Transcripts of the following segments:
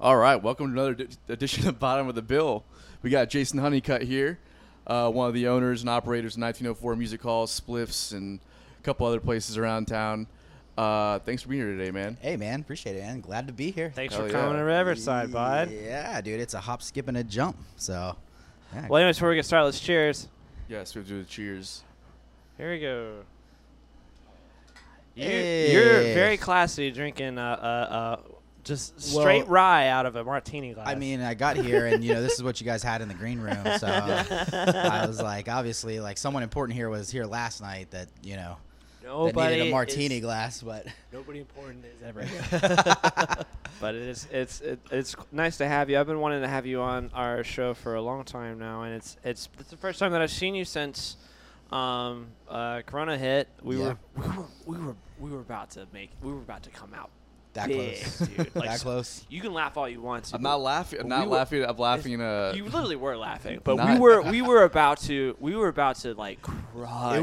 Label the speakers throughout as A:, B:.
A: All right, welcome to another di- edition of Bottom of the Bill. We got Jason Honeycutt here, uh, one of the owners and operators of 1904 Music Hall, Spliffs, and a couple other places around town. Uh, thanks for being here today, man.
B: Hey man, appreciate it, man. Glad to be here.
C: Thanks
A: Hell
C: for
A: yeah.
C: coming to Riverside, bud.
B: Yeah, dude, it's a hop, skip, and a jump. So, yeah.
C: Well, anyways, before we get started, let's cheers.
A: Yes, we do the cheers.
C: Here we go. You,
B: Hey.
C: You're very classy, drinking uh, uh, uh, just
B: Well,
C: straight rye out of a martini glass.
B: I mean, I got here, and you know, this is what you guys had in the green room. So I was like, obviously, like someone important here was here last night that you know that
C: nobody
B: needed a martini
C: is-
B: glass, but
C: Nobody important is ever. but it is it's it, it's nice to have you. I've been wanting to have you on our show for a long time now, and it's it's it's the first time that I've seen you since um, uh, Corona hit. We
B: Yeah.
C: were we were we were we were about to make we were about to come out.
B: that
C: big,
B: close,
C: dude. Like,
B: that
C: so-
B: close.
C: You can laugh all you want. to,
A: I'm
C: but
A: not laughing. I'm
C: Well,
A: not
C: we were-
A: laughing. I'm laughing. Uh,
C: you literally were laughing, but we
A: Not-
C: were we were about to we were about to like crush it. Was, oh, it,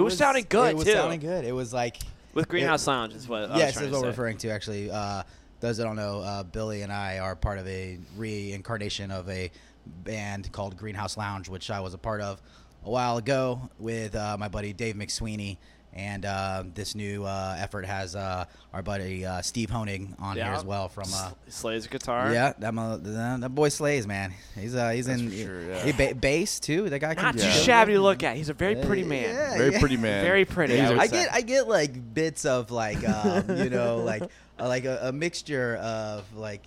C: was, sounding good
B: It was
C: too
B: sounding good. It was like
C: with Greenhouse Lounge is what I was
B: yes,
C: trying
B: is
C: to
B: what we're
C: say.
B: referring to. Actually, uh, those that don't know, uh, Billy and I are part of a reincarnation of a band called Greenhouse Lounge, which I was a part of a while ago with uh, my buddy Dave McSweeney. And uh, this new uh, effort has uh, our buddy uh, Steve Honig on
C: Yeah.
B: here as well from. Uh,
C: Sl- Slays guitar.
B: yeah, that, mo- that that boy slays, man. He's uh, he's
A: That's
B: in
A: for sure, yeah.
B: he ba- bass too. That guy can
C: Not
A: Yeah.
C: too shabby to look at. He's a very pretty man.
B: Yeah,
A: very
B: yeah.
A: pretty man.
C: Very pretty.
A: He's
C: I
A: a-
C: would
B: I
C: say.
B: get I get like bits of like um, you know like uh, like a, a mixture of like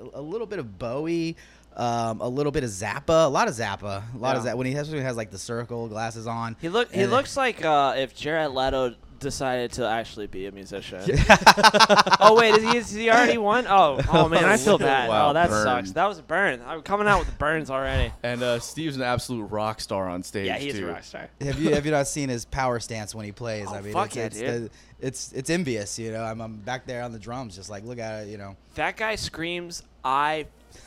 B: a- a little bit of Bowie, um, a little bit of Zappa, a lot of Zappa, a lot of
C: Yeah.
B: that when he has when he has like the circle glasses on.
C: He look he
B: and-
C: looks like uh, if Jared Leto decided to actually be a musician. oh wait, is he, is he already one? Oh, oh man, I feel bad.
A: Wow,
C: oh, that
A: burn.
C: sucks. That was a burn. I'm coming out with burns already.
A: And uh, Steve's an absolute rock star on stage.
C: yeah, he's
A: too.
C: a rock star.
B: Have you have you not seen his power stance when he plays?
C: Oh,
B: I mean, it's,
C: fuck yeah,
B: it's,
C: dude.
B: the- it's it's envious, you know. I'm, I'm back there on the drums, just like look at it, you know.
C: That guy screams, "I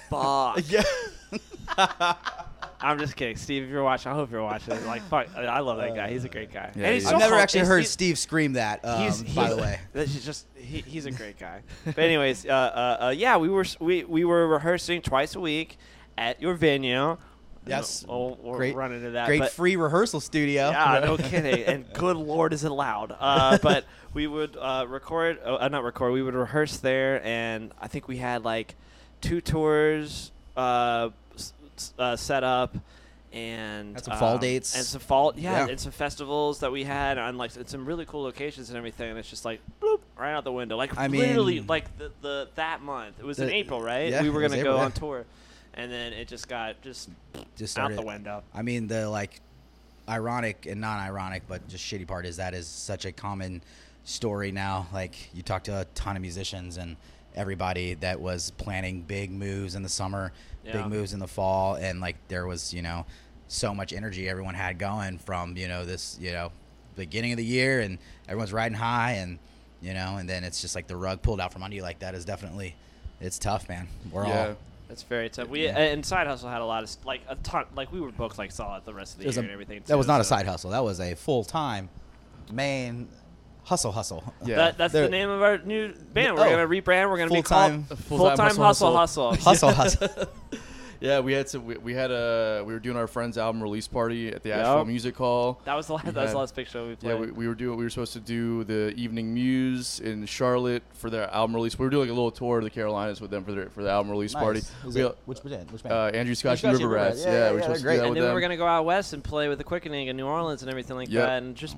C: fuck."
B: Yeah,
C: I'm just kidding, Steve. If you're watching, I hope you're watching. Like, fuck, I- I love that guy. He's a great guy.
A: Yeah,
C: and
A: he
C: he's
A: is.
C: so
B: I've never
C: humble.
B: actually
C: He's-
B: heard
C: he's-
B: Steve scream that. Um, by the way,
C: that he's just he, he's a great guy. But anyways, uh, uh, uh, yeah, we were s- we, we were rehearsing twice a week at your venue.
B: Yes.
C: oh, we're
B: Great-
C: running into that.
B: great
C: but-
B: free rehearsal studio.
C: yeah, no kidding. And good lord, is it loud? Uh, but we would uh, record, uh, uh, not record. We would rehearse there, and I think we had like two tours uh, s- s- uh, set up, and
B: Had some fall
C: um,
B: dates.
C: and some fall, yeah,
B: Yeah.
C: and some festivals that we had on like s- some really cool locations and everything. And it's just like bloop right out the window. Like
B: I
C: literally,
B: mean-
C: like the, the that month. It was in
B: The-
C: April, right?
B: yeah,
C: we were
B: it was
C: gonna
B: April,
C: go
B: yeah.
C: on tour, and then it just got just
B: just
C: out
B: started
C: the window.
B: I mean, the like ironic and non-ironic, but just shitty part is that is such a common story now. Like you talk to a ton of musicians and everybody that was planning big moves in the summer,
C: Yeah.
B: big moves in the fall, and like there was you know so much energy everyone had going from you know this you know beginning of the year and everyone's riding high and you know and then it's just like the rug pulled out from under you like that is definitely it's tough man we're
A: Yeah.
B: all
C: That's very tough. We uh and side hustle had a lot of s- like a ton. Like we were booked like solid the rest of the
B: It was
C: year
B: a-
C: and everything.
B: That was not a
C: so-
B: side hustle. That was a full time main hustle hustle.
A: Yeah.
C: That, that's the
B: They're-
C: name of our new band. We're
B: Oh.
C: gonna rebrand. We're gonna
B: Full-time-
C: be called
A: full-time
C: Full Time
A: Hustle
C: Hustle
A: Hustle.
C: Hustle.
B: Hustle hustle.
A: Yeah, we had some. We, we had a. We were doing our friend's album release party at the Asheville
C: Yep.
A: Music Hall.
C: That was the last.
A: We
C: That was
A: had-
C: the last big show we played.
A: Yeah, we, we were doing. We were supposed to do the Evening Muse in Charlotte for their album release. We were doing like a little tour of the Carolinas with them for their for the album release party.
B: Who's
A: We,
B: it? Which band? Which band?
A: uh, Andrew Scotch and
B: Scotch
A: River
B: and River
A: Rats.
B: Rats.
A: Yeah,
B: Yeah,
A: we were
B: yeah, yeah,
A: supposed
B: they're
A: to do
B: great.
A: that
C: and
A: with
C: then we
A: them.
C: were gonna go out west and play with the Quickening in New Orleans and everything like
A: Yeah.
C: that. And just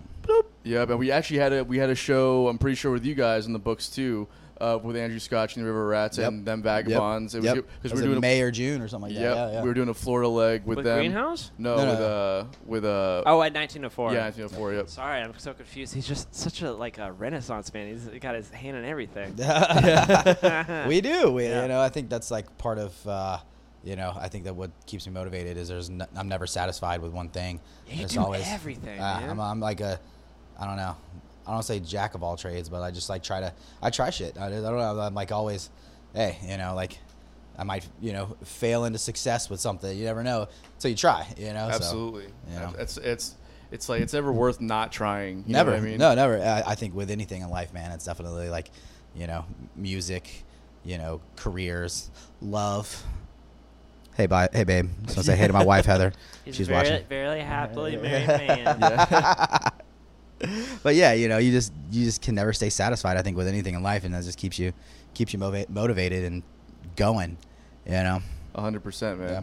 A: yeah, but we actually had a we had a show. I'm pretty sure with you guys in the books too, uh, with Andrew Scotch and the River Rats
B: Yep.
A: and them Vagabonds.
B: Yep.
A: It was
B: Yep.
A: because
B: Was
A: we
B: it
A: were doing
B: May or June or something
A: a,
B: like
A: yep,
B: that. Yeah, yeah.
A: we were doing a Florida leg with,
C: with
A: them.
C: Greenhouse.
A: No,
B: No, no,
A: with
B: no.
A: uh with uh
C: Oh, at 1904.
A: yeah, you know, four, yep.
C: Sorry, I'm so confused. He's just such a like a Renaissance man. He's got his hand in everything.
B: we do. We,
C: Yeah.
B: You know, I think that's like part of. Uh, you know, I think that what keeps me motivated is there's n I'm never satisfied with one thing.
C: Yeah, you
B: There's
C: do everything, man.
B: I'm, I'm like a, I don't know, I don't say jack of all trades, but I just like try to, I try shit. I, I don't know. I'm like always, hey, you know, like I might, you know, fail into success with something. You never know until you try. You know, so-
A: Absolutely.
B: you know.
A: Ab- It's it's it's like it's never worth not trying. You know
B: never.
A: what I mean,
B: No, never. I, I think with anything in life, man, it's definitely like, you know, music, you know, careers, love. Hey, bye, hey, babe. So I say hey to my wife, Heather.
D: He's
B: She's
D: very,
B: watching.
D: very happily married man.
B: but yeah, you know, you just you just can never stay satisfied. I think with anything in life, and that just keeps you keeps you motiva- motivated and going. You know,
A: hundred percent, man.
B: Yeah.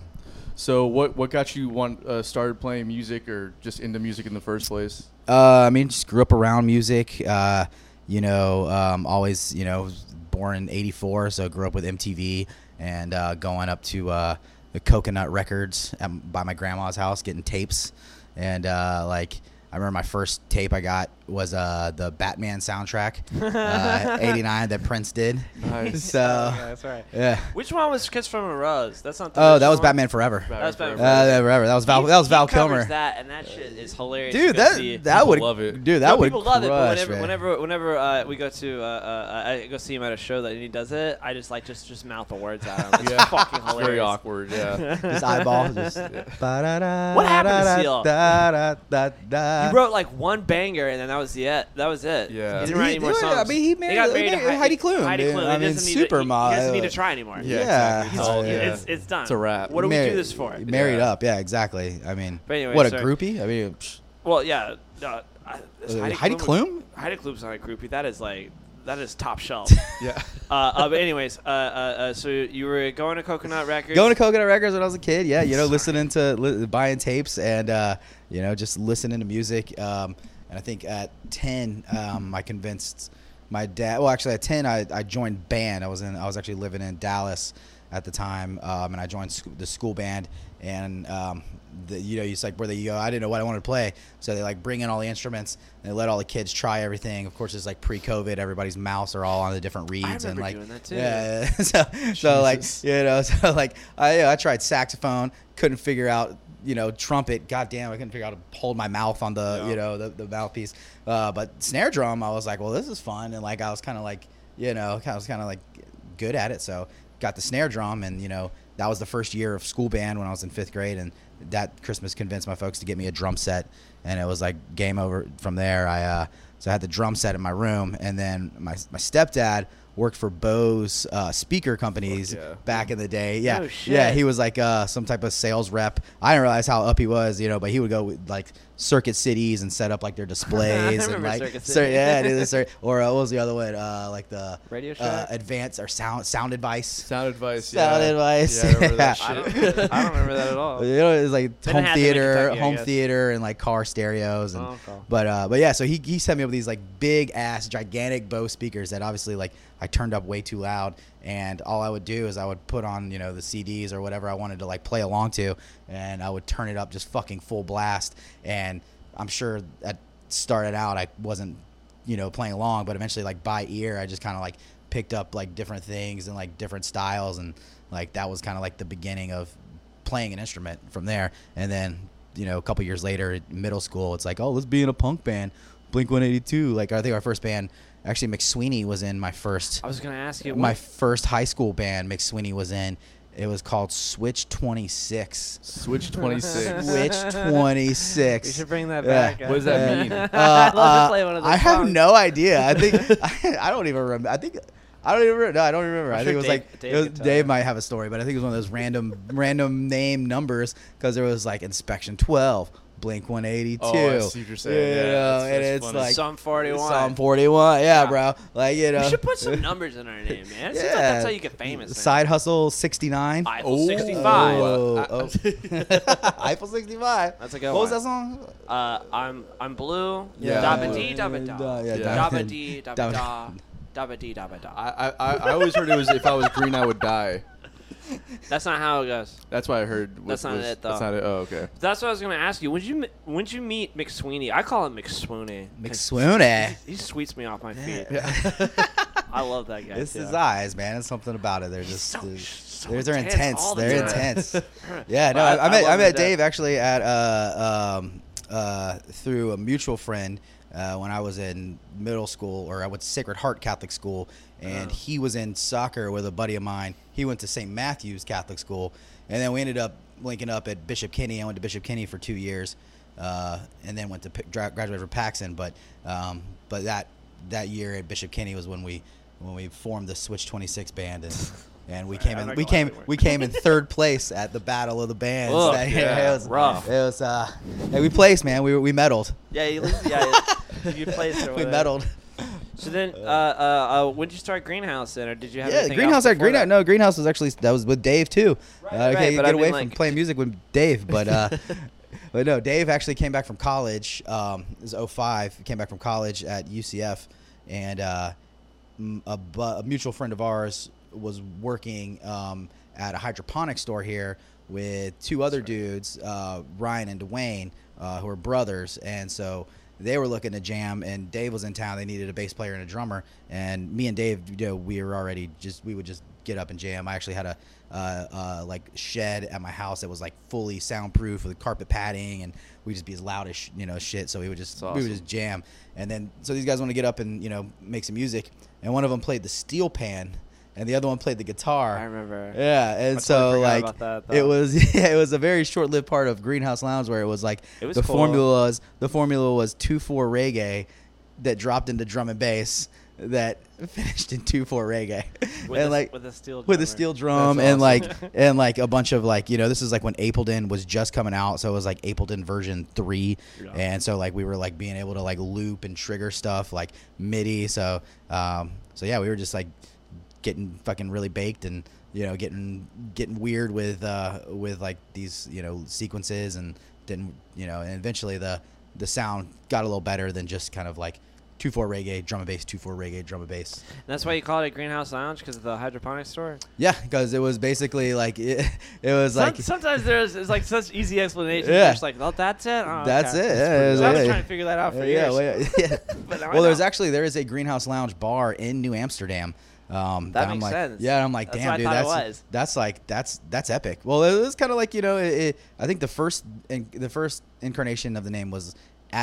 A: So what what got you want uh, started playing music or just into music in the first place?
B: uh, I mean, just grew up around music. Uh, you know, um, always you know, born in '84, so grew up with MTV and uh, going up to uh, the Coconut Records at, by my grandma's house, getting tapes, and uh, like. I remember my first tape I got was uh, the Batman soundtrack, uh, '89 that Prince did.
A: Nice.
B: So
C: Oh,
D: Yeah, that's right.
B: yeah.
C: Which one was Kiss from a Rose? That's not. The
B: Oh,
C: first
B: that was
C: one.
B: Batman Forever.
A: Batman
C: That was Batman.
A: Forever.
B: Uh, yeah, forever. That was Val.
C: He-
B: That was
C: he
B: Val
C: covers
B: Kilmer.
C: That and that shit is hilarious. to
B: Dude,
C: go see.
B: that that
A: People
B: would
A: love it.
B: Dude, that
C: No,
B: would
C: people love it. But
B: crush,
C: whenever,
B: man.
C: whenever, whenever uh, we go to, uh, uh, I go see him at a show that he does it. I just like just just mouth the words at him. It's
A: Yeah.
C: fucking
A: It's
C: hilarious.
A: very awkward. Yeah.
B: his eyeball. Just,
C: What
B: what
C: happened to Seal?
B: Seal?
C: He wrote like one banger and then that was the it. That was it.
A: Yeah.
C: He didn't write any more
B: He- yeah,
C: songs.
B: I mean, he
C: They
B: married-
C: got
B: he
C: married to
B: married Heidi Klum,
C: Heidi
B: dude.
C: Klum.
B: I
C: He
B: mean,
C: doesn't
B: super
C: need to, he-
B: mod-
C: He doesn't need to try anymore.
A: Yeah,
B: Yeah.
A: exactly.
C: He's
A: Oh,
C: old.
A: yeah.
C: It's, it's done.
A: It's a wrap.
C: What do we do this for?
B: Married
A: Yeah.
B: up, yeah, exactly. I mean,
C: But anyway,
B: what a
C: sorry.
B: groupie. I mean, psh,
C: Well, yeah. Uh, I- is
B: Uh, Heidi Klum?
C: Heidi Klum's not a groupie. That is like that is top shelf.
A: yeah.
C: uh, uh, but anyways, uh, uh, uh, so you were going to Coconut Records.
B: going to Coconut Records when I was a kid. Yeah, you know,
C: Sorry.
B: listening to li- buying tapes and uh, you know just listening to music. Um, and I think at ten, um, I convinced my dad. Well, actually, at ten, I, I joined band. I was in. I was actually living in Dallas at the time, um, and I joined sc- the school band. And um, the, you know, it's like where they you go. I didn't know what I wanted to play, so they like bring in all the instruments. And they let all the kids try everything. Of course, it's like pre-COVID. Everybody's mouths are all on the different reeds and
C: remember
B: like
C: doing that too.
B: yeah, so, so like
A: Jesus.
B: you know, so like I, I tried saxophone, couldn't figure out you know trumpet. Goddamn, I couldn't figure out how to hold my mouth on the
C: Yeah.
B: you know the, the mouthpiece. Uh, but snare drum, I was like, well, this is fun, and like I was kind of like you know, I was kind of like good at it. So got the snare drum, and you know that was the first year of school band when I was in fifth grade, and that Christmas convinced my folks to get me a drum set, and it was like game over from there. I uh, so I had the drum set in my room, and then my my stepdad worked for Bose uh, speaker companies
A: yeah.
B: back in the day. Yeah,
C: Oh,
B: yeah,
C: shit.
B: he was like uh, some type of sales rep. I didn't realize how up he was, you know, but he would go with, like circuit cities and set up like their displays and
C: remember
B: like
C: Circuit
B: so-
C: City.
B: yeah, dude, that's right. or uh, what was the other one? Uh, like the
C: Radio
B: uh,
C: Shack?
B: advance or sound sound advice.
A: Sound advice.
B: Sound
A: yeah.
B: advice,
A: Yeah, I remember that
C: I don't,
A: shit.
C: I don't remember that at all.
B: You know, it was like
C: Didn't
B: home
C: happen in
B: theater,
C: Kentucky, I
B: home
C: guess.
B: theater, and like car stereos, and
C: Oh, okay.
B: but uh, but yeah. So he he set me up with these like big ass, gigantic Bose speakers that obviously like I turned up way too loud, and all I would do is I would put on you know the CDs or whatever I wanted to like play along to, and I would turn it up just fucking full blast, and I'm sure that started out I wasn't you know playing along, but eventually like by ear I just kind of like picked up like different things and like different styles and like that was kind of like the beginning of playing an instrument from there. And then, you know, a couple years later, middle school, it's like, oh, let's be in a punk band, Blink 182. Like, I think our first band, actually, McSweeney was in my first
C: I was gonna ask you.
B: my
C: Oh, what-
B: first high school band. McSweeney was in. It was called Switch 26.
A: Switch 26.
B: Switch 26.
D: We should bring that
B: Yeah.
D: back.
A: What does that mean?
D: Uh,
B: Uh,
D: I'd love
B: uh,
D: to play one of those
B: I have
D: songs.
B: no idea. I think I, I don't even remember. I think I don't even remember. No, I don't remember. i
C: I'm
B: think it was
C: sure Dave-
B: like
C: Dave
B: it was-
C: can tell
B: Dave
C: you.
B: might have a story, but I think it was one of those random random name numbers because there was like Inspection 12, Blink 182.
A: Oh, I see what you're saying.
B: you
A: Yeah,
B: know,
A: that's-
B: and
A: that's
B: it's
A: funny.
B: like
C: Psalm 41.
B: Psalm 41. Yeah,
C: Yeah.
B: bro. Like you know,
C: You should put some numbers in our name, man. It seems like that's how you get famous. now.
B: Side hustle 69.
C: Eiffel
A: Oh.
C: 65.
B: Oh,
A: Uh,
B: oh. Eiffel 65.
C: That's a good
B: What was
C: one.
B: that song?
C: Uh, I'm I'm blue.
A: Yeah.
C: Dabba
A: Yeah.
C: dee dabba da.
B: Yeah,
A: yeah.
C: Dabba dee dabba
B: Dabba-
C: da. Dabba dee dabba da.
A: I, I, I always heard it was if I was green, I would die.
C: That's not how it goes.
A: That's what I heard. Was,
C: That's not
A: was-
C: it, though.
A: That's not it. Oh, okay.
C: That's what I was gonna ask you. When you m- when you meet McSweeney? I call him McSweeney. 'cause
B: McSweeney.
C: He sweets me off my feet.
A: Yeah.
C: I love that guy.
B: It's
C: too.
B: his eyes, man. It's something about it. They're just
C: so-
B: they're,
C: so
B: they're, they're
C: intense
B: intense.
C: all the
B: They're
C: time.
B: intense. yeah, no,
C: I-
B: I, I
C: I
B: met
C: love
B: I
C: him
B: met
C: to death.
B: Dave actually at uh, um, uh, through a mutual friend uh, when I was in middle school, or I went to Sacred Heart Catholic School, and
C: Uh-huh.
B: he was in soccer with a buddy of mine. He went to St. Matthew's Catholic School, and then we ended up linking up at Bishop Kinney. I went to Bishop Kinney for two years, uh, and then went to P- dra- graduated from Paxson. But um, but that that year at Bishop Kinney was when we when we formed the Switch 26 band and. And we came
C: I'm
B: in.
C: not
B: We
C: gonna lie,
B: came.
C: they weren't.
B: We came in third place at the Battle of the Bands.
C: Ugh,
B: That year.
C: yeah,
B: it was
C: rough.
B: It was. Uh, and we placed, man. We were- we medaled.
C: Yeah, you, lose- yeah, you- you placed or
B: we
C: whatever.
B: medaled.
C: So then, uh, uh, uh, when did you start Greenhouse then, or did you have
B: Yeah,
C: anything
B: greenhouse.
C: else
B: At
C: before
B: greenhouse.
C: that?
B: No, greenhouse was actually that was with Dave too.
C: Right,
B: uh,
C: right,
B: okay,
C: but
B: get
C: I
B: away
C: mean,
B: from
C: like-
B: playing music with Dave, but uh, but no, Dave actually came back from college. Um, it was 05. He came back from college at UCF, and uh, m- a, bu- a mutual friend of ours was working um, at a hydroponics store here with two other dudes, uh, Ryan and Dwayne, uh, who are brothers, and so they were looking to jam and Dave was in town. They needed a bass player and a drummer. And me and Dave, you know, we were already just, we would just get up and jam. I actually had a, uh, uh, like shed at my house that was like fully soundproof with carpet padding and we'd just be as loud as, sh- you know, shit. So we would just,
A: That's
B: we
A: awesome.
B: would just jam. And then, so these guys want to get up and, you know, make some music. And one of them played the steel pan and the other one played the guitar.
C: I remember.
B: Yeah, and
C: I totally
B: so
C: forgot
B: like
C: about that,
B: it
C: though.
B: was yeah, it was a very short-lived part of Greenhouse Lounge where it was like
C: It was
B: the
C: cool.
B: formula was the formula was two four reggae that dropped into drum and bass that finished in two four reggae
C: With
B: and
C: a,
B: like
C: with a steel.
B: with a
C: drummer.
B: steel drum
A: That's
B: and like
C: awesome.
B: and like a bunch of like you know this is like when Apledon was just coming out so it was like Apledon version 3
C: Yeah.
B: and so like we were like being able to like loop and trigger stuff like MIDI so um so yeah we were just like getting fucking really baked and you know getting getting weird with uh with like these you know sequences and didn't you know and eventually the the sound got a little better than just kind of like 2-4 reggae drum and bass 2-4 reggae drum and bass
C: And that's why you call it a greenhouse lounge because of the hydroponics store.
B: yeah, because it was basically like it, it was
C: Some,
B: like
C: sometimes there's it's like such easy explanations.
B: Yeah.
C: You're just like, well, that's it. Oh,
B: That's
C: okay."
B: it, yeah, it was
C: So I
B: like-
C: was trying to figure that out for
B: Uh,
C: years.
B: well, yeah, yeah.
C: But now I
B: well, there's
C: know.
B: actually there is a greenhouse lounge bar in New Amsterdam. Um,
C: That
B: I'm
C: makes
B: like,
C: sense.
B: Yeah, I'm like,
C: That's
B: damn,
C: what I
B: dude,
C: thought it
B: that's
C: was.
B: that's like that's that's epic. Well, it was kind of like you know, it, it, I think the first in, the first incarnation of the name was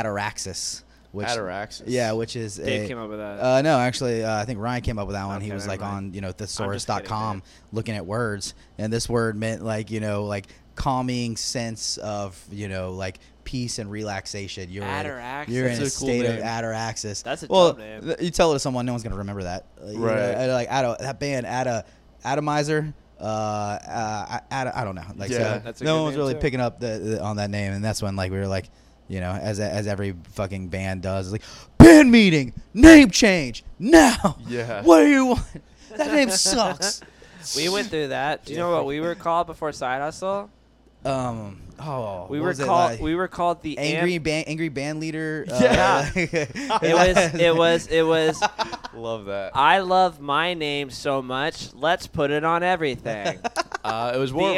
B: Ataraxis, which
A: Ataraxis.
B: yeah, which is
C: Dave
B: a-
C: came up with that.
B: Uh, no, actually, uh, I think Ryan came up with that one. he
C: Okay,
B: was
C: never
B: like
C: mind.
B: on you know
C: kidding,
B: thesaurus.com looking at words, and this word meant like you know like calming sense of you know like peace and relaxation. You're
C: Ataraxis.
B: In, you're in a,
A: That's a cool
B: state of
A: name.
B: ataraxis.
C: That's a
B: well,
C: dope name.
B: th- you tell it to someone, no one's gonna remember that. Uh, you know,
A: Right.
B: uh, like Ada, that band Ada, Atomizer. Uh, uh, Ada, I don't know. Like, so
A: Yeah,
C: that's a
B: no
C: good
B: one was
C: name,
B: really
C: too.
B: picking up the, the, on that name, and that's when like we were like, you know, as as every fucking band does, it's like band meeting, name change now.
A: Yeah.
B: What do you want? That name sucks.
C: we went through that. Do you know what we were called before Side Hustle?
B: Um. Oh.
C: We
B: what
C: were
B: was it,
C: called.
B: like,
C: we were called the
B: angry
C: Am-
B: band angry band leader. uh,
C: Yeah. it was. It was. It was.
A: Love that.
C: I love my name so much. Let's put it on everything.
A: Uh, it was
C: the
A: more of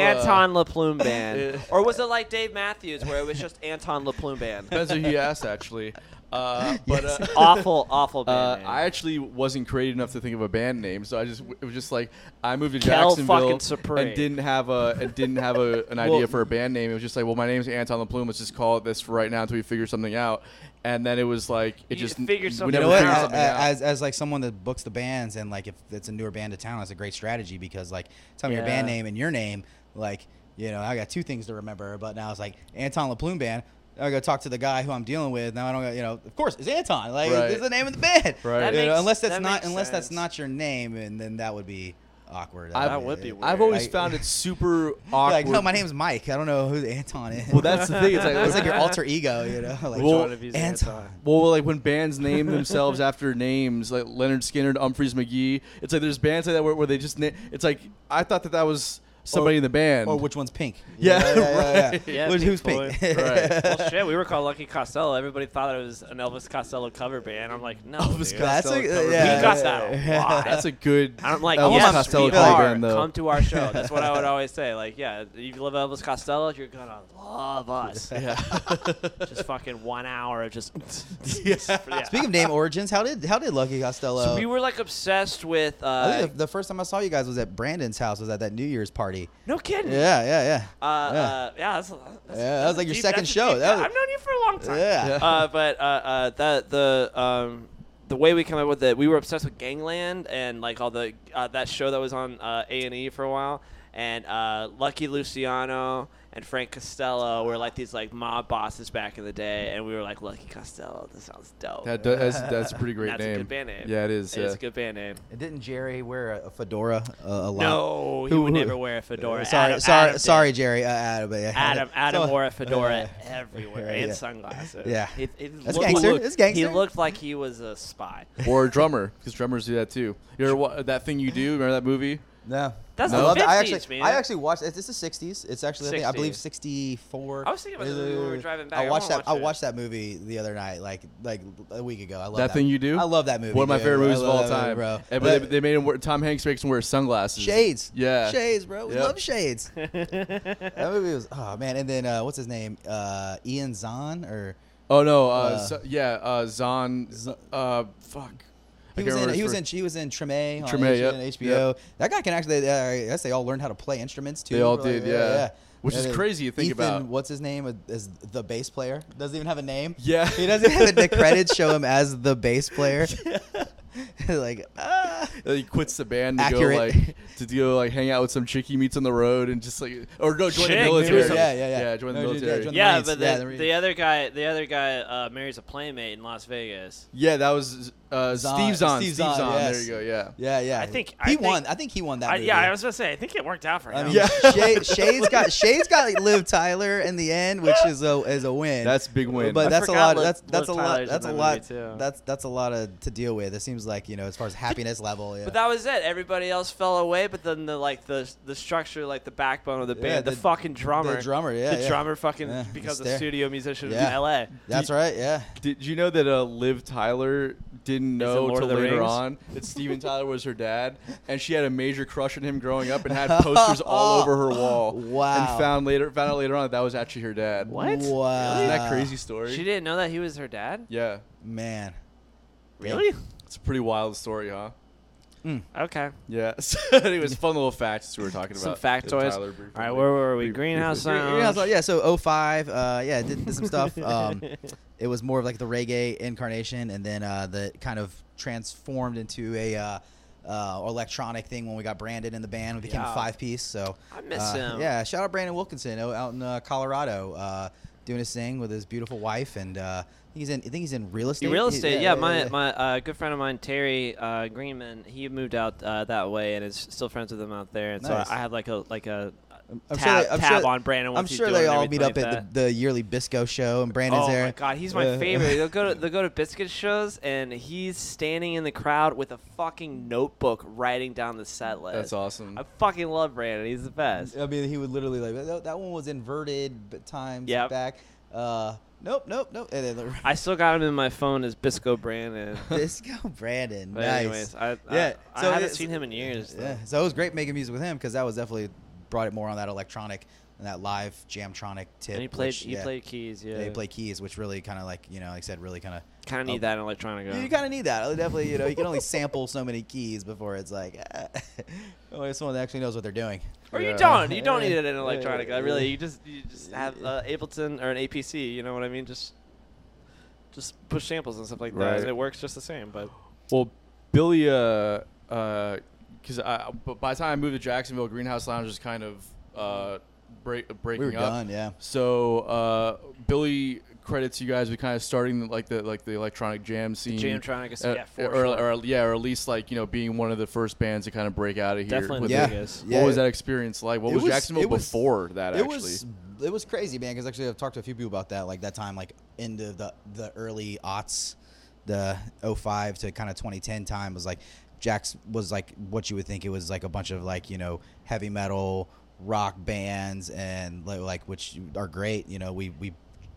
C: Anton LaPlume band,
A: Yeah.
C: or was it like Dave Matthews, where it was just Anton LaPlume
A: A,
C: band?
A: depends who you ask, actually. Uh, but
B: Yes.
A: uh,
C: awful, awful band.
A: Uh,
C: name.
A: I actually wasn't creative enough to think of a band name, so I just it was just like I moved to
C: Kel fucking
A: Jacksonville
C: Supreme.
A: and didn't have a and didn't have a, an idea for a band name. It was just like, well, my name's Anton LaPlume. Let's just call it this for right now until we figure something out. And then it was like it
C: You
A: just
C: figured
A: we
C: something
B: You
A: never
B: know what?
A: figured
B: As,
A: something out.
B: as, as like someone that books the bands and like if it's a newer band to town, that's a great strategy because like tell me your band
C: Yeah.
B: name and your name, like you know I got two things to remember, but now it's like Anton LaPlume band. I go talk to the guy who I'm dealing with. Now I don't, got- you know, of course it's Anton. Like
A: Right.
B: this is the name of the band,
A: Right. That
B: You know,
C: makes-
B: unless that's
C: that
B: not
C: makes
B: unless that's
C: sense.
B: not your name, and then that would be awkward.
A: I've-
C: That would be weird.
A: I've always
B: I-
A: found it super
B: You're
A: awkward.
B: Like no, my name's Mike. I don't know who Anton is.
A: well, that's the thing. It's like,
B: it's like your alter ego, you know. Like,
A: Well,
C: One of you's
B: Anton.
A: Well, like when bands name themselves after names, like Leonard Skinner, Humphreys McGee. It's like there's bands like that where, where they just na- it's like I thought that that was somebody in the band.
B: Or which one's pink?
A: Yeah,
B: yeah,
A: right.
C: Yeah,
B: Which-
C: Pink
B: who's pink?
C: Floyd.
A: Right.
C: well, shit, we were called Lucky Costello. Everybody thought it was an Elvis Costello cover band. I'm like, no,
A: Elvis Costello.
C: dude.
B: That's a,
A: Costello cover
B: yeah.
A: band.
C: We got that a lot.
A: That's a good.
C: I'm like,
A: Elvis
C: yes,
A: Costello
C: we
A: cover
C: are.
A: band, though.
C: Come to our show. That's what I would always say. Like, yeah, if you love Elvis Costello, you're gonna love us. just fucking one hour of just. yeah.
B: Speaking of name origins, how did how did Lucky Costello?
C: so we were like obsessed with.
B: I
C: Uh,
B: think the, the first time I saw you guys was at Brandon's house. Was at that New Year's party.
C: no kidding.
B: Yeah, yeah,
C: Uh,
B: yeah.
C: uh, yeah, that's, that's,
B: that was like your
C: deep-
B: second
C: that's a
B: show.
C: deep-
B: That was-
C: I've known you for a long time.
B: Yeah.
C: Uh, but uh, uh, the the um, the way we come up with it, we were obsessed with Gangland uh, and like all the uh, that show that was on A and E for a while, and uh, Lucky Luciano and Frank Costello were like these like mob bosses back in the day, and we were like Lucky Costello. That sounds dope.
A: That does, that's, that's a pretty great
C: That's
A: name.
C: a good band name.
A: Yeah, it is.
C: It's
A: yeah.
C: a good band name.
B: And didn't Jerry wear a fedora uh, a lot?
C: No, he
B: Who-
C: would
B: who-
C: never wear a fedora.
B: Uh, sorry,
C: Adam-
B: sorry,
C: Adam did.
B: sorry, Jerry. Uh, Adam. yeah.
C: Adam Adam
B: So-
C: wore a fedora
B: uh,
C: everywhere
B: yeah.
C: and sunglasses.
B: Yeah.
C: he, he
B: That's
C: looked-
B: gangster.
C: looked-
B: That's gangster.
C: He looked like he was a spy.
A: or a drummer, because drummers do that too. You ever wa- that thing you do? Remember that movie?
B: No,
C: That's
B: I
C: the
B: love that. I
C: 50s,
B: actually,
C: man.
B: I actually watched. It's, it's the '60s. It's actually, I, think, I believe, '64.
C: I was thinking about this when we were driving back. I
B: I watched
C: wanna
B: that.
C: watch
B: I
C: it.
B: watched that movie the other night, like like a week ago. I love
A: That
B: that,
A: Thing You Do?
B: I love that movie.
A: One of my
B: dude.
A: favorite
B: I
A: movies of
B: love
A: all
B: that movie,
A: time,
B: bro.
A: And-
B: That-
A: but they, they made him wear. Tom Hanks makes him wear sunglasses.
B: Shades.
A: Yeah.
B: Shades, bro. We
A: Yep.
B: love shades. that movie was oh man. And then uh, what's his name? Uh, Ian Zahn or
A: Oh no. Uh,
B: Uh,
A: so- yeah. Uh, Zon.
B: Z-
A: Uh, fuck. I can't
B: he was in
A: remember
B: he
A: his
B: was
A: fir-
B: in she was in Treme on
A: Treme,
B: Treme,
A: yep,
B: HBO. That guy can actually. Uh, I guess they all learned how to play instruments too.
A: They all
B: Like,
A: did, yeah. Which is
B: then
A: crazy to think
B: Ethan,
A: about.
B: What's his name? uh, Is the bass player? Doesn't even have a name.
A: Yeah.
B: he doesn't. Have, the credits show him as the bass player. like ah.
A: Uh, he quits the band to
B: Accurate.
A: go like to go like hang out with some chick he meets on the road and just like or no join
C: Chick,
A: the
C: maybe
A: military.
C: something.
B: Yeah, yeah, yeah.
A: Yeah, join the
B: No, dude, yeah,
A: military.
B: join the-
C: Yeah,
B: Marines.
C: but the,
B: Yeah, the
C: the,
B: Marines.
C: other guy, the other guy uh, marries a playmate in Las Vegas.
A: Yeah, that was uh,
B: Zahn-
A: Steve's on.
B: Steve
A: Steve's
B: Zahn,
A: on.
B: yes.
A: There you go. Yeah.
B: Yeah, yeah.
C: I think-
B: he
C: I think-
B: won. I think he won that.
C: I,
B: movie.
C: yeah, I was gonna say. I think it worked out for
B: I
C: him.
B: mean,
A: Yeah.
B: Shay, Shade's got Shade's got Liv Tyler in the end, which is a is a win.
A: That's a big win.
B: But
C: I
B: that's a
C: forgot
B: lot.
C: Liv-
B: That's that's
C: Liv
B: a lot.
C: Tyler's in
B: That's a
C: that
B: lot.
C: movie, too.
B: That's that's a lot of, to deal with. It seems like you know, as far as happiness level. Yeah.
C: But that was it. Everybody else fell away. But then the like the the structure, like the backbone of the
B: Yeah,
C: band, the,
B: the-
C: fucking drummer,
B: the drummer, yeah,
C: the
B: yeah.
C: drummer fucking
B: Yeah,
C: becomes
B: it's
C: a
B: there.
C: studio musician in
B: Yeah.
C: L.A.
B: that's
A: Do-
B: right. Yeah.
A: Did you know that uh, Liv Tyler didn't know
C: Lord
A: till
C: of the
A: later
C: Rings?
A: on that Steven Tyler was her dad, and she had a major crush on him growing up, and had posters all over her wall.
B: Wow.
A: And found later found out later on that, that was actually her dad.
C: What? Really?
B: Wow.
A: Isn't that crazy story?
C: She didn't know that he was her dad.
A: yeah,
B: Man.
C: Really?
A: it's a pretty wild story, huh?
C: Okay.
A: Yeah. So anyways, fun little facts that we were talking
C: Some
A: about.
C: factoids. All right, where were we? Greenhouse
B: Yeah, yeah,
C: Sounds.
B: so- yeah, so 05, uh, yeah, did, did some stuff. Um, it was more of like the reggae incarnation, and then uh, the kind of transformed into a uh, uh, electronic thing when we got Brandon in the band. We became
C: Yeah.
B: a five piece. So
C: I miss
B: uh,
C: him.
B: Yeah, shout out Brandon Wilkinson o- out in uh, Colorado, uh, doing his thing with his beautiful wife, and uh, I think he's in. I think he's in real estate.
C: Real estate, yeah. my
B: yeah.
C: my uh, good friend of mine, Terry uh, Greenman, he moved out uh, that way and is still friends with him out there. And
B: Nice.
C: so I had like a like a
B: I'm sure
C: tab,
B: they- I'm
C: tab
B: sure-
C: on Brandon.
B: I'm
C: once he's
B: sure
C: doing
B: they all
C: everything
B: meet up
C: like that.
B: at the, the yearly Bisco show, and Brandon's
C: Oh
B: there.
C: my god, he's my
B: Uh,
C: favorite. They'll go to they'll go to biscuit shows and he's standing in the crowd with a fucking notebook writing down the set list.
A: That's awesome.
C: I fucking love Brandon. He's the best.
B: I mean, he would literally like that, that one was inverted but times
C: Yep.
B: back. Uh, nope, nope, nope. And then the-
C: I still got him in my phone as Bisco Brandon.
B: Disco Brandon,
C: But
B: nice.
C: anyways, I,
B: Yeah,
C: I,
B: so
C: I haven't
B: it's-
C: seen him in years. though.
B: yeah, so it was great making music with him because that was definitely brought it more on that electronic and that live jamtronic tip.
C: And he played
B: which,
C: he
B: yeah,
C: played keys, yeah.
B: They play keys, which really kind of like you know, like I said, really kind of.
C: Kinda need that in electronica.
B: You kind of need that. Definitely, you know, you can only sample so many keys before it's like, ah. only someone that actually knows what they're doing.
C: or you
A: Yeah.
C: don't. You don't need it in
B: Yeah.
C: electronica. Really, you just you just have uh, Ableton or an APC. You know what I mean? Just just push samples and stuff like that,
A: Right.
C: and it works just the same. But
A: Well, Billy, because uh, uh 'cause I, but by the time I moved to Jacksonville, Greenhouse Lounge was kind of uh, break, breaking
B: We were
A: up.
B: done, yeah.
A: So uh, Billy credits you guys with kind of starting like the like the electronic jam scene,
C: Jamtronic is-
A: uh,
C: yeah, for
A: or,
C: sure.
A: or- yeah, or at least like you know being one of the first bands to kind of break out of here.
C: Definitely
A: with
C: the
B: Yeah.
A: it.
C: biggest.
A: What
B: Yeah.
A: was that experience like? What
B: It
A: was,
B: was-
A: Jacksonville
B: it was-
A: before that?
B: it
A: Actually,
B: was it was crazy, man. Because actually, I've talked to a few people about that. Like that time, like into the the early aughts, the 05 to kind of 2010 time was like Jax was like what you would think it was like a bunch of like you know heavy metal rock bands and li- like which are great. You know, we we.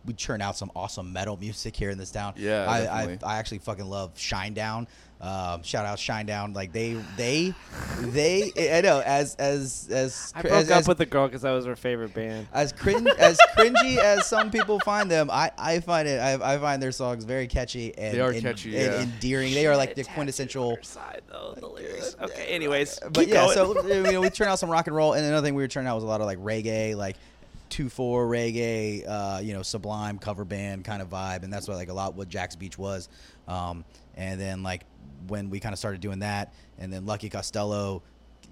B: We churn out some awesome metal music here in this town.
A: Yeah,
B: I, I,
A: definitely.
B: I actually fucking love Shinedown. Um, shout out Shinedown. Like they, they, they. I know as as as
C: I
B: cra-
C: broke
B: as-
C: up
B: as-
C: with the girl because that was her favorite band.
B: as cringe as cringy as some people find them, I, I find it I, I find their songs very catchy and
A: They are
B: and-
A: catchy,
B: and
A: yeah.
B: endearing. They are like the
C: Tattoo on
B: quintessential.
C: her Side though, the lyrics. Okay. Anyways,
B: But yeah, so you know, we turn out some rock and roll, and another thing we were turning out was a lot of like reggae, like two four reggae, uh, you know, Sublime cover band kind of vibe, and that's what like a lot what Jack's Beach was. Um, and then like when we kind of started doing that, and then Lucky Costello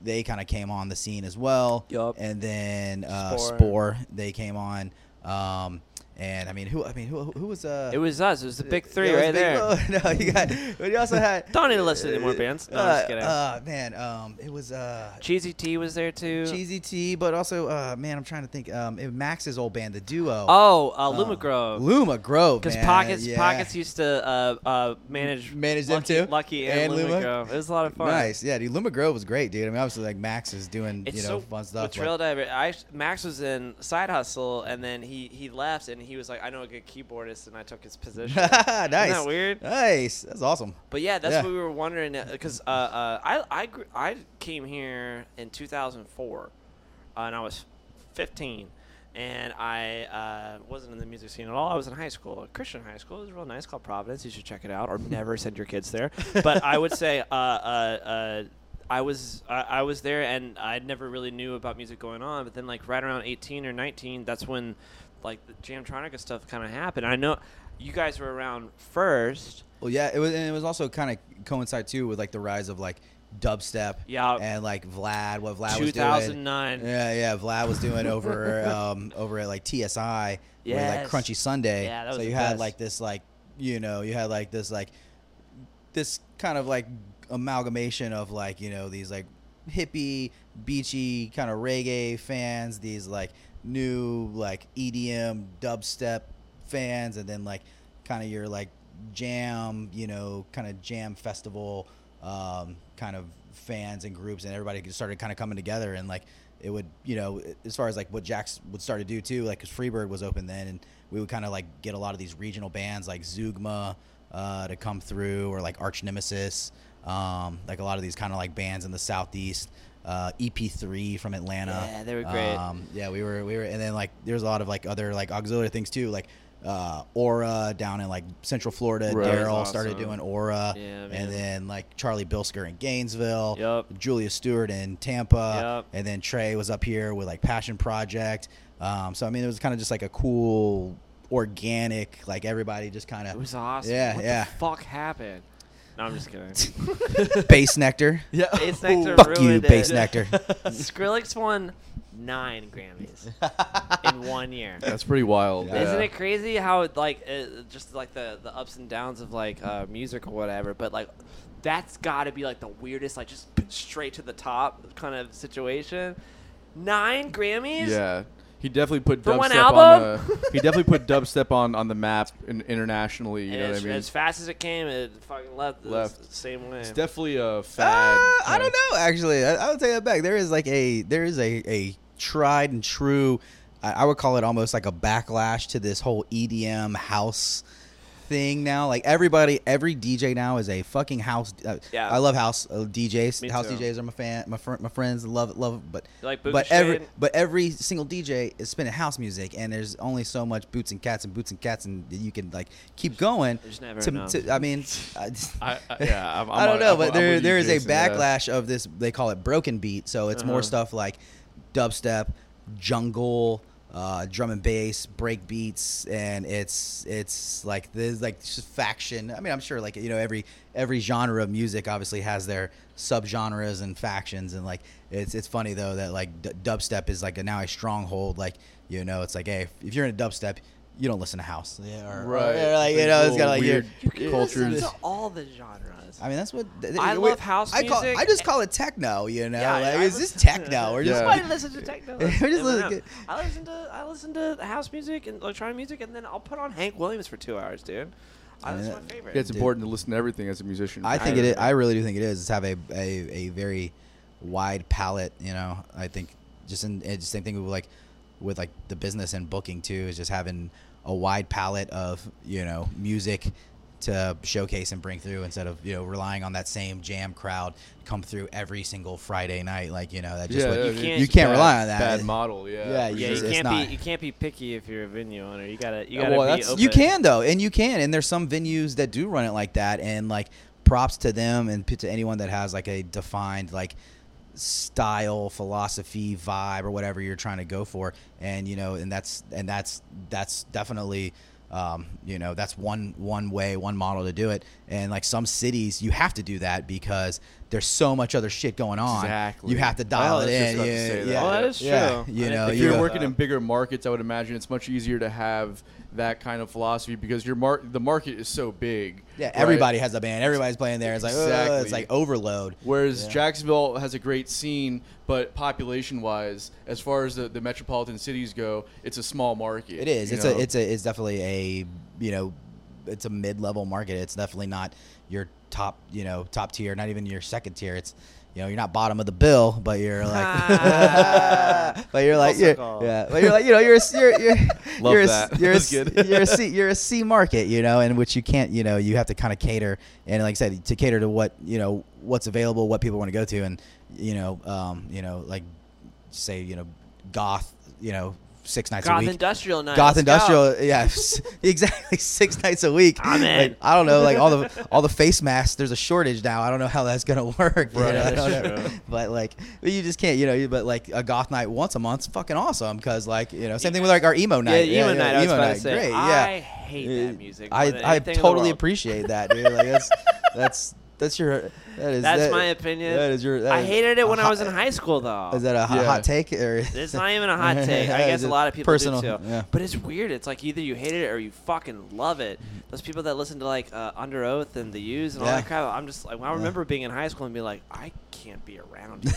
B: they kind of came on the scene as well.
C: Yup.
B: And then uh,
C: Spore.
B: Spore. they came on. Um, and I mean, who? I mean, who? Who was? Uh,
C: It was us. It was the big three
B: yeah, it was
C: right
B: Big
C: there.
B: Bo. No, you got. But you also had.
C: Don't need to listen to any more bands. No,
B: uh,
C: I'm just kidding.
B: uh, man, um, it was uh,
C: Cheesy T was there too.
B: cheesy T, but also, uh, man, I'm trying to think. Um, it- Max's old band, the duo.
C: Oh, uh,
B: Um,
C: Luma Grove.
B: Luma Grove.
C: Because
B: man,
C: pockets,
B: yeah.
C: pockets used to uh, uh, manage
B: Manage them
C: Lucky,
B: too?
C: Lucky and,
B: And
C: Luma,
B: Luma?
C: Grove. It was a lot of fun.
B: Nice, yeah, dude. Luma Grove was great, dude. I mean, obviously, like Max is doing
C: It's
B: you know
C: so
B: fun stuff.
C: With Trail Diver, I, act- Max was in Side Hustle, and then he he left, and he was like, "I know a good keyboardist," and I took his
B: but-
C: position.
B: nice,
C: Isn't that weird?
B: Nice, that's awesome.
C: But yeah, that's
B: Yeah.
C: what we were wondering because uh, uh, I I gr- I came here in 2004, uh, and I was 15, and I uh, wasn't in the music scene at all. I was in high school, a Christian high school. It was real nice, called Providence. You should check it out, or never send your kids there. But I would say. Uh, uh, uh, I was I I was there and I never really knew about music going on, but then like right around 18 or 19, that's when like the Jamtronica stuff kind of happened. I know you guys were around first,
B: Well, yeah, it was, and it was also kind of coincide too with like the rise of like dubstep.
C: Yeah.
B: and like Vlad, what Vlad was doing.
C: 2009.
B: Yeah, yeah, Vlad was doing over um, over at like TSI
C: Yes.
B: with like Crunchy Sunday.
C: Yeah, that was
B: so
C: the
B: you
C: best.
B: had like this like you know you had like this like this kind of like amalgamation of like you know these like hippie beachy kind of reggae fans these like new like edm dubstep fans and then like kind of your like jam you know kind of jam festival um, kind of fans and groups and everybody just started kind of coming together and like it would you know as far as like what jax would start to do too like because freebird was open then and we would kind of like get a lot of these regional bands like zugma uh, to come through, or like Arch Nemesis, um, like a lot of these kind of like bands in the southeast. Uh, EP3 from Atlanta.
C: Yeah, they were great.
B: Um, yeah, we were we were, and then like there's a lot of like other like auxiliary things too, like uh, Aura down in like Central Florida.
A: Right.
B: Daryl
C: Awesome.
B: started doing Aura,
C: Yeah, man.
B: and then like Charlie Bilsker in Gainesville.
C: Yup.
B: Julia Stewart in Tampa,
C: Yup.
B: and then Trey was up here with like Passion Project. Um, so I mean, it was kind of just like a cool, organic, like everybody just kind
C: It
B: of
C: was awesome.
B: Yeah,
C: what
B: yeah.
C: The fuck happened? No, I'm just kidding.
B: Bass Nectar.
A: Yeah.
C: Bass Nectar
B: Fuck you,
C: ruined
B: Bass
C: it.
B: Nectar.
C: Skrillex won nine Grammys in one year.
A: That's pretty wild.
B: Yeah.
C: Isn't it crazy how like uh, just like the the ups and downs of like uh, music or whatever? But like that's got to be like the weirdest, like just p- straight to the top kind of situation. Nine Grammys.
A: Yeah, he definitely put
C: For
A: dubstep
C: one
A: on.
C: album?
A: The, he definitely put dubstep on on the map in, internationally. You
C: And
A: know what I
C: as,
A: mean?
C: as fast as it came, it fucking left.
A: Left.
C: The same way.
A: It's definitely a
B: Uh,
A: fad.
B: I
A: kinda.
B: don't know. Actually, I, I would take that back. There is like a there is a a tried and true. I, I would call it almost like a backlash to this whole EDM house thing now. Like everybody, every DJ now is a fucking house. Uh,
C: Yeah.
B: I love house uh, DJs.
C: Me
B: house
C: too.
B: DJs are my fan. My fr- my friends love love. But
C: You like Boots
B: but
C: and
B: every
C: Shade?
B: but every single DJ is spinning house music, and there's only so much boots and cats and boots and cats, and you can like keep going.
C: There's never
B: to,
C: enough.
B: to, I mean, I,
A: I- I- yeah, I'm- I'm
B: I do not
A: on-
B: know,
A: I'm-
B: but
A: I'm
B: there
A: with you,
B: there is
A: Jason,
B: a
A: yeah.
B: backlash of this. They call it broken beat, so it's more
C: Uh-huh.
B: stuff like dubstep, jungle. Uh, drum and bass, break beats, and it's it's like this like s- faction. I mean, I'm sure like you know every every genre of music obviously has their subgenres and factions, and like it's it's funny though that like d- dubstep is like a, now a stronghold. Like you know, it's like hey, if you're in a dubstep, you don't listen to house, yeah, or,
A: Right.
B: or, like you
A: These
B: know, it's
A: little
B: got like your-
A: weird
C: you can
A: cultures.
C: listen to all the genres.
B: I mean, that's what th-
C: I
B: we-
C: love house
B: I call,
C: music.
B: I just call it techno. You know,
C: Yeah,
B: like
C: I
B: is this
C: listen-
B: techno or just
A: Yeah.
C: Somebody listen to techno.
B: We're just
C: Eminem.
B: looking-
C: I listen to I listen to house music and electronic music, and then I'll put on Hank Williams for two hours, dude. I,
B: I mean,
C: that's my
B: that-
C: favorite.
A: Yeah, it's
B: Dude.
A: important to listen to everything as a musician.
B: I
A: for
B: think
A: sure.
B: it is. I really do think it is. Is have a, a, a very wide palette. You know, I think just in it's the same thing with like with like the business and booking too is just having a wide palette of you know music to showcase and bring through instead of you know relying on that same jam crowd come through every single Friday night. Like you know that just
A: Yeah,
B: what,
A: yeah,
B: you,
A: it's
C: can't-
B: can't,
C: you
A: bad-
B: rely on that.
A: Bad model. Yeah.
B: Yeah,
A: for
C: yeah,
B: It's-
C: you
B: it's
C: can't
B: not. Uh,
C: be you can't be picky if you're a venue owner. You gotta you
A: Yeah,
C: gotta
A: well,
C: be
A: that's-
C: open.
B: You can though, and you can, and there's some venues that do run it like that, and like props to them and p- to anyone that has like a defined like style, philosophy, vibe, or whatever you're trying to go for, and you know, and that's and that's that's definitely. Um, you know that's one one way one model to do it and like some cities you have to do that because there's so much other shit going on.
A: Exactly.
B: You have to dial
A: Well, I was
B: it
A: just
B: in.
A: about to
B: yeah,
A: say that.
B: yeah,
C: Well, that is
B: Oh, yeah.
C: true.
B: You
C: I
B: know,
C: didn't
A: if
B: you
A: you're
B: go-
A: working in bigger markets, I would imagine it's much easier to have that kind of philosophy because your mar- the market is so big.
B: yeah,
A: right?
B: everybody has a band. Everybody's playing there. It's like oh,
A: Exactly.
B: it's like overload.
A: Whereas Jacksonville has a great scene, but population-wise, as far as the, the metropolitan cities go, it's a small market.
B: It is.
A: you
B: It's
A: know?
B: a. It's a. It's definitely a. You know, it's a mid-level market. It's definitely not your top. You know, top tier. Not even your second tier. It's. You know, you're not bottom of the bill, but you're like, but you're like,
C: Full
B: you're,
C: circle.
B: yeah, but you're like, you know, you're a, you're, you're,
A: Love
B: you're a,
A: that.
B: you're a,
A: That's good.
B: you're a C, you're a C market, you know, in which you can't, you know, you have to kind of cater and like I said, to cater to what, you know, what's available, what people want to go to. And, you know, um, you know, like say, you know, goth, you know, six nights
C: Goth
B: a week.
C: Industrial Night.
B: Goth
C: let's go.
B: Industrial, yeah, s- exactly. Six nights a week.
C: I'm in.
B: Like, I don't know, like all the all the face masks. There's a shortage now. I don't know how that's gonna work. you know,
A: Right,
B: I don't
A: that's
B: know.
A: true.
B: But like, but you just can't, you know. you- But like a goth night once a month's fucking awesome because like you know, same thing with like our emo night.
C: Yeah, emo night. I was
B: emo
C: about
B: night,
C: to say.
B: Great,
C: I
B: yeah.
C: hate
B: Uh,
C: that music. more than
B: I I
C: anything in the
B: totally
C: world.
B: appreciate that, dude. Like that's that's that's your that is
C: That's
B: that-
C: my opinion.
B: That is your. that
C: I
B: is
C: hated it
B: a
C: when I
B: hot-
C: was in high school, though.
B: Is that a hot,
A: Yeah.
B: hot take or?
C: It's not even a hot take. I guess a
B: Just
C: lot of people
B: personal,
C: do too.
B: yeah.
C: But it's weird. It's like either you hate it or you fucking love it.
A: Mm-hmm.
C: Those people that listen to like uh, Under Oath and The U's and all
B: Yeah.
C: that crap. I'm just like, I remember being in high school and be like, I can't be around you.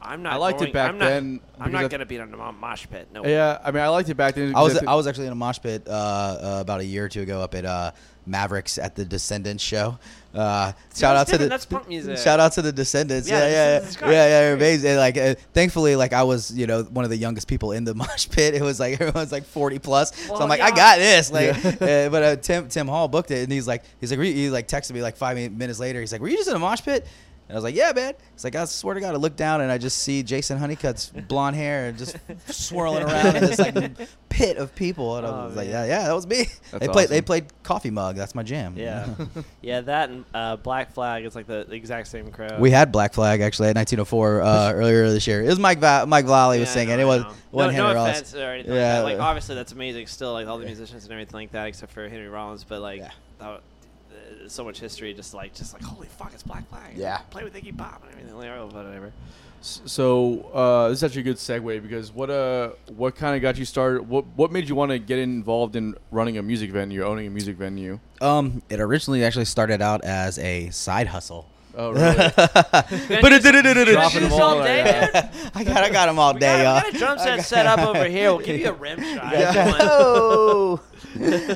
C: I'm not.
A: I liked it
C: going-
A: back
C: I'm not,
A: then
C: I'm
A: because I-
C: not gonna be in a mo- mosh pit. No.
A: Yeah, I mean, I liked it back then.
B: I was
A: because
B: I was actually in a mosh pit uh, uh, about a year or two ago up at uh, Mavericks at the Descendants show. Uh, shout
C: that's
B: out to the
C: different. That's punk music.
B: Shout out to the Descendants.
C: Yeah,
B: Yeah, yeah,
C: Descendants is
B: yeah,
C: great.
B: yeah, yeah. they're Amazing. Like, uh, thankfully, like I was, you know, one of the youngest people in the mosh pit. It was like everyone's like forty plus. so
C: Well,
B: I'm like, I
C: yeah.
B: got this. Like,
A: Yeah.
B: uh, but uh, Tim Tim Hall booked it, and he's like, he's like, were you- he like texted me like five min- minutes later. He's like, were you just in a mosh pit? And I was like, yeah, man. It's like, I swear to God, I look down and I just see Jason Honeycutt's blonde hair just swirling around in this like pit of people. And I
C: Oh,
B: was like, yeah,
C: man.
B: yeah, that was me.
A: That's
B: they played, they
A: awesome.
B: played Coffee Mug. That's my jam.
C: Yeah. yeah. That and uh, Black Flag is like the the exact same crowd.
B: We had Black Flag actually at 1904 uh, earlier this year. It was Mike Va- Mike Valley was
C: Yeah, I
B: singing.
C: know,
B: it
C: I
B: was
C: know.
B: one
C: no,
B: Henry
C: no
B: Rollins.
C: offense or anything.
B: Yeah.
C: Like, that. like obviously that's amazing still, like all the musicians and everything like that, except for Henry Rollins. But like,
B: Yeah.
C: that, uh, so much history, just like, just like, holy fuck, it's Black Flag.
B: Yeah.
C: play with Iggy Pop and everything. Like, oh, but whatever.
A: So uh, this is actually a good segue because what uh what kind of got you started? What what made you want to get involved in running a music venue, owning a music venue?
B: Um, it originally actually started out as a side hustle.
A: Oh, really?
B: but it did it. it- it-
A: Dropping
B: it-
A: them all right
C: dude.
B: I got I got them all
C: We
B: day,
C: got,
B: y'all.
C: we got a drum
B: I
C: set
B: got-
C: set up over here. We'll give you a rim shot.
B: Yeah.
C: Come on.
B: Oh.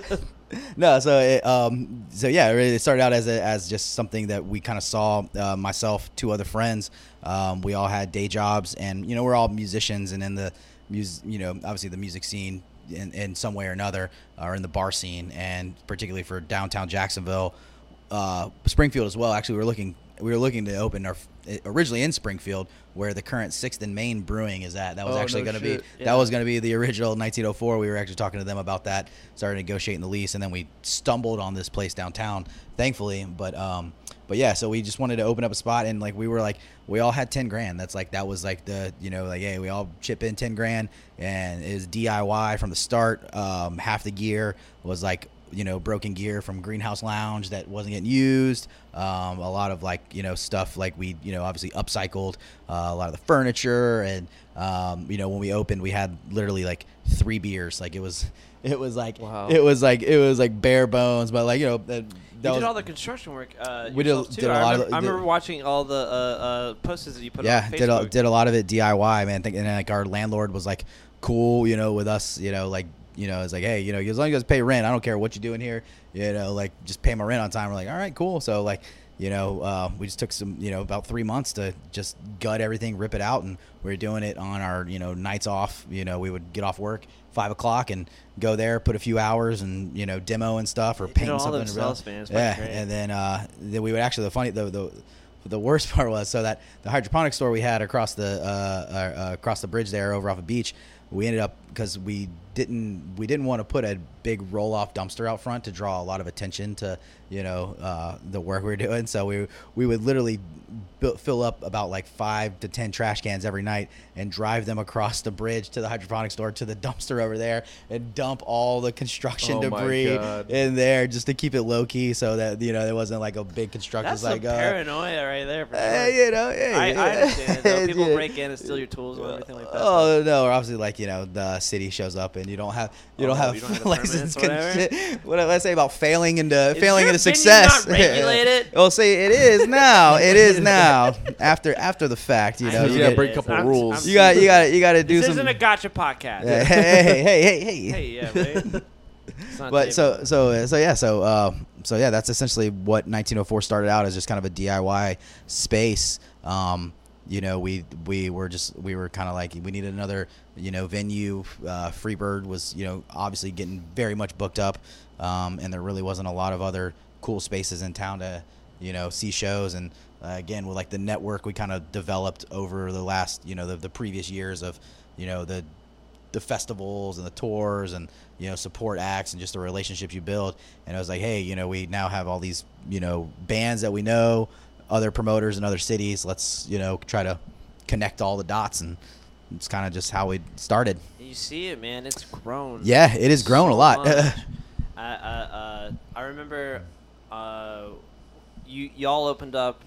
B: no, so it, um, so yeah, it really started out as a, as just something that we kind of saw. Uh, myself, two other friends, um, we all had day jobs, and you know we're all musicians, and in the music, you know, obviously the music scene in, in some way or another, uh, or in the bar scene, and particularly for downtown Jacksonville, uh, Springfield as well. Actually, we were looking we were looking to open our originally in Springfield, where the current Sixth and Main Brewing is at. That was
A: Oh,
B: actually
A: no
B: going to be
A: shit.
B: that was going to be the original 1904. We were actually talking to them about that, started negotiating the lease, and then we stumbled on this place downtown, thankfully. But um, but yeah, so we just wanted to open up a spot, and like we were like, we all had 10 grand. That's like that was like the you know like hey, we all chip in 10 grand, and it was DIY from the start. Um, half the gear was like you know broken gear from greenhouse lounge that wasn't getting used um, a lot of like you know stuff like we you know obviously upcycled uh, a lot of the furniture and um, you know when we opened we had literally like three beers like it was it was like
A: Wow.
B: it was like it was like bare bones but like you know that, that
C: you
B: was
C: did all the construction work. Uh,
B: We did-
C: yourself, too.
B: did a
C: I
B: lot of
C: remember,
B: the-
C: I remember
B: did-
C: watching all the uh, uh, posters that you put
B: yeah
C: on Facebook.
B: did a, did a lot of it DIY man Think- and then, like our landlord was like cool you know with us you know like you know it's like hey you know as long as you guys pay rent I don't care what you do in here you know like just pay my rent on time we're like all right cool so like you know uh, we just took some you know about three months to just gut everything rip it out and we were doing it on our you know nights off you know we would get off work five o'clock and go there put a few hours and you know demo and stuff or
C: They did
B: paint
C: all
B: something
C: themselves,
B: real.
C: man. It's fucking
B: yeah
C: great.
B: and then uh, then we would actually the funny the, the the worst part was so that the hydroponic store we had across the uh, uh, uh, across the bridge there over off a beach we ended up because we didn't we didn't want to put a big roll off dumpster out front to draw a lot of attention to you know uh, the work we were doing. So we we would literally bu- fill up about like five to ten trash cans every night and drive them across the bridge to the hydroponics store to the dumpster over there and dump all the construction
A: Oh my
B: debris
A: God.
B: in there just to keep it low key so that you know there wasn't like a big construction
C: That's some
B: like uh,
C: paranoia right there. For sure.
B: Hey, you know, hey,
C: I, I understand it, though. People
B: yeah.
C: break in and steal your tools and everything like that.
B: Oh no! Or obviously, like you know, the city shows up and you don't have you don't
C: Oh,
B: have
C: you don't have the
B: license.
C: permits or whatever?
B: shit. What did I say about failing into
C: Is
B: failing
C: your
B: into
C: venue
B: success?
C: not regulated?
B: well, see, it is now. It is now. After after the fact, you
C: I
B: know,
C: know
A: you
B: you,
A: gotta
B: get-
A: break a couple
C: I'm-
A: rules.
C: I'm-
B: you got you got you got to do
C: this
B: some.
C: isn't a gotcha podcast.
B: hey, hey, hey, hey, hey.
C: Hey, yeah, right? It's not
B: but
C: taped.
B: so so so yeah so uh, so yeah that's essentially what 1904 started out as just kind of a DIY space um, you know we we were just we were kind of like we needed another you know venue uh, Freebird was you know obviously getting very much booked up um, and there really wasn't a lot of other cool spaces in town to you know see shows and uh, again with like the network we kind of developed over the last you know the, the previous years of you know the the festivals and the tours and you know support acts and just the relationships you build and i was like hey you know we now have all these you know bands that we know other promoters in other cities let's you know try to connect all the dots and it's kind of just how we started
C: you see it, man. It's grown.
B: yeah it has grown
C: so
B: a lot
C: much. I, I, uh, I remember uh, you y'all opened up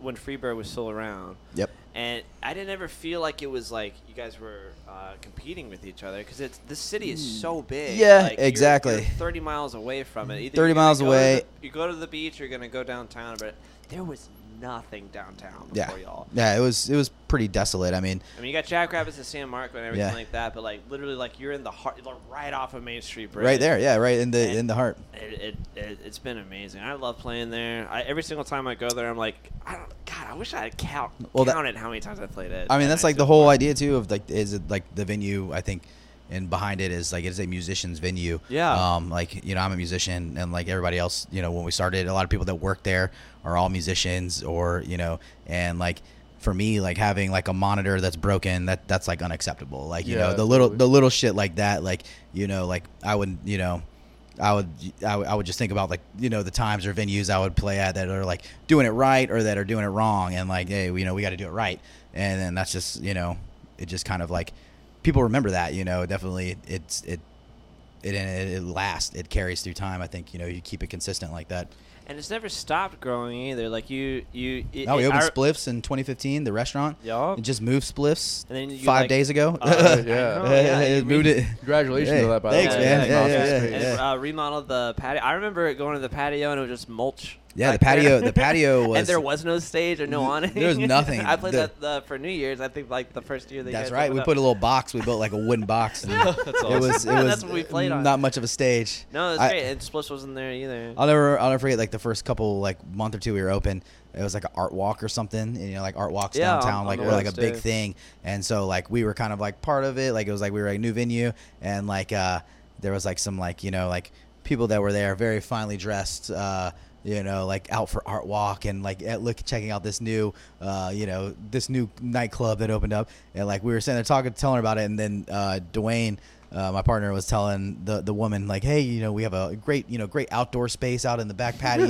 C: when Freebird was still around.
B: yep
C: and I didn't ever feel like it was like you guys were uh, competing with each other because it's this city is so big.
B: Hmm. Yeah,
C: like, you're-
B: exactly.
C: you're Thirty miles away from it. Either
B: 30
C: you're gonna
B: miles
C: go to
B: away.
C: the- you go to the beach. or You're gonna go downtown, but there was nothing downtown
B: yeah
C: before y'all.
B: yeah it was it was pretty desolate i mean
C: I mean, you got Jackrabbits and San Marco and everything
B: Yeah.
C: like that, but like literally, like you're in the heart, like, right off of Main Street Bridge.
B: right there yeah right in the
C: And-
B: in the heart
C: It, it, it, it's been amazing. I love playing there. I, every single time I go there, I'm like, I don't, God, I wish I had count,
B: Well, that-
C: counted how many times I played it.
B: I mean,
C: And
B: that's like the
C: still
B: whole
C: play.
B: idea too of like is it like the venue I think, and behind it is like it's a musician's venue.
C: Yeah.
B: Um, like you know, I'm a musician, and like everybody else, you know, when we started, a lot of people that work there are all musicians, or you know, and like for me, like having like a monitor that's broken, that that's like unacceptable. Like you
A: Yeah,
B: know, the little
A: totally.
B: the little shit like that, like you know, like I would you know. I would, I would I would just think about like you know the times or venues I would play at that are like doing it right or that are doing it wrong and like hey you know we got to do it right and then that's just you know it just kind of like people remember that you know definitely it's it it it, it lasts it carries through time I think you know you keep it consistent like that
C: and it's never stopped growing either. Like you, you. It,
B: oh we
C: it-
B: opened
C: I-
B: spliffs in 2015 the restaurant
C: Yeah.
B: it just moved spliffs
C: And then you,
B: five
C: like,
B: days ago
C: uh,
A: Yeah.
C: I know, yeah, you
B: moved
C: mean-
B: it
A: Congratulations
B: Hey,
A: to that, by
B: thanks,
A: the way.
B: man. Yeah,
A: Awesome
B: yeah, yeah,
A: space.
C: And, uh, remodeled the patio. I remember going to the patio and it was just mulch.
B: yeah the
C: back there.
B: patio the patio was
C: and there was no stage or no awning.
B: there was nothing.
C: I played
B: The-
C: that the, for New Year's. I think like the first year they.
B: That's right. We put a little box. We built like a wooden box. and
C: awesome.
B: It was. It was.
C: That's what we played on.
B: Not much of a stage.
C: No, it's
B: I-
C: great. And Splish wasn't there either.
B: I'll never. I'll never forget like the first couple like month or two we were open. It was like an art walk or something. And, you know, like art walks
C: Yeah, on-
B: downtown,
C: on
B: like
C: the
B: were like a
C: West,
B: big
C: yeah.
B: thing. And so like we were kind of like part of it. Like it was like we were like new venue and like uh there was like some like you know like people that were there very finely dressed. uh you know, like out for art walk and like at look checking out this new, uh, you know, this new nightclub that opened up, and like we were sitting there talking, telling her about it, and then uh, Dwayne, uh, my partner, was telling the the woman like, hey, you know, we have a great, you know, great outdoor space out in the back patio,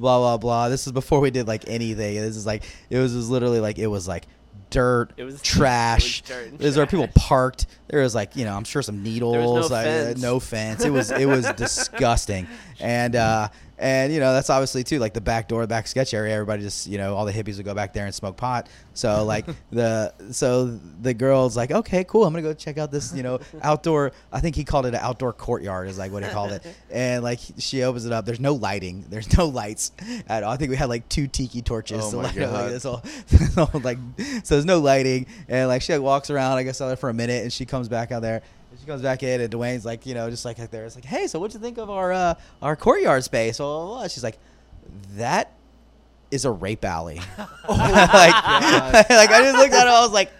B: blah blah blah. This is before we did like anything. This is like it was, just literally like it was like dirt,
C: It was-
B: trash.
C: it was dirt and
B: This is where people
C: trash.
B: parked. There was like you know, I'm sure some needles, like uh,
C: fence.
B: no fence. It was it was disgusting, and uh, and you know that's obviously too like the back door, the back sketch area. Everybody just you know all the hippies would go back there and smoke pot. So like the so the girls like okay cool, I'm gonna go check out this you know outdoor. I think he called it an outdoor courtyard is like what he called it. And like she opens it up. There's no lighting. There's no lights at all. I think we had like two tiki torches
A: Oh
B: to
A: my
B: light up like
A: God.
B: this whole, this whole, like so there's no lighting and like she like walks around I guess out there for a minute and she comes back out there and she comes back in and Dwayne's like you know just like out there it's like hey so what'd you think of our uh, our courtyard space blah, blah, blah. she's like that is a rape alley.
A: Oh
B: like, like I just looked at it, I was like,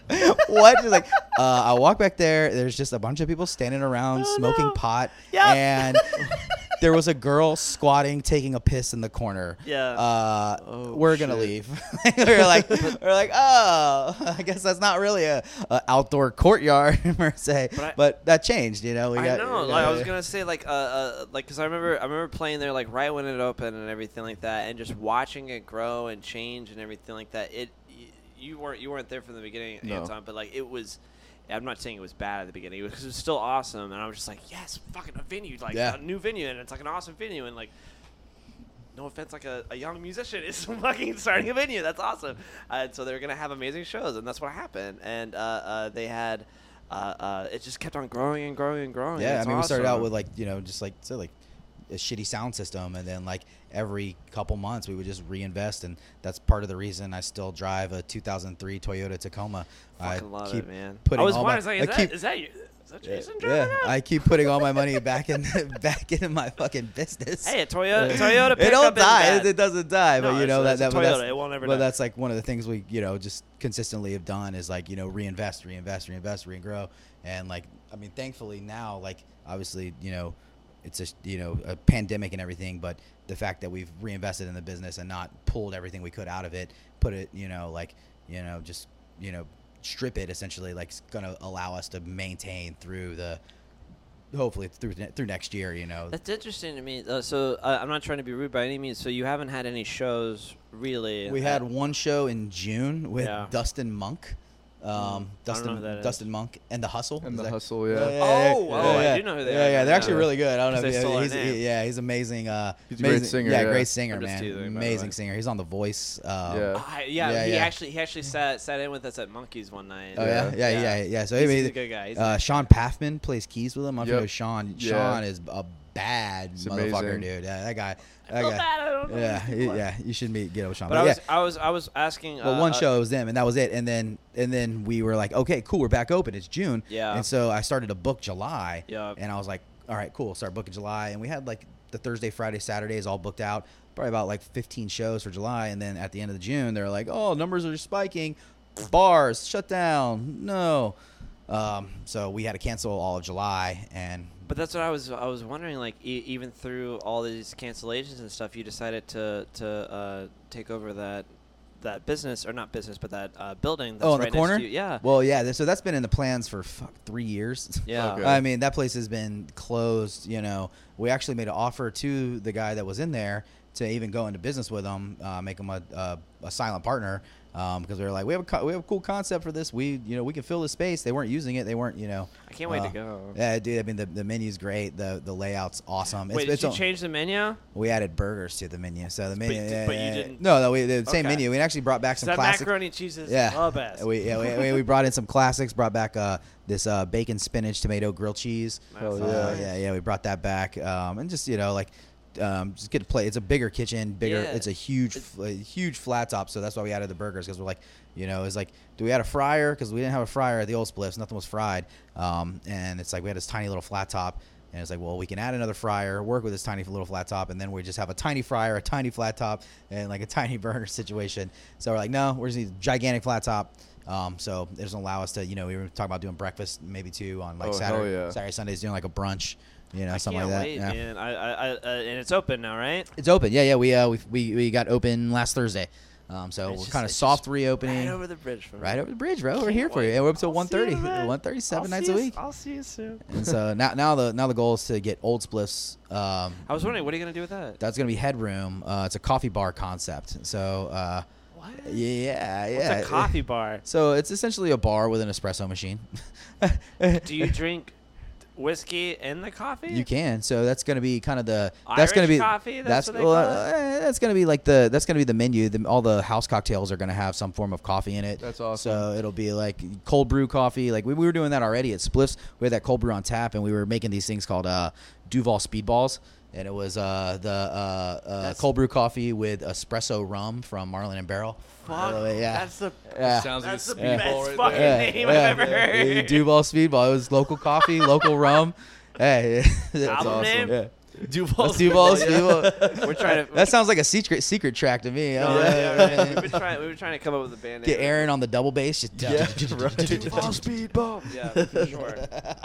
B: "What?" She's like, uh, "I walk back there. There's just a bunch of people standing around
C: Oh,
B: smoking
C: no.
B: pot,
C: Yep.
B: and there was a girl squatting, taking a piss in the corner.
C: Yeah.
B: Uh,
A: Oh,
B: we're gonna
A: shit.
B: leave. we're like, we're like, oh, I guess that's not really a, a outdoor courtyard per se. But,
C: But I-
B: that changed, you know. We
C: I
B: got-
C: know.
B: we
C: Like, I
B: got-
C: was gonna say like uh, uh like because I remember I remember playing there like right when it opened and everything like that, and just watching it grow and change and everything like that. It y- you weren't you weren't there from the beginning,
A: No.
C: Anton, but like it was. I'm not saying it was bad at the beginning because it was still awesome, and I was just like, yes, fucking a venue, like
B: Yeah.
C: a new venue, and it's like an awesome venue, and like. No offense, like a, a young musician is fucking starting a venue. That's awesome. Uh, and so they were gonna have amazing shows, and that's what happened. And uh, uh, they had, uh, uh, it just kept on growing and growing and growing.
B: Yeah,
C: It's
B: I mean, we started out
C: awesome.
B: with like you know just like so like a shitty sound system, and then like every couple months we would just reinvest, and that's part of the reason I still drive a 2003 Toyota Tacoma.
C: Fucking
B: I
C: love
B: keep
C: it, man.
B: Putting
C: I was
B: all
C: wondering,
B: my,
C: I was like,
B: I
C: is,
B: keep,
C: that, is that you? Is that Jason
B: yeah,
C: driving that?
B: I keep putting all my money back in back into my fucking business.
C: Hey, a Toyota, Toyota
B: it
C: pickup
B: don't
C: isn't
B: die.
C: bad.
B: It, it doesn't die.
C: No,
B: but you know that
C: it's-
B: that
C: it's a
B: but that's,
C: Toyota. It won't ever
B: but
C: die.
B: that's like one of the things we you know just consistently have done is like you know reinvest, reinvest, reinvest, regrow, and like I mean, thankfully now like obviously you know it's a you know a pandemic and everything, but the fact that we've reinvested in the business and not pulled everything we could out of it, put it you know like you know just you know strip it essentially like it's gonna allow us to maintain through the hopefully through through next year you know
C: That's interesting to me. Uh, so uh, I'm not trying to be rude by any means. So you haven't had any shows really.
B: We had one show in June with
C: Yeah. Mm.
B: Dustin Monk. Um,
C: I don't know
B: Dustin
C: who that is.
B: Dustin Monk and the Hustle.
A: And
B: Is
A: The
B: that-
A: Hustle, yeah.
C: Oh, oh, I do know who they
B: Yeah,
C: are
B: yeah, they're
C: now.
B: actually really good. I don't know.
C: Because
B: If,
C: they stole
B: yeah,
C: our
B: he's,
C: name.
B: he- yeah, he's amazing. Uh,
A: He's a great
B: amazing-
A: singer,
B: Yeah,
A: yeah.
B: great singer,
C: I'm just
B: man.
C: teasing, by the
B: amazing
C: way.
B: singer. He's on The Voice. Um,
A: Yeah.
C: I- Ah, yeah,
B: Yeah,
C: he
B: yeah.
C: actually he actually sat sat in with us at Monkeys one night.
B: Oh yeah, yeah, yeah, yeah. So
C: He's-
B: anyway,
C: he's a good guy. He's a
B: uh,
C: nice
B: Sean Paffman plays keys with him. I'm
A: Yep.
B: sure Sean.
A: Yeah.
B: Sean is a bad
A: He's
B: motherfucker,
A: amazing.
B: dude. Yeah, that guy. That
C: feel
B: guy.
C: bad, I don't know
B: yeah,
C: who
B: he-
C: he was.
B: yeah. You should meet get up with Sean.
C: But I
B: yeah.
C: was I was I was asking.
B: Well,
C: uh,
B: one
C: uh,
B: show it was them, and that was it. And then and then we were like, okay, cool, we're back open. It's June.
C: Yeah.
B: And so I started to book July.
C: Yeah.
B: And I was like, all right, cool, start booking July. And we had like the Thursday, Friday, Saturdays all booked out, probably about like 15 shows for July. And then at the end of the June, they're like, oh, numbers are spiking, bars shut down, no. Um, so we had to cancel all of July, and
C: But that's what I was I was wondering. Like e- even through all these cancellations and stuff, you decided to to uh, take over that that business or not business, but that uh, building. That's
B: oh, in
C: right
B: the corner.
C: Next to you. Yeah.
B: Well, yeah. th- So that's been in the plans for fuck, three years.
C: yeah.
A: Okay.
B: I mean, that place has been closed. You know, we actually made an offer to the guy that was in there to even go into business with him, uh, make him a, a, a silent partner, because we were like, we have a co- we have a cool concept for this. We you know we can fill this space. They weren't using it. They weren't you know. uh,
C: I can't wait to go.
B: Yeah, dude. I mean, the, the menu's great. The the layout's awesome. It's,
C: Wait,
B: it's
C: did you
B: on-
C: change the menu?
B: We added burgers to the menu, so the menu.
C: you
B: yeah,
C: but you
B: yeah, yeah.
C: didn't-
B: No, no, we the same
C: Okay.
B: menu. We actually brought back
C: 'Cause
B: some
C: That
B: classic.
C: macaroni and cheese is
B: Yeah.
C: the best.
B: We, yeah, we- we, we brought in some classics, brought back uh, this uh, bacon, spinach, tomato, grilled cheese.
C: Hell
B: Uh,
A: yeah.
B: yeah, yeah, we brought that back. Um, and just, you know, like, um, just get to play. It's a bigger kitchen, bigger.
C: Yeah.
B: It's a huge, f- a huge flat top. So that's why we added the burgers because we're like, you know, it's like, do we add a fryer? Because we didn't have a fryer at the old spliffs. Nothing was fried. Um, and it's like we had this tiny little flat top. And it's like, well, we can add another fryer, work with this tiny little flat top, and then we just have a tiny fryer, a tiny flat top, and like a tiny burner situation. So we're like, no, we're just need a gigantic flat top. Um, so it doesn't allow us to, you know, we were talking about doing breakfast maybe too on like
A: Oh, hell
B: Saturday,
A: yeah.
B: Saturday, Sundays, doing like a brunch, you know,
C: I
B: something
C: can't
B: like that.
C: wait,
B: yeah.
C: man. I, I, I, uh, and it's open now, right?
B: It's open. Yeah, yeah. We uh, we we, we got open last Thursday. Um, so
C: It's
B: we're
C: just-
B: kind of
C: it's just
B: soft reopening.
C: Right over the bridge from
B: Right over the bridge, bro. We're
C: Can't
B: here for you,
C: wait.
B: and we're up to
C: I'll see you
B: one thirty,
C: then.
B: one thirty, seven
C: I'll
B: nights
C: see
B: a
C: you-
B: week.
C: I'll see you soon.
B: And so now, now the now the goal is to get old spliffs. Um,
C: I was wondering, what are you gonna do with that?
B: that's gonna be headroom. Uh, it's a coffee bar concept. So uh,
C: What?
B: yeah, yeah.
C: What's a coffee bar?
B: So it's essentially a bar with an espresso machine.
C: Do you drink whiskey in the coffee?
B: You can. So that's going to be kind of the that's
C: Irish
B: going to be
C: coffee, that's what they
B: well,
C: call it?
B: uh, that's going to be like the that's going to be the menu. The, all the house cocktails are going to have some form of coffee in it.
A: That's awesome.
B: So it'll be like cold brew coffee. Like we, we were doing that already at Spliffs. We had that cold brew on tap, and we were making these things called uh, Duval Speedballs. And it was uh, the uh, uh,
C: That's-
B: cold brew coffee with espresso rum from Marlin and Barrel.
C: Fuck.
B: Uh, yeah.
C: That's the
B: yeah.
A: Sounds
C: That's the
A: like a speedball
C: best
A: right
C: fucking
A: there.
C: name I've ever heard.
B: Duval Speedball. It was local coffee, local rum. Hey,
C: Album
A: awesome.
C: name?
B: yeah.
A: Duval's
B: Duval's Duval.
C: We're trying to.
B: That sounds like a secret secret track to me. I
C: No,
B: don't know.
C: yeah, yeah, right. We've been trying. We've been trying to come up with a band.
B: Oh, Get
C: name.
B: Aaron on the double bass. Just
A: Yeah, right.
C: Duval Speedball. Oh, Yeah, for sure.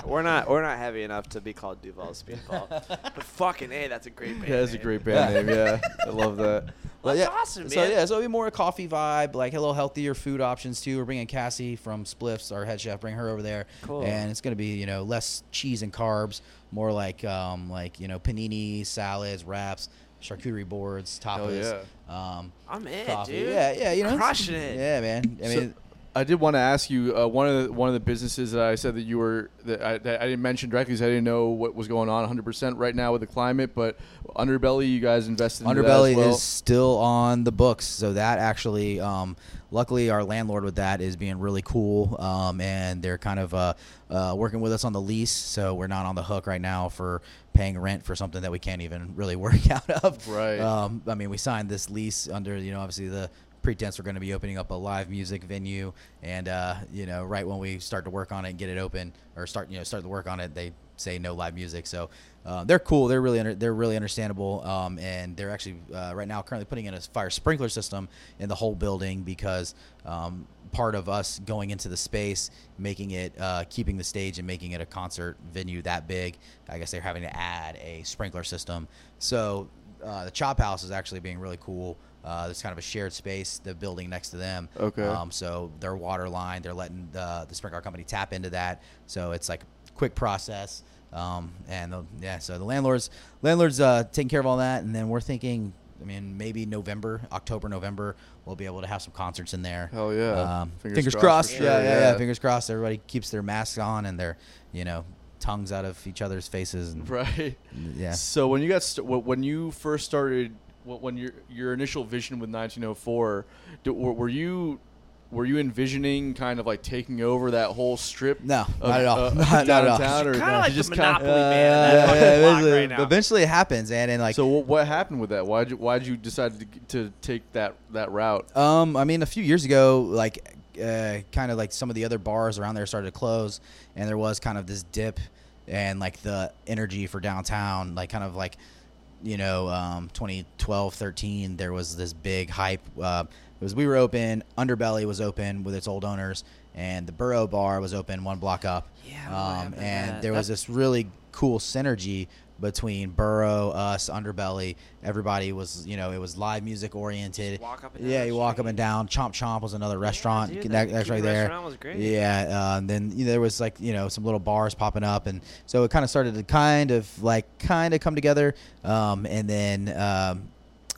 C: We're not. We're not heavy enough to be called Duval Speedball. But fucking a, that's a great band.
A: Yeah, that's a
C: name.
A: great band
B: Yeah.
A: name. Yeah, I love that.
B: But
C: That's
B: yeah,
C: awesome,
B: So
C: man.
B: yeah, so it'll be more a coffee vibe, like hello healthier food options too. We're bringing Cassie from Spliffs, our head chef, bring her over there,
C: Cool.
B: and it's gonna be you know less cheese and carbs, more like um like you know panini salads, wraps, charcuterie boards, tapas. Um,
C: I'm in,
B: coffee.
C: dude.
B: Yeah, yeah, you know,
C: crushing it.
B: Yeah, man. I
A: So-
B: mean,
A: I did want to ask you uh, one of the, one of the businesses that I said that you were that I, that I didn't mention directly because I didn't know what was going on 100 percent right now with the climate, but Underbelly, you guys invested. into that as
B: Underbelly
A: well.
B: is still on the books, so that actually, um, luckily, our landlord with that is being really cool, um, and they're kind of uh, uh, working with us on the lease, so we're not on the hook right now for paying rent for something that we can't even really work out of.
A: Right.
B: Um, I mean, we signed this lease under, you know, obviously the pretense we're going to be opening up a live music venue, and uh, you know, right when we start to work on it and get it open, or start, you know, start to work on it, they say no live music. So uh, they're cool. They're really under, they're really understandable, um, and they're actually uh, right now currently putting in a fire sprinkler system in the whole building because um, part of us going into the space, making it, uh, keeping the stage and making it a concert venue that big, I guess they're having to add a sprinkler system. So uh, the Chop House is actually being really cool. Uh, it's kind of a shared space, the building next to them.
A: Okay.
B: Um, so their water line, they're letting the, the sprinkler company tap into that. So it's like quick process. Um, and the, yeah, so the landlords landlords uh, taking care of all that, and then we're thinking, I mean, maybe November, October, November, we'll be able to have some concerts in there.
A: Hell yeah.
B: Um, fingers,
A: Fingers
B: crossed.
A: crossed for
B: yeah,
A: sure,
B: yeah, yeah,
A: yeah.
B: Fingers crossed. Everybody keeps their masks on and their you know tongues out of each other's faces. And,
A: right.
B: Yeah.
A: So when you got st- wh- when you first started, wh- when your your initial vision with 1904, do, were, were you were you envisioning kind of like taking over that whole strip?
B: No,
A: of-
B: not at all.
A: uh,
B: Not at all.
A: downtown, or
C: Kinda
A: no?
C: like
A: You
C: the
A: kinda-
C: Monopoly man in that fucking block
B: eventually,
C: right now.
B: eventually it happens, and, and like
A: so wh- what happened with that? Why would you, why would you decide to, to take that that route?
B: Um, I mean, a few years ago, like, uh, kind of like some of the other bars around there started to close, and there was kind of this dip, and like the energy for downtown, like, kind of like, you know, um, 2012, 13, there was this big hype. Uh, it was we were open, Underbelly was open with its old owners, and the Burrow Bar was open one block up.
C: Yeah, I don't know what
B: um,
C: happened to
B: and
C: that.
B: there was this really cool synergy between Burrow, us, Underbelly. Everybody was, you know, it was live music oriented.
C: Walk up and down
B: yeah,
C: the
B: you walk up
C: street.
B: and down. Chomp Chomp was another restaurant.
C: dude,
B: That-
C: that
B: that's right
C: Cuban
B: there.
C: restaurant was great.
B: Yeah, uh, and then you know, there was like you know some little bars popping up, and so it kind of started to kind of like kind of come together. Um, and then um,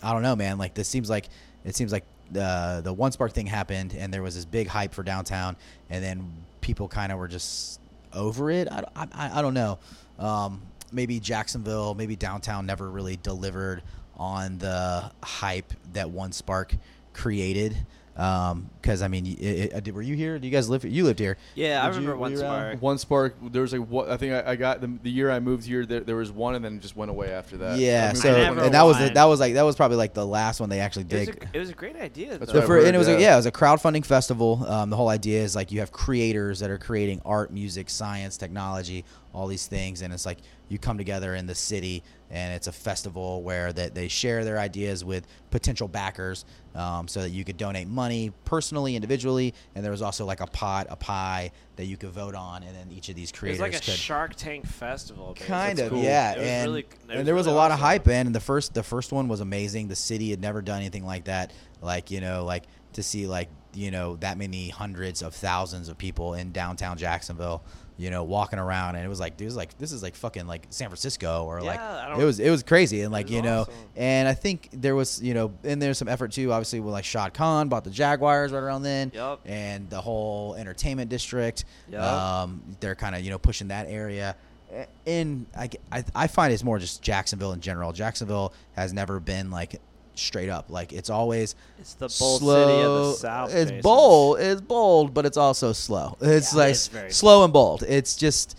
B: I don't know, man. Like this seems like it seems like uh, the the One Spark thing happened, and there was this big hype for downtown, and then people kind of were just over it. I, I, I don't know. Um, maybe Jacksonville, maybe downtown never really delivered on the hype that One Spark created. Because I mean, it, it, were you here? Do you guys live? here? You lived here.
C: Yeah, I
B: Did you-
C: remember
B: were
C: one
B: you around?
C: spark.
A: One spark. There was like what I think I, I got the, the year I moved here. There, there was one, and then it just went away after that. I
B: Yeah,
A: moved
B: so
A: here
C: I
A: when
C: never
B: and that was the,
C: won.
B: that was like that was probably like the last one they actually
C: It was,
B: did.
C: a, it was a great idea.
A: That's
C: though.
B: The
A: what I
B: fir-
A: heard,
B: and it was
A: yeah.
B: a, yeah, it was a crowdfunding festival. Um, the whole idea is like you have creators that are creating art, music, science, technology, all these things, and it's like you come together in the city, and it's a festival where that they share their ideas with potential backers, um, so that you could donate money personally, individually, and there was also like a pot, a pie that you could vote on, and then each of these
C: It was
B: creators
C: like a
B: could
C: Shark Tank festival. basically.
B: kind of
A: cool.
B: yeah
C: It was
B: and,
C: really- it
B: and there was
C: really
B: a lot
C: awesome.
B: of hype man and the first the first one was amazing the city had never done anything like that like you know like to see like you know that many hundreds of thousands of people in downtown jacksonville you know walking around and it was like dude it was like this is like fucking like san francisco or like
C: Yeah, I
B: it
C: don't-
B: was was- it was crazy and like
C: was
B: you know
C: awesome.
B: and I think there was you know and there's some effort too obviously with like Shad Khan bought the Jaguars right around then
C: Yup.
B: and the whole entertainment district
C: Yup.
B: um they're kind of you know pushing that area A- and I, g- I I find it's more just Jacksonville in general Jacksonville has never been like straight up like it's always
C: It's the bold
B: slow.
C: city of the South.
B: It's
C: basically.
B: bold. It's bold, but it's also slow. It's
C: Yeah,
B: like
C: it's very
B: slow and bold. It's just,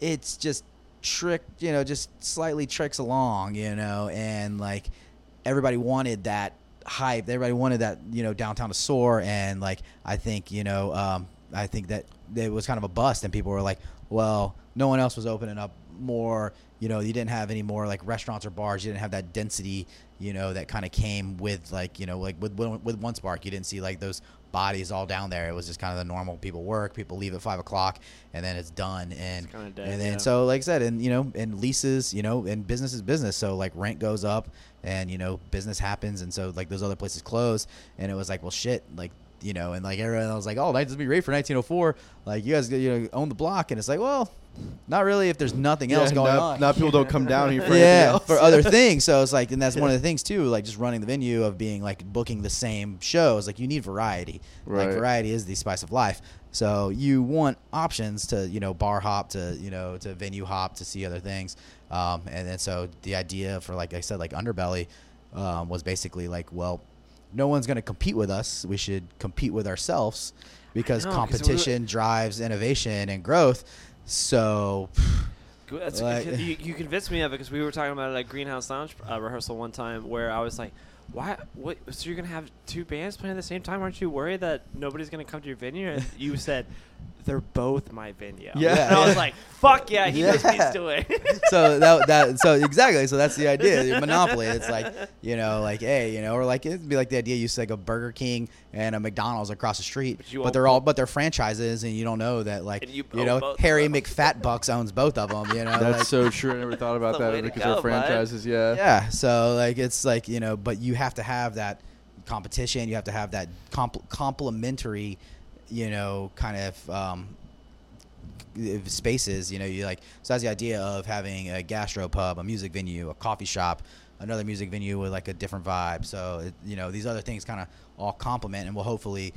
B: it's just trick. You know, just slightly tricks along. You know, and like everybody wanted that hype. Everybody wanted that. You know, downtown to soar. And like I think you know, um, I think that it was kind of a bust, and people were like, "Well, no one else was opening up more. You know, you didn't have any more like restaurants or bars. You didn't have that density. You know, that kind of came with like you know like with with one spark. You didn't see like those bodies all down there. It was just kind of the normal people work, people leave at five o'clock, and then it's done. And
C: kinda dead,
B: and then
C: yeah.
B: so like I said, and you know, and leases, you know, and business is business. So like rent goes up, and you know, business happens, and so like those other places close, and it was like, well, shit, like you know, and like everyone was like, oh, night would be great for 1904. Like you guys, you know, own the block, and it's like, well, not really if there's nothing else going
E: now,
B: on
E: now people don't come down here for anything
B: yeah
E: else.
B: for other things so it's like and that's one of the things too like just running the venue of being like booking the same shows like you need variety
A: Right.
B: like variety is the spice of life so you want options to you know bar hop to you know to venue hop to see other things um, and then so the idea for like i said like underbelly um, was basically like well no one's going to compete with us we should compete with ourselves because
C: know, 'cause we were-
B: competition drives innovation and growth so
C: Good- That's
B: Like-
C: you, you convinced me of it because we were talking about it at Greenhouse Lounge uh, rehearsal one time where I was like, "Why? What? So you're gonna have two bands playing at the same time? Aren't you worried that nobody's gonna come to your venue?" And you said, "They're both my venue."
E: Yeah.
C: And I was like, "Fuck yeah, he knows what he's
B: Yeah.
C: doing."
B: so that, that so exactly so that's the idea the monopoly it's like you know like hey you know or like it'd be like the idea you see like a burger king and a mcdonald's across the street
C: But
B: but,
C: you own
B: they're all but they're franchises and you don't know that like
C: And
B: you,
C: you own both
B: know
C: of
B: harry
C: them.
B: mcfatbucks owns both of them you know
A: That's
B: like,
A: so true. I never thought about
C: the way
A: that
C: to
A: because
C: go,
A: they're
C: bud.
A: franchises. Yeah.
B: yeah so like it's like you know but you have to have that competition you have to have that comp- complementary you know kind of um, if spaces you know you like so that's the idea of having a gastro pub a music venue a coffee shop another music venue with like a different vibe so it, you know these other things kind of all complement and will hopefully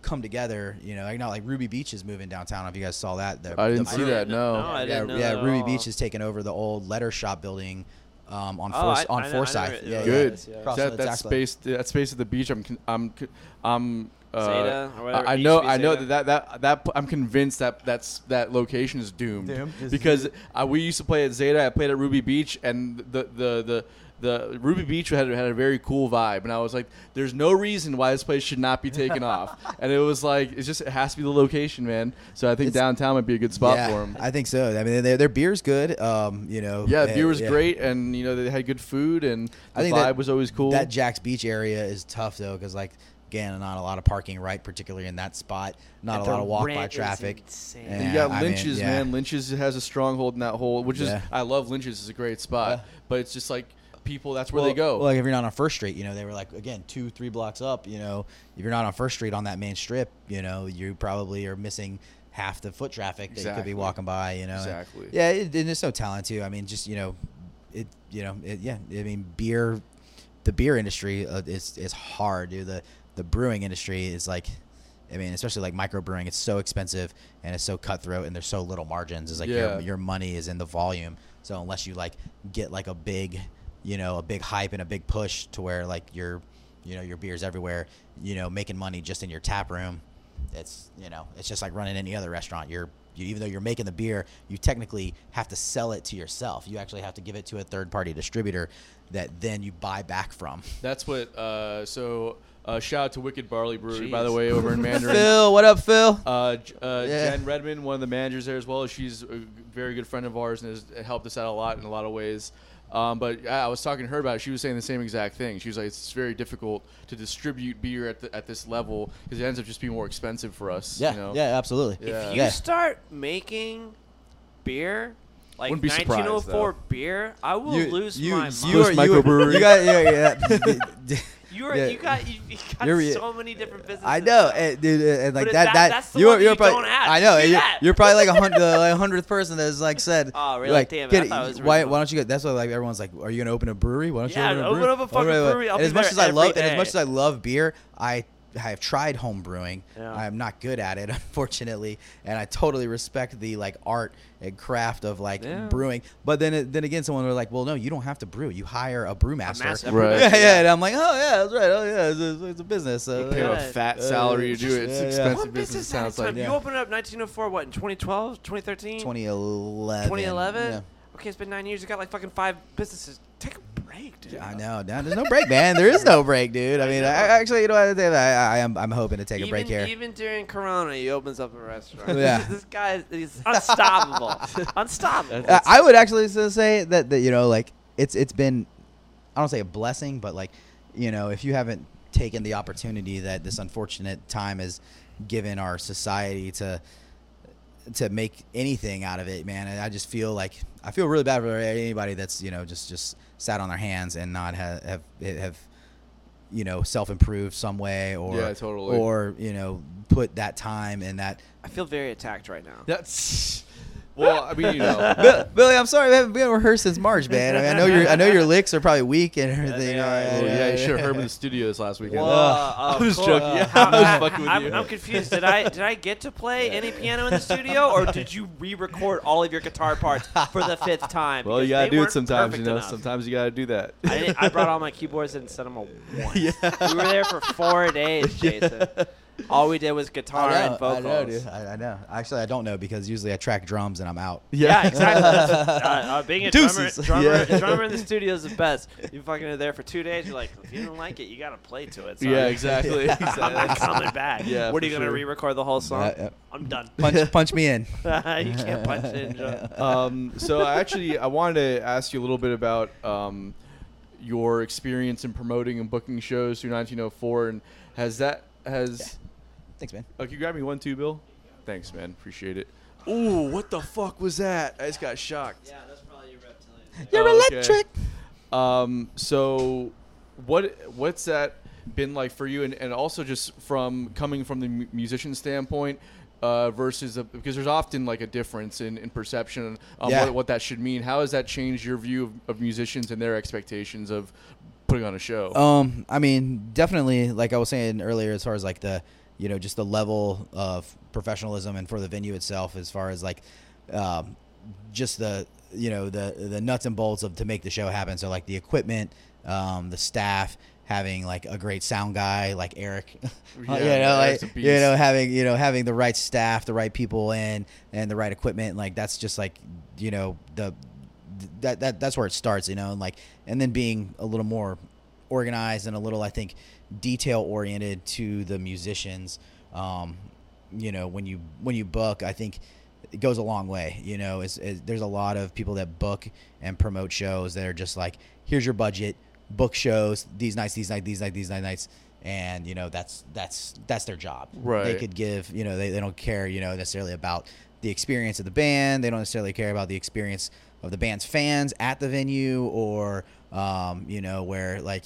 B: come together you know like not like ruby beach is moving downtown if you guys saw that the,
A: I didn't
B: the-
A: see that. No.
C: No, I
B: yeah,
C: didn't know
B: yeah.
C: that at
B: Ruby
C: all.
B: Beach has taken over the old letter shop building um, on
C: Oh,
B: Forsyth.
C: I-
B: on
C: I know- I know
B: Forsyth.
C: it-
B: yeah, yeah.
A: Good.
C: yeah.
B: Cross
A: That,
B: the
A: that
B: tax
A: space, that space at the beach. I'm, con- I'm, con- I'm. Uh,
C: Zeta, or whatever,
A: I I
C: it
A: know,
C: used to be
A: I know
C: Zeta.
A: that that that, that p- I'm convinced that that's that location is doomed,
E: Doomed. Is
A: because I, we used to play at Zeta. I played at Ruby Beach, and the the the, the Ruby Beach had had a very cool vibe, and I was like, "There's no reason why this place should not be taken off." And it was like, it's just it has to be the location, man. So I think
B: It's-
A: downtown might be a good spot
B: Yeah,
A: for them.
B: I think so. I mean, their, their beer's good. Um, you know.
A: Yeah,
B: and-
A: beer was
B: yeah.
A: great, and you know they had good food, and the
B: I think
A: vibe
B: that-
A: was always cool.
B: That Jack's Beach area is tough though, because like again, not a lot of parking, right? Particularly in that spot, not
C: And
B: a lot
C: the
B: of walk by
C: rent is
B: traffic.
C: insane.
B: And
A: And you
B: Yeah,
A: got
B: I mean,
A: Lynch's,
B: yeah.
A: man. Lynch's has a stronghold in that whole, which
B: Yeah.
A: is I love Lynch's. It's a great spot,
B: Yeah.
A: but it's just like people. That's where
B: Well-
A: they go.
B: Well, like if you're not on First Street, you know, they were like again two, three blocks up. You know, if you're not on First Street on that main strip, you know, you probably are missing half the foot traffic that you could
A: Exactly.
B: be walking by. You know, And-
A: Exactly.
B: yeah, it, and there's no talent too. I mean, just you know, it. You know, it, yeah. I mean, beer, the beer industry uh, is is hard, dude. The the brewing industry is like. I mean, especially like microbrewing, it's so expensive and it's so cutthroat, and there's so little margins. It's like
A: Yeah.
B: your, your money is in the volume. So unless you like get like a big, you know, a big hype and a big push to where like your, you know, your beers everywhere, you know, making money just in your tap room, it's you know, it's just like running any other restaurant. You're you, even though you're making the beer, you technically have to sell it to yourself. You actually have to give it to a third party distributor that then you buy back from.
A: That's what. Uh, so uh, shout out to Wicked Barley Brewery, by the way, over in Mandarin.
B: Phil, what up, Phil?
A: Uh, J- uh,
B: Yeah.
A: Jen Redmond, one of the managers there as well. She's a very good friend of ours and has helped us out a lot in a lot of ways. Um, but I I was talking to her about it. She was saying the same exact thing. She was like, "It's very difficult to distribute beer at, the, at this level because it ends up just being more expensive for us."
B: yeah,
A: you know?
B: yeah, absolutely.
A: Yeah.
C: If you
B: uh, yeah.
C: start making beer, like
A: Wouldn't be surprised,
C: 1904
A: though.
C: beer, I will lose my mind.
A: you are- microbrewery.
B: You got, yeah, yeah.
C: You are,
B: Yeah.
C: you got you, you got
B: You're-
C: so many different businesses.
B: I know,
C: now.
B: and, dude, and, and like
C: But
B: that,
C: that-
B: that.
C: that's the
B: you're,
C: one that
B: you're
C: you
B: probably,
C: don't ask.
B: I know.
C: Do
B: you're,
C: that.
B: you're probably like a hundred, the like, hundredth person that's like said.
C: Oh, really?
B: Like,
C: Damn it. I
B: "Kid,
C: thought it was
B: why,
C: original."
B: why don't you get? That's why like everyone's like, are you gonna open a brewery? Why don't
C: Yeah,
B: you
C: open
B: open a brewery?
C: up a fucking
B: Open up
C: brewery. I'll
B: And
C: be
B: as much
C: there
B: as I
C: every
B: love, and as
C: day.
B: much as I love beer, I I have tried home brewing.
C: Yeah.
B: I'm not good at it, unfortunately, and I totally respect the like art and craft of like
C: Yeah.
B: brewing. But then it- then again, someone were like, well, no, you don't have to brew. You hire a brewmaster.
C: master
A: Right.
B: Yeah,
C: producer.
B: yeah, and I'm like, oh yeah, that's right. Oh yeah, it's a, it's a business. So,
A: Pay
B: yeah.
A: a
C: Yeah.
A: fat
B: Uh,
A: salary to do it. It's
B: yeah, yeah.
A: expensive
C: One
A: business.
C: business at a
A: Sounds like
C: time. You
B: yeah.
C: opened up 1904, what, in 2012, 2013?
B: 2011.
C: 2011?
B: Yeah.
C: Okay, it's been nine years. You got like fucking five businesses take a break, dude.
B: I know. No, there's no break, man. There is no break, dude. I mean, I, actually, you know what? I, I, I am, I'm hoping to take
C: even,
B: a break here.
C: Even during Corona, he opens up a restaurant.
B: Yeah.
C: this, this guy is he's unstoppable. unstoppable.
B: Uh, I would actually s- say that, that you know, like it's it's been, I don't say a blessing, but like, you know, if you haven't taken the opportunity that this unfortunate time has given our society to to make anything out of it, man, and I just feel like I feel really bad for anybody that's you know just just sat on their hands and not have have have you know self improved some way or
A: Yeah, totally.
B: or you know put that time and that
C: I feel very attacked right now.
A: That's well. I mean, you know,
B: Bill- Billy, I'm sorry we haven't been rehearsed since March, man. I mean, I know your I know your licks are probably weak and everything.
C: are.
B: uh,
A: oh, yeah, you should have heard me in the studio this last weekend.
C: Whoa,
A: I
C: of
A: was
C: course.
A: joking. Yeah,
C: How-
A: I was fucking with
C: I'm,
A: you.
C: I'm confused. Did I did I get to play any piano in the studio, or did you re-record all of your guitar parts for the fifth time?
A: well,
C: Because
A: you gotta
C: they
A: do it
C: weren't
A: sometimes. You
C: perfect
A: know,
C: enough.
A: sometimes you gotta do that.
C: I, didn't- I brought all my keyboards and sent them a one. We were there for four days, Jason. All we did was guitar
B: I
C: and
B: know, I
C: vocals.
B: know, dude. I, I know. Actually, I don't know because usually I track drums and I'm out.
C: Yeah, exactly. uh, uh, being a drummer,
B: Deuces.
C: drummer,
A: Yeah.
C: drummer in the studio is the best. You fucking are there for two days. You're like, if you don't like it, you gotta play to it. So
A: yeah, exactly.
C: I'm not coming back.
A: Yeah,
C: what are you
A: for
C: gonna
A: sure.
C: re-record the whole song?
B: Uh, uh,
C: I'm done.
B: punch, punch me in.
C: you can't punch it. in, John.
A: um, so I actually I wanted to ask you a little bit about um, your experience in promoting and booking shows through 1904, and has that has
B: Thanks, man.
A: oh, can you grab me one too, Bill? Thanks, man. Appreciate it. Ooh, what the fuck was that? I just got shocked.
C: Yeah, that's probably your reptilian.
B: You're
A: Oh, okay.
B: electric.
A: Um, so what what's that been like for you, and, and also just from coming from the mu- musician standpoint uh, versus a, because there's often like a difference in, in perception on
B: Yeah.
A: what, what that should mean. How has that changed your view of, of musicians and their expectations of putting on a show?
B: Um, I mean, definitely. Like I was saying earlier, as far as like the, you know, just the level of professionalism and for the venue itself, as far as like, um, just the you know the the nuts and bolts of to make the show happen. So like the equipment, um, the staff having like a great sound guy like Eric,
A: Yeah,
B: you know,
A: Eric's
B: like
A: a
B: you know
A: beast.
B: having you know having the right staff, the right people in, and the right equipment. Like that's just like you know the that that that's where it starts, you know, and like and then being a little more organized and a little I think detail oriented to the musicians. Um, you know, when you when you book, I think it goes a long way. You know, is there's a lot of people that book and promote shows that are just like, here's your budget, book shows these nights, these nights, these nights, these night nights, and you know that's that's that's their job. They
A: Right.
B: could give you know they, they don't care you know necessarily about the experience of the band they don't necessarily care about the experience of the band's fans at the venue or um, you know where like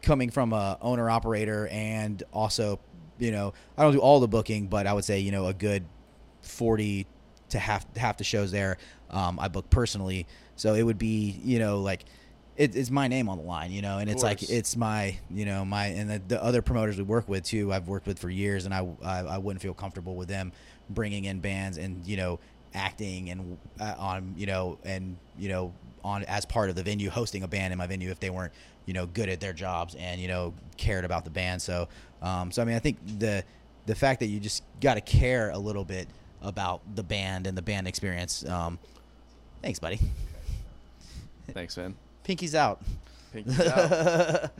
B: coming from a owner operator and also you know i don't do all the booking but i would say you know a good 40 to half half the shows there um, i book personally so it would be you know like it, it's my name on the line you know and it's like
A: course.
B: it's my you know my and the, the other promoters we work with too i've worked with for years and I, I i wouldn't feel comfortable with them bringing in bands and you know acting and uh, on you know and you know on as part of the venue hosting a band in my venue if they weren't you know good at their jobs and you know cared about the band so um so i mean i think the the fact that you just got to care a little bit about the band and the band experience um thanks buddy
A: Thanks, man.
B: pinky's out
A: Pinkies out.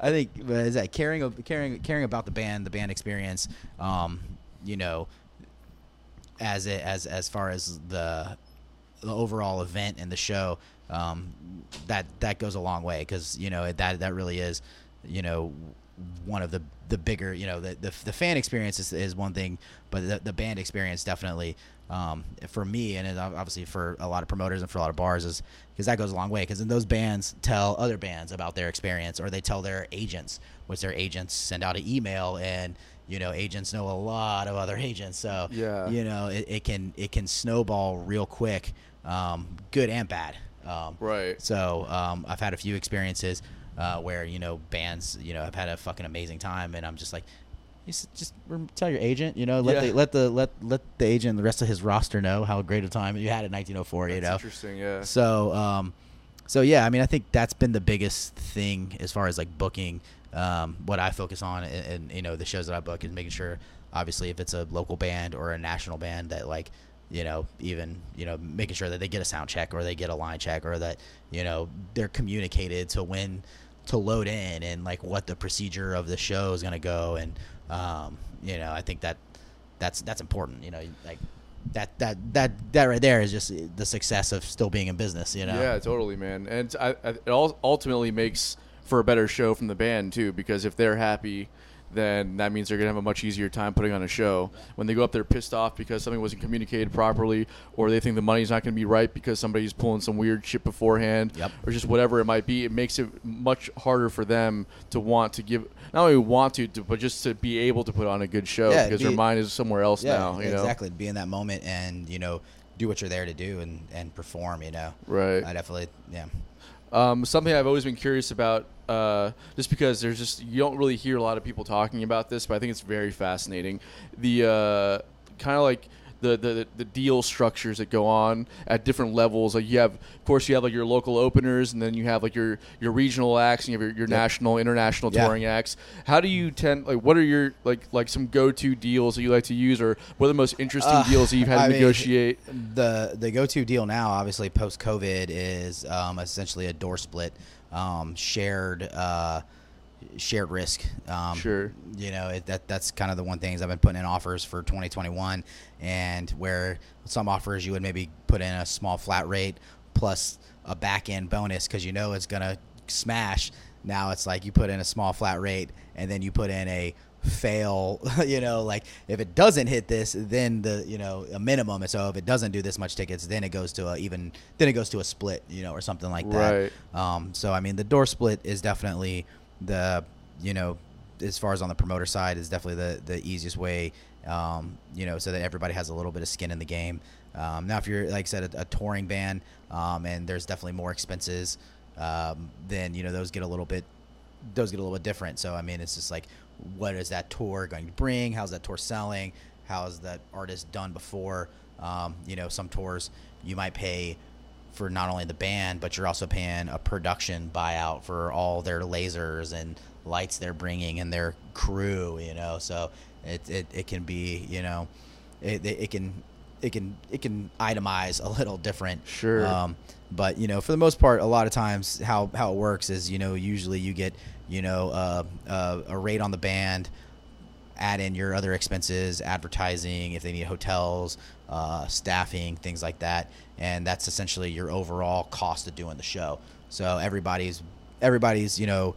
B: I think uh, is that caring of caring caring about the band, the band experience. Um, you know, as it as as far as the the overall event and the show, um, that that goes a long way because you know that that really is, you know, one of the the bigger you know the the, the fan experience is, is one thing, but the, the band experience definitely. Um, for me, and it- obviously for a lot of promoters and for a lot of bars, is because that goes a long way. Because then those bands tell other bands about their experience, or they tell their agents, which their agents send out an email, and you know agents know a lot of other agents. So
A: Yeah.
B: you know it, it can it can snowball real quick um, good and bad um,
A: Right.
B: so um, i've had a few experiences uh, where you know bands you know have had a fucking amazing time and i'm just like just, just rem- tell your agent you know let,
A: Yeah.
B: the, let the let let the agent and the rest of his roster know how great a time you had in 1904 you
A: That's
B: know
A: interesting. Yeah.
B: so, um, so yeah, I mean, I think that's been the biggest thing as far as like booking. Um, what I focus on, and, and you know, the shows that I book is making sure, obviously, if it's a local band or a national band, that like you know, even you know, making sure that they get a sound check or they get a line check or that you know they're communicated to when to load in and like what the procedure of the show is gonna go and um, you know, I think that that's that's important. You know, like that that that that right there is just the success of still being in business. You know,
A: Yeah, totally, man. And it's- I, I, it all ultimately makes for a better show from the band too, because if they're happy, then that means they're gonna have a much easier time putting on a show. When they go up there pissed off because something wasn't communicated properly, or they think the money's not gonna be right because somebody's pulling some weird shit beforehand,
B: Yep.
A: or just whatever it might be, it makes it much harder for them to want to give. Not only want to, to but just to be able to put on a good show
B: Yeah,
A: because
B: be-
A: their mind is somewhere else now. You know,
B: exactly. Be in that moment and you know do what you're there to do and and perform. You know,
A: Right.
B: I definitely yeah.
A: Um, something I've always been curious about, uh, just because there's just you don't really hear a lot of people talking about this, but I think it's very fascinating. The uh, kind of like the, the the deal structures that go on at different levels. Like you have, of course, you have like your local openers, and then you have like your your regional acts, and you have your, your national, international
B: Yeah.
A: touring acts. How do you tend like what are your like like some go to deals that you like to use, or what are the most interesting
B: Uh,
A: deals that you've had
B: I
A: to
B: mean,
A: negotiate?
B: the the go to deal now, obviously post COVID, is um, essentially a door split, um, shared uh, shared risk. Um,
A: Sure.
B: You know it, that that's kind of the one things I've been putting in offers for 2021, and where some offers you would maybe put in a small flat rate plus a back end bonus because you know it's gonna smash. Now it's like you put in a small flat rate and then you put in a fail you know like if it doesn't hit this then the you know a minimum and so if it doesn't do this much tickets then it goes to a even then it goes to a split you know or something like that um so i mean the door split is definitely the you know as far as on the promoter side is definitely the the easiest way um you know so that everybody has a little bit of skin in the game um now if you're like i said a, a touring band um and there's definitely more expenses um then you know those get a little bit those get a little bit different. So I mean, it's just like, what is that tour going to bring? How's that tour selling? How's that artist done before? Um, you know, some tours you might pay for not only the band, but you're also paying a production buyout for all their lasers and lights they're bringing and their crew. You know, so it it, it can be you know, it it it can. It can it can itemize a little different.
A: Sure.
B: Um, but you know, for the most part, a lot of times how how it works is you know usually you get you know uh, uh, a rate on the band, add in your other expenses, advertising if they need hotels, uh, staffing, things like that, and that's essentially your overall cost of doing the show. So everybody's everybody's you know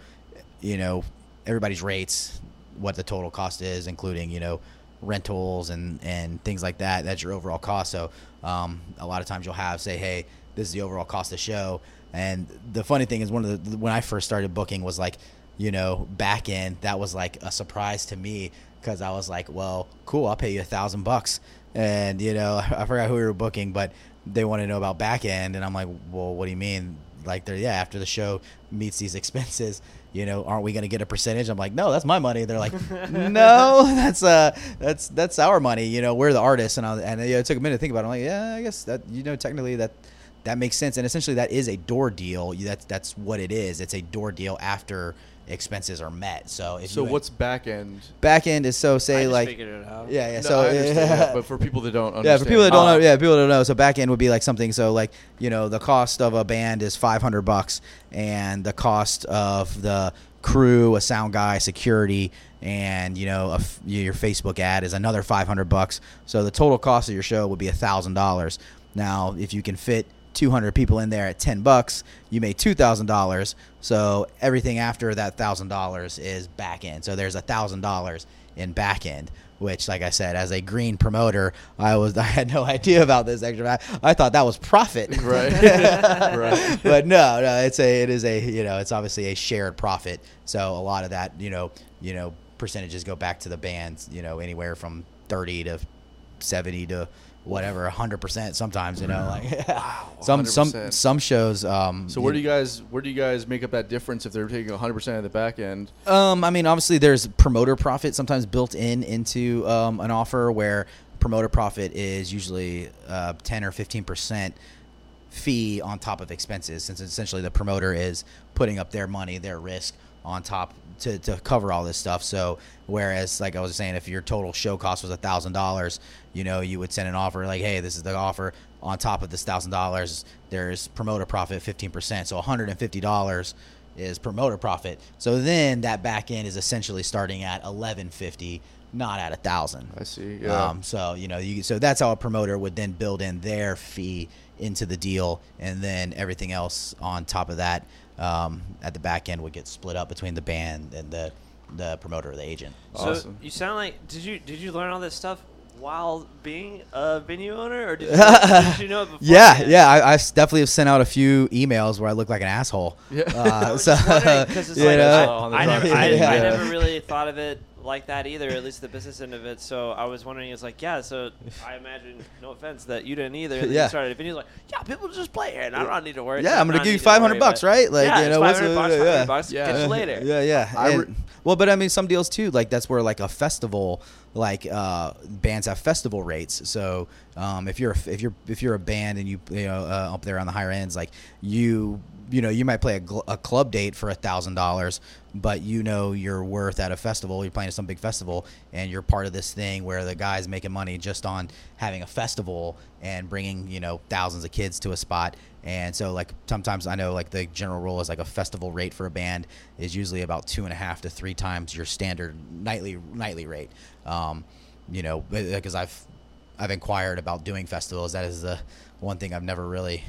B: you know everybody's rates, what the total cost is, including you know rentals and and things like that. That's your overall cost. So um, a lot of times you'll have say, hey, this is the overall cost of the show. And the funny thing is, one of the when I first started booking was like, you know, back end that was like a surprise to me because I was like, well, cool, I'll pay you a thousand bucks. And you know, I forgot who we were booking, but they want to know about back end, and I'm like, well, what do you mean? like they're yeah after the show meets these expenses you know aren't we going to get a percentage i'm like no that's my money they're like no that's uh that's that's our money you know we're the artists and I, and you know, it took a minute to think about it i'm like yeah i guess that you know technically that that makes sense and essentially that is a door deal You- that's that's what it is it's a door deal after expenses are met so if
A: So
B: you-
A: what's back end?
B: back end is so say
C: I just
B: like
C: figured it out.
B: yeah yeah
A: No,
B: so
A: I understand that, but for people that don't understand, Um,
B: yeah, for people that don't
C: Ah.
B: know, yeah, people that don't know. So back end would be like something. So like you know, the cost of a band is five hundred bucks, and the cost of the crew, a sound guy, security, and you know, a f your Facebook ad is another five hundred bucks. So the total cost of your show would be thousand dollars. Now, if you can fit 200 people in there at 10 bucks, you made $2,000. So everything after that $1,000 is back end. So there's $1,000 in back end, which like I said, as a green promoter, I was I had no idea about this extra. I, I thought that was profit.
A: Right. Right.
B: But no, no, it's a it is a, you know, it's obviously a shared profit. So a lot of that, you know, you know, percentages go back to the bands, you know, anywhere from 30 to 70 to whatever 100% sometimes you know like some some
A: 100%.
B: some shows um
A: So where do you guys where do you guys make up that difference if they're taking 100 percent of the back end?
B: um i mean obviously there's promoter profit sometimes built in into um, an offer where promoter profit is usually uh, 10 or 15 percent fee on top of expenses since essentially the promoter is putting up their money their risk on top to, to cover all this stuff. So whereas like I was saying, if your total show cost was a thousand dollars, you know, you would send an offer like, hey, this is the offer. On top of this thousand dollars, there's promoter profit fifteen percent. So one hundred and fifty dollars is promoter profit. So then that back end is essentially starting at eleven fifty, not at a thousand.
A: I see, yeah.
B: Um, so you know, you so that's how a promoter would then build in their fee into the deal, and then everything else on top of that um, at the back end would get split up between the band and the the promoter, or the agent.
C: So
A: Awesome.
C: you sound like did you did you learn all this stuff while being a venue owner, or did you, did you know it before?
B: Yeah, yeah, I, I s- definitely have sent out a few emails where I look like an asshole.
A: Yeah.
C: I
B: uh,
C: was
B: so
C: just wondering, 'cause it's
B: you
C: like,
B: know,
A: on the
C: I, I never, I,
B: Yeah.
C: I never really thought of it like that either, at least the business end of it. So I was wondering, it's like, yeah, so I imagine, no offense, that you didn't either. And then
B: Yeah.
C: you started a venue, like, yeah, people just play here, and I don't need to worry.
B: Yeah, I'm gonna
C: not
B: give you
C: need to worry
B: 500 bucks,
C: about it."
B: right? Like,
C: yeah,
B: you
C: it's
B: know, what's
C: 500
B: the-
C: bucks,
B: yeah.
C: 500 bucks,
A: Yeah.
C: catch you later.
B: Yeah, yeah.
A: I
B: And-
A: re-
B: well, but I mean, some deals too. Like that's where like a festival, like uh, bands have festival rates. So um, if you're a f- if you're if you're a band and you you know uh, up there on the higher ends, like you you know you might play a, gl- a club date for a thousand dollars, but you know you're worth at a festival. You're playing at some big festival, and you're part of this thing where the guy's making money just on having a festival and bringing you know thousands of kids to a spot. And so, like sometimes I know, like the general rule is like a festival rate for a band is usually about two and a half to three times your standard nightly nightly rate. Um, you know, because I've I've inquired about doing festivals. That is the one thing I've never really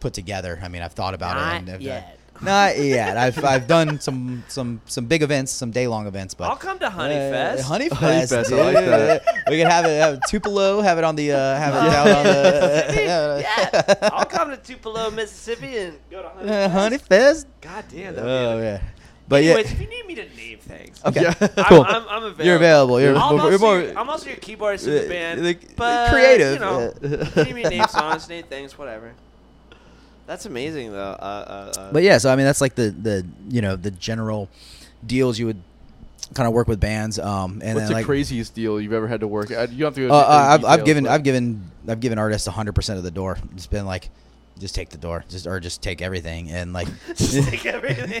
B: put together. I mean, I've thought about it. And
D: Not
B: I've- uh,
D: yet.
B: Not yet. I've I've done some some some big events, some day long events, but
C: I'll come to Honeyfest.
B: uh, Honey Fest.
A: Honey Fest, I like
B: dude.
A: that.
B: We could have it have Tupelo, have it on the uh, have it down on the
C: yeah, I'll come to Tupelo, Mississippi, and go to Honey
B: Uh,
C: Fest.
B: Honey Fest.
C: God damn, that would
B: Oh
C: be
B: yeah. But yeah.
C: Anyways, if you need me to name things,
B: Okay.
A: Yeah. I'm-
B: Cool.
C: I'm, I'm, I'm available.
B: You're available. You're,
C: I'm, also
B: you're more-
C: your, I'm also your keyboardist in
B: uh,
C: the band.
B: like,
C: but,
B: creative,
C: You know,
B: uh.
C: you need me to name songs, name things, whatever. That's amazing, though. Uh, uh, uh,
B: But yeah, so I mean that's like the the you know the general deals you would kind of work with bands. Um, and
A: What's
B: then
A: the
B: like
A: craziest deal you've ever had to work? at? You don't have to. Go into
B: uh, uh,
A: any
B: I've, I've
A: details,
B: given
A: but-
B: I've given I've given artists 100 percent of the door. It's been like just take the door, just or just take everything and like
C: just like everything.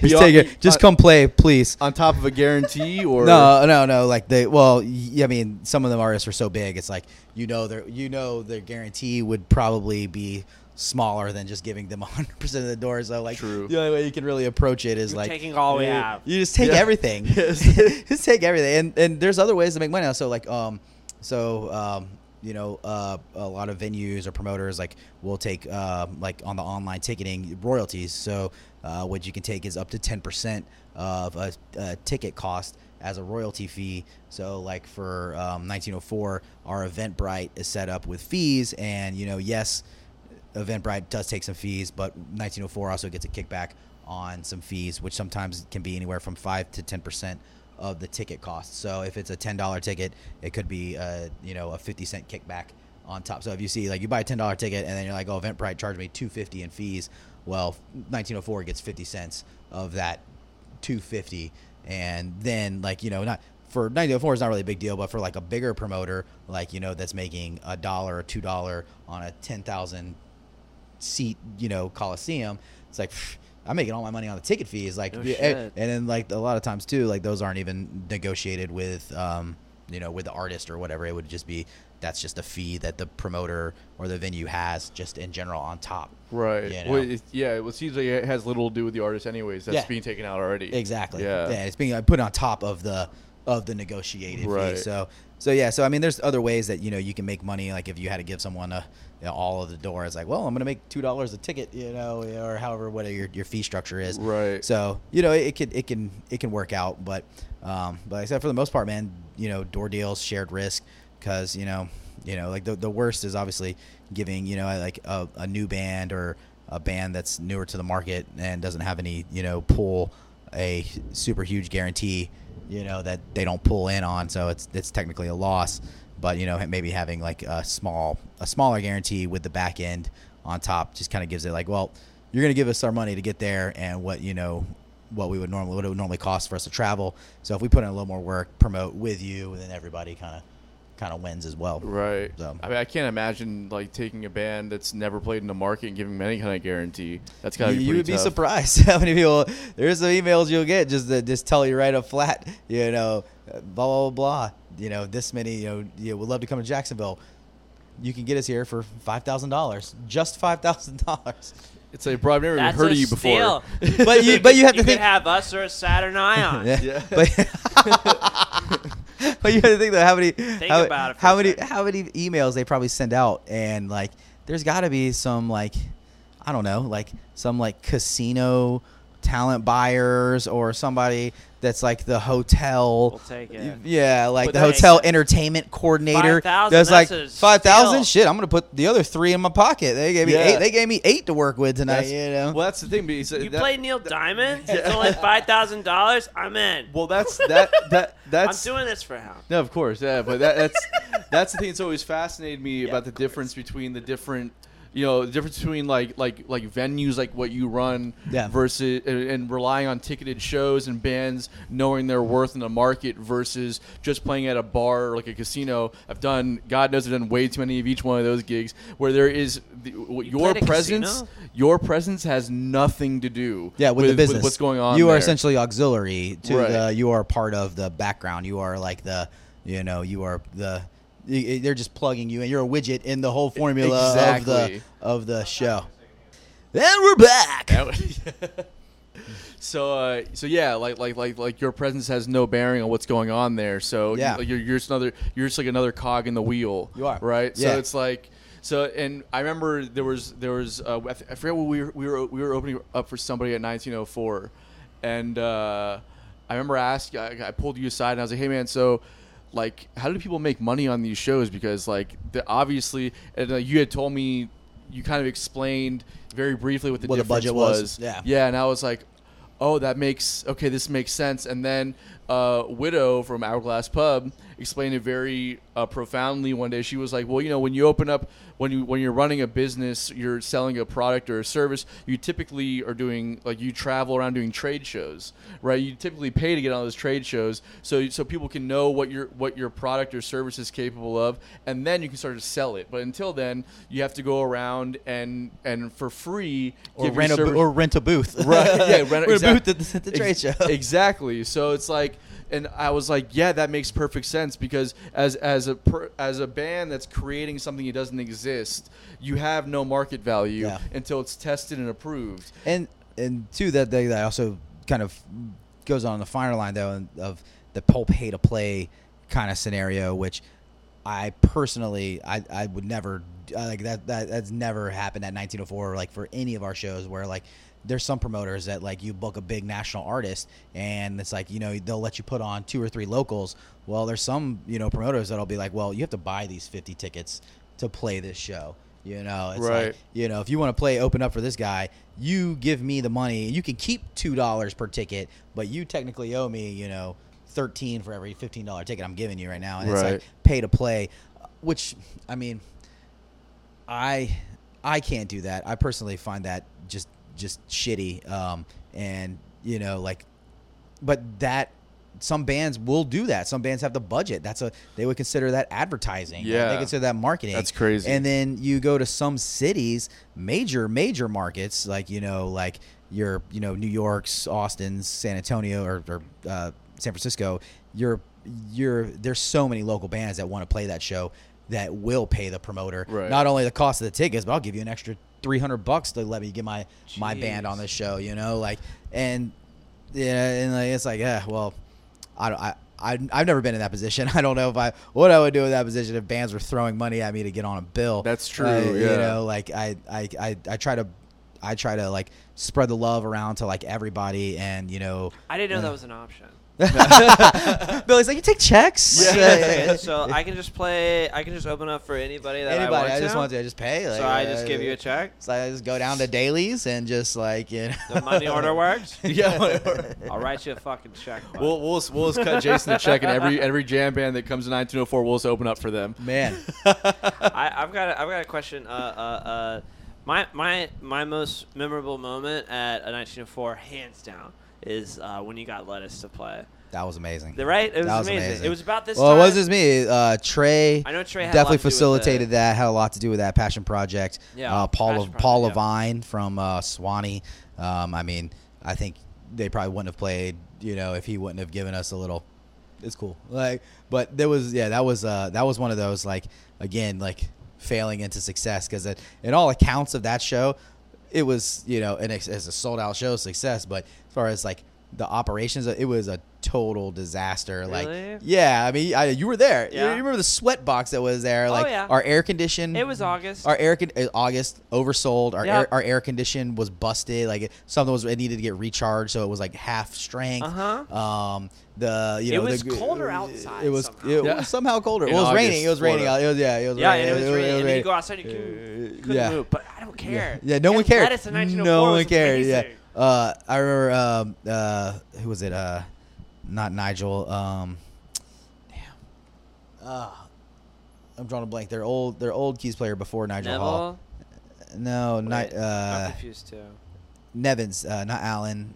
B: just take it, just come play, please.
A: on top of a guarantee or
B: No, uh, no, no. Like they, well, y- I mean, some of them artists are so big. It's like you know, their you know, their guarantee would probably be smaller than just giving them 100 percent of the door. So like,
A: True.
B: the only way you can really approach it is
C: You're
B: like
C: taking all we
B: you-
C: have.
B: You just take
A: Yeah.
B: everything.
A: Yes.
B: just take everything. And and there's other ways to make money. now. So like, um, so um. You know, uh, a lot of venues or promoters like will take um, like on the online ticketing royalties. So uh, what you can take is up to ten percent of a, a ticket cost as a royalty fee. So, like for um, 1904, our Eventbrite is set up with fees, and you know, yes, Eventbrite does take some fees, but 1904 also gets a kickback on some fees, which sometimes can be anywhere from five to ten percent of the ticket cost. So, if it's a ten dollar ticket, it could be a you know a fifty cent kickback on top. So, if you see like you buy a ten dollar ticket and then you're like, oh, Eventbrite charged me two fifty in fees. Well, 1904 gets 50 cents of that 250 and then like you know not for 904 is not really a big deal but for like a bigger promoter like you know that's making a dollar or two dollar on a 10000 seat you know coliseum it's like pfft, i'm making all my money on the ticket fees like
C: No
B: yeah,
C: shit.
B: and, and then like a lot of times too like those aren't even negotiated with um you know with the artist or whatever it would just be that's just a fee that the promoter or the venue has just in general on top
A: right.
B: you
A: Well,
B: know?
A: it, yeah, well, it seems like it has little to do with the artist, anyways. That's
B: Yeah.
A: being taken out already.
B: Exactly.
A: Yeah.
B: Yeah. it's being uh, put on top of the of the negotiated
A: Right.
B: fee. So so yeah. So I mean, there's other ways that you know you can make money. Like if you had to give someone a you know, all of the door, it's like, well, I'm gonna make two dollars a ticket, you know, or however what your your fee structure is.
A: Right.
B: So you know, it, it can it can it can work out, but um, but like I said, for the most part, man, you know, door deals, shared risk, because you know, you know, like the the worst is obviously giving you know like a, a new band or a band that's newer to the market and doesn't have any you know pull a super huge guarantee you know that they don't pull in on so it's it's technically a loss but you know maybe having like a small a smaller guarantee with the back end on top just kind of gives it like well you're going to give us our money to get there and what you know what we would normally what it would normally cost for us to travel so if we put in a little more work promote with you then everybody kind of kind of wins as well.
A: Right.
B: So-
A: I mean, I can't imagine like taking a band that's never played in the market and giving them any kind of guarantee. That's gotta
B: you
A: be
B: you
A: pretty
B: would be
A: tough.
B: surprised how many people. There's some emails you'll get just that just tell you right up flat, you know, uh, blah blah blah. You know, this many. You know, you would love to come to Jacksonville. You can get us here for five thousand dollars, just five thousand dollars.
A: It's like, bro, I've never even
D: That's
A: heard
D: a
A: of you before.
D: steal.
B: But you, but you have
D: you could
B: to think.
D: have us or Saturn Ion.
B: Yeah.
A: Yeah.
B: But, but you have to think though how many how,
D: about it for
B: how
D: a
B: many
D: second.
B: how many emails they probably send out and like there's got to be some like I don't know like some like casino talent buyers or somebody that's like the hotel
D: We'll take it.
B: yeah like
D: But
B: the
D: that-
B: hotel entertainment coordinator
D: 5,000,
B: that's like
D: that's a
B: five thousand
D: steal.
B: shit I'm gonna put the other three in my pocket they gave me
A: Yeah.
B: eight they gave me eight to work with tonight
A: That's-
B: you know
A: Well, that's the thing. but it's-
D: You
A: that-
D: play Neil Diamond? It's only five thousand dollars. I'm in.
A: Well, that's that that
D: I'm
A: that's
D: doing this for him.
A: No, of course, yeah, but that, that's that's the thing that's always fascinated me
D: Yeah,
A: about the
D: of
A: difference between the different, you know, the difference between like like like venues like what you run
B: Yeah.
A: versus and, and relying on ticketed shows and bands knowing their worth in the market versus just playing at a bar or like a casino. I've done, God knows, I've done way too many of each one of those gigs where there is the, w- your
D: played a
A: presence,
D: casino?
A: your presence has nothing to do
B: Yeah, with, the business.
A: what's going on.
B: You are
A: there.
B: essentially auxiliary to
A: Right.
B: the. You are part of the background. You are like the. You know, you are the. y- y- They're just plugging you in. You're a widget in the whole formula
A: Exactly.
B: of the of the show. And we're back.
A: That would- so uh, so yeah, like like like like your presence has no bearing on what's going on there. So you-
B: Yeah.
A: you're, you're just another you're just like another cog in the wheel.
B: You are.
A: right.
B: Yeah.
A: So it's like so and I remember there was there was uh, I, th- I forget what we were, we were we were opening up for somebody at 1904, and uh, I remember asking I, I pulled you aside and I was like, hey man, so. Like, how do people make money on these shows? Because, like, the, obviously, and uh, you had told me, you kind of explained very briefly what the
B: What the
A: difference
B: budget was. Yeah.
A: yeah, and I was like, oh, that makes okay, this makes sense. And then uh, Widow from Hourglass Pub explained it very uh, profoundly one day. She was like, well, you know, when you open up, when you when you're running a business, you're selling a product or a service. You typically are doing like you travel around doing trade shows, right? You typically pay to get on those trade shows, so so people can know what your what your product or service is capable of, and then you can start to sell it. But until then, you have to go around and and for free
B: Or
A: give your
B: rent a bo-
A: server-
B: or rent a booth.
A: Right, yeah, rent-
B: a
A: exact-
B: booth at the, at the
A: ex-
B: trade show.
A: Exactly. So it's like, and I was like, yeah, that makes perfect sense because as as a per, as a band that's creating something that doesn't exist, you have no market value
B: Yeah.
A: until it's tested and approved.
B: and and two that they that also kind of goes on the finer line though of the pulp pay to play kind of scenario which i personally i i would never I like that, that that's never happened at 1904 like for any of our shows where like there's some promoters that like you book a big national artist and it's like you know they'll let you put on two or three locals well there's some you know promoters that'll be like well you have to buy these 50 tickets to play this show you know it's
A: Right.
B: like you know, if you want to play open up for this guy, you give me the money. You can keep two dollars per ticket, but you technically owe me, you know, thirteen for every fifteen dollar ticket I'm giving you right now, and it's
A: Right.
B: like pay to play, which I mean, I I can't do that. I personally find that just just shitty, um, and you know, like, but that. Some bands will do that. Some bands have the budget. That's a they would consider that advertising.
A: Yeah.
B: they consider that marketing.
A: That's crazy.
B: And then you go to some cities, major major markets like you know like your you know New York's, Austin's, San Antonio, or, or uh, San Francisco. You're you're there's so many local bands that want to play that show that will pay the promoter
A: Right.
B: not only the cost of the tickets, but I'll give you an extra three hundred bucks to let me get my my band on this show. You know, like and yeah, and like, it's like yeah, well, I don't I. I, I've never been in that position. I don't know if I what I would do in that position if bands were throwing money at me to get on a bill.
A: That's true,
B: Uh,
A: yeah.
B: You know, like I, I, I, I try to, I try to like spread the love around to like everybody, and you know,
D: I didn't know that was an option.
B: Billy's like, you take checks.
C: Yeah.
D: so I can just play. I can just open up for anybody that
B: Anybody,
D: I want
B: I,
D: to.
B: just want to, I just pay. Like,
D: so I
B: uh,
D: just give you a check.
B: So I just go down to dailies and just like you know.
D: The money order works.
A: Yeah, money order.
D: I'll write you a fucking check. bud.
A: We'll we'll just, we'll just cut Jason a check, and every every jam band that comes to 1904, we'll just open up for them.
B: Man,
D: I, I've got a, I've got a question. Uh, uh, uh, my my my most oh memorable moment at a 1904, hands down, is uh, when you got lettuce to play.
B: That was amazing.
C: The- right? It was,
B: That was
C: amazing.
B: amazing.
C: It was about this
B: well, it
C: time.
B: was just me. Uh, Trey.
C: I know Trey had
B: definitely
C: a lot to do with
B: facilitated
C: the-
B: that. Had a lot to do with that passion project.
C: Yeah,
B: Uh, Paul
C: passion
B: Paul
C: project, yeah.
B: Levine from uh, Swanee. Um, I mean, I think they probably wouldn't have played. You know, if he wouldn't have given us a little. It's cool. Like, but there was yeah, that was uh, that was one of those like again like failing into success because in all accounts of that show, it was you know an ex- as a sold out show success, but as far as like the operations, it was a total disaster.
C: Really?
B: Like yeah, I mean, I, you were there. You-
C: Yeah. Oh,
B: You remember the sweat box that was there? Like
C: yeah.
B: our air condition.
C: It was August.
B: Our air con- uh, August oversold. Our
C: Yeah.
B: air, our air condition was busted. Like it, something was it needed to get recharged, so it was like half strength.
C: Uh-huh.
B: Um, the you
C: It
B: know the
C: was
B: g-
C: colder
B: uh,
C: outside
B: It was
C: somehow.
B: it
A: Yeah.
B: was somehow colder.
A: In
B: it was
A: August,
B: raining. It was raining.
A: Florida.
B: out. It was yeah. It was
C: yeah,
B: raining.
C: and it was raining. And then you
B: raining.
C: go outside, you couldn't, couldn't
B: Uh, yeah.
C: move. But I don't care.
B: Yeah, no one cared.
C: Athletics in 1904
B: no
C: was
B: one cared.
C: amazing.
B: Yeah. Uh, I remember. Um, uh, who was it? Uh, not Nigel. Um, damn. Uh, I'm drawing a blank. Their old, their old keys player before Nigel Hall.
C: Neville.
B: No, not
C: Wait, I'm
B: uh,
C: confused too.
B: Nevins. Uh, not Allen.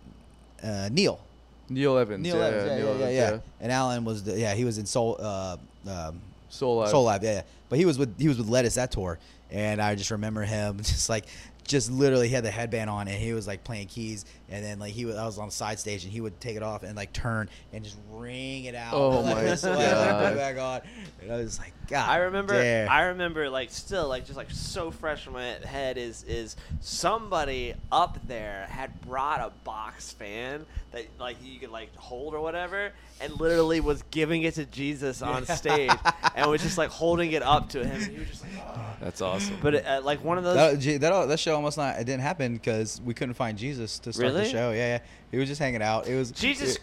B: Uh, Neil.
A: Neil Evans.
B: Neil
A: yeah,
B: Evans. Yeah,
A: Neil
B: yeah, yeah,
A: Evans,
B: yeah. And Allen was the yeah. He was in Soul. Uh, um,
A: Soul Live.
B: Soul Live, yeah, yeah. But he was with he was with Lettuce that tour, and I just remember him just like just literally he had the headband on and he was like playing keys and then like he was I was on the side stage and he would take it off and like turn and just ring it out.
A: Oh
B: Like,
A: my
B: just, like, put
A: God.
B: it back on. And I was like, God.
C: I remember.
B: dare.
C: I remember, like, still, like, just like so fresh in my head is is somebody up there had brought a box fan that like you could like hold or whatever, and literally was giving it to Jesus on stage, and was just like holding it up to him. And he was just like, "Ugh."
A: That's awesome.
C: but it, uh, like one of those.
B: that, gee, that that show almost not it didn't happen because we couldn't find Jesus to start the
C: Really?
B: show. Yeah, yeah. He was just hanging out. It was
C: Jesus
B: it-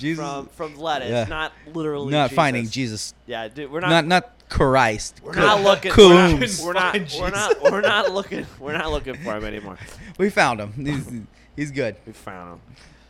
B: Jesus-
C: from from lettuce,
B: Yeah.
C: not literally.
B: not
C: Jesus.
B: finding Jesus.
C: Yeah, dude, we're
B: Not not,
C: not.
B: Christ.
C: we're not looking.
B: Coombs.
C: We're not. We're not. We're not, we're not looking. We're not looking for him anymore.
B: We found him. He's, he's good.
C: We found him.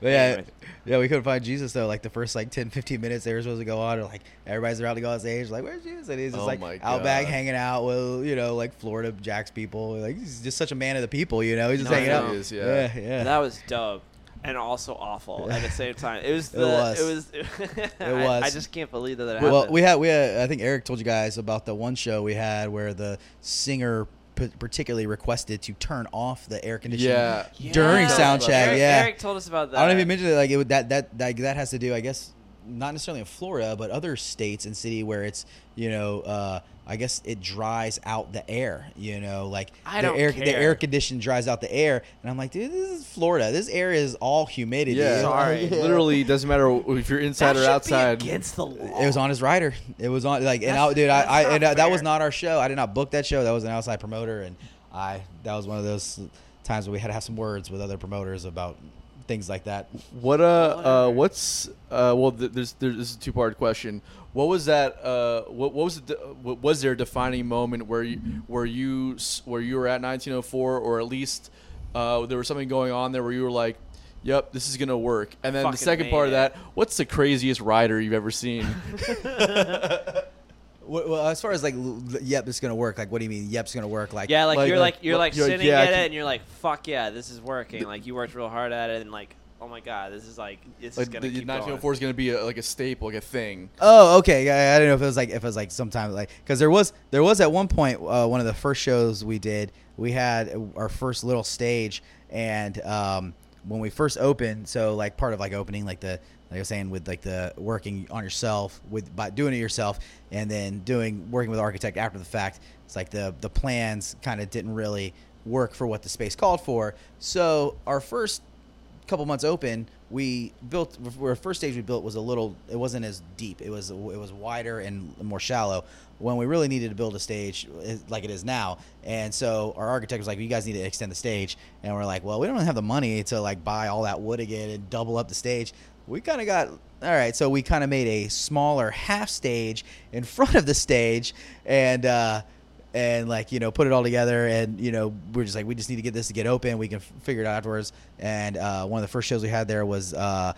B: But yeah,
C: Anyway.
B: yeah, we couldn't find Jesus though. Like the first like 10, 15 minutes they were supposed to go on, or like everybody's about to go on stage. Like where's Jesus? And he's just
A: Oh
B: like
A: my
B: out back
A: God.
B: hanging out with you know like Florida Jack's people. Like he's just such a man of the people. You know, he's just
C: No,
B: hanging
C: he
B: out.
A: is, yeah.
B: yeah, yeah.
C: That was dope and also awful at the same time. It was
B: It
C: the
B: was.
C: it was it was, I,
B: was.
C: I just can't believe that, that happened.
B: well, we had we had I think Eric told you guys about the one show we had where the singer p- particularly requested to turn off the air conditioning
A: Yeah.
B: during
C: Yeah.
B: sound check.
C: Eric,
B: yeah,
C: Eric told us about that.
B: I don't even mention it. Like it would, that, that that that has to do, I guess, not necessarily in Florida, but other states and city where it's you know, uh, I guess it dries out the air. You know, like
C: I
B: the
C: don't
B: air the
C: care.
B: air condition dries out the air, and I'm like, dude, this is Florida. This air is all humidity.
A: yeah,
C: Sorry.
B: Yeah.
A: literally doesn't matter if you're
C: that
A: inside
C: should
A: or
C: be
A: outside.
C: against the law.
B: It was on his rider. It was on like and
C: That's-
B: I, dude, I,
C: that's
B: I
C: not
B: and uh, that was
C: fair.
B: not our show. I did not book that show. That was an outside promoter, and I that was one of those times where we had to have some words with other promoters about things like that.
A: What uh, uh
C: Whatever.
A: what's uh well th- there's there's this is a two part question. What was that uh what what was the, what was there a defining moment where you where you s- where you were at 1904 or at least uh there was something going on there where you were like Yep, this is gonna work. And then the
C: Fucking
A: second
C: made
A: part of
C: it.
A: that, what's the craziest rider you've ever seen?
B: Well, well, as far as like, l- l- yep, it's gonna work. Like, what do you mean, yep's gonna work? Like,
C: yeah, like,
A: like-
C: you're like,
A: like-
C: you're like,
A: you're like,
C: sitting
A: yeah, I
C: at it
A: can-
C: and you're like, fuck yeah, this is working. Like you worked real hard at it and like, oh my god, this is like this is
A: like the
C: gonna keep going.
A: 1904 is gonna be a, like a staple, like a thing.
B: Oh, okay. I, I don't know if it was like if it was like sometimes like because there was there was at one point uh, one of the first shows we did we had our first little stage and um, when we first opened so like part of like opening like the like I was saying with like the working on yourself with by doing it yourself and then doing working with architect after the fact it's like the the plans kind of didn't really work for what the space called for so our first couple months open, we built our first stage we built was a little it wasn't as deep. It was it was wider and more shallow when we really needed to build a stage is- like it is now. And so our architect was like, "You guys need to extend the stage." And we're like, "Well, we don't really have the money to like buy all that wood again and double up the stage." We kind of got all right, so we kind of made a smaller half stage in front of the stage and uh and like you know put it all together and you know we're just like we just need to get this to get open we can f- figure it out afterwards and uh, one of the first shows we had there was uh,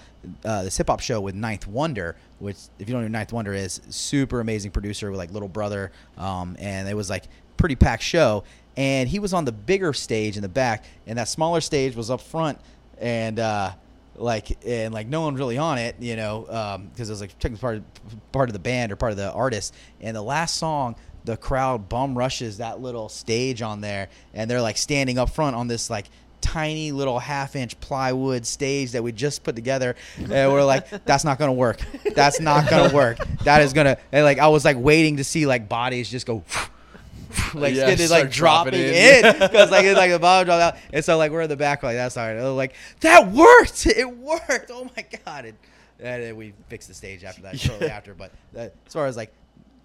B: uh, this hip-hop show with ninth wonder which if you don't know who ninth wonder is super amazing producer with like little brother um, and it was like pretty packed show and he was on the bigger stage in the back and that smaller stage was up front and uh, like and like no one's really on it, you know, because it was like technically part of, part of the band or part of the artist. And the last song, the crowd bum rushes that little stage on there, and they're like standing up front on this like tiny little half inch plywood stage that we just put together and we're like that's not gonna work that's not gonna work that is gonna and like i was like waiting to see like bodies just go like
A: Yeah,
B: it's
A: just
B: like
A: start dropping
B: dropping in
A: in.
B: because like it's like the bottom dropped out and so like we're in the back like that's all right And they're like that worked it worked oh my god and, and then we fixed the stage after that shortly after but that, as far as like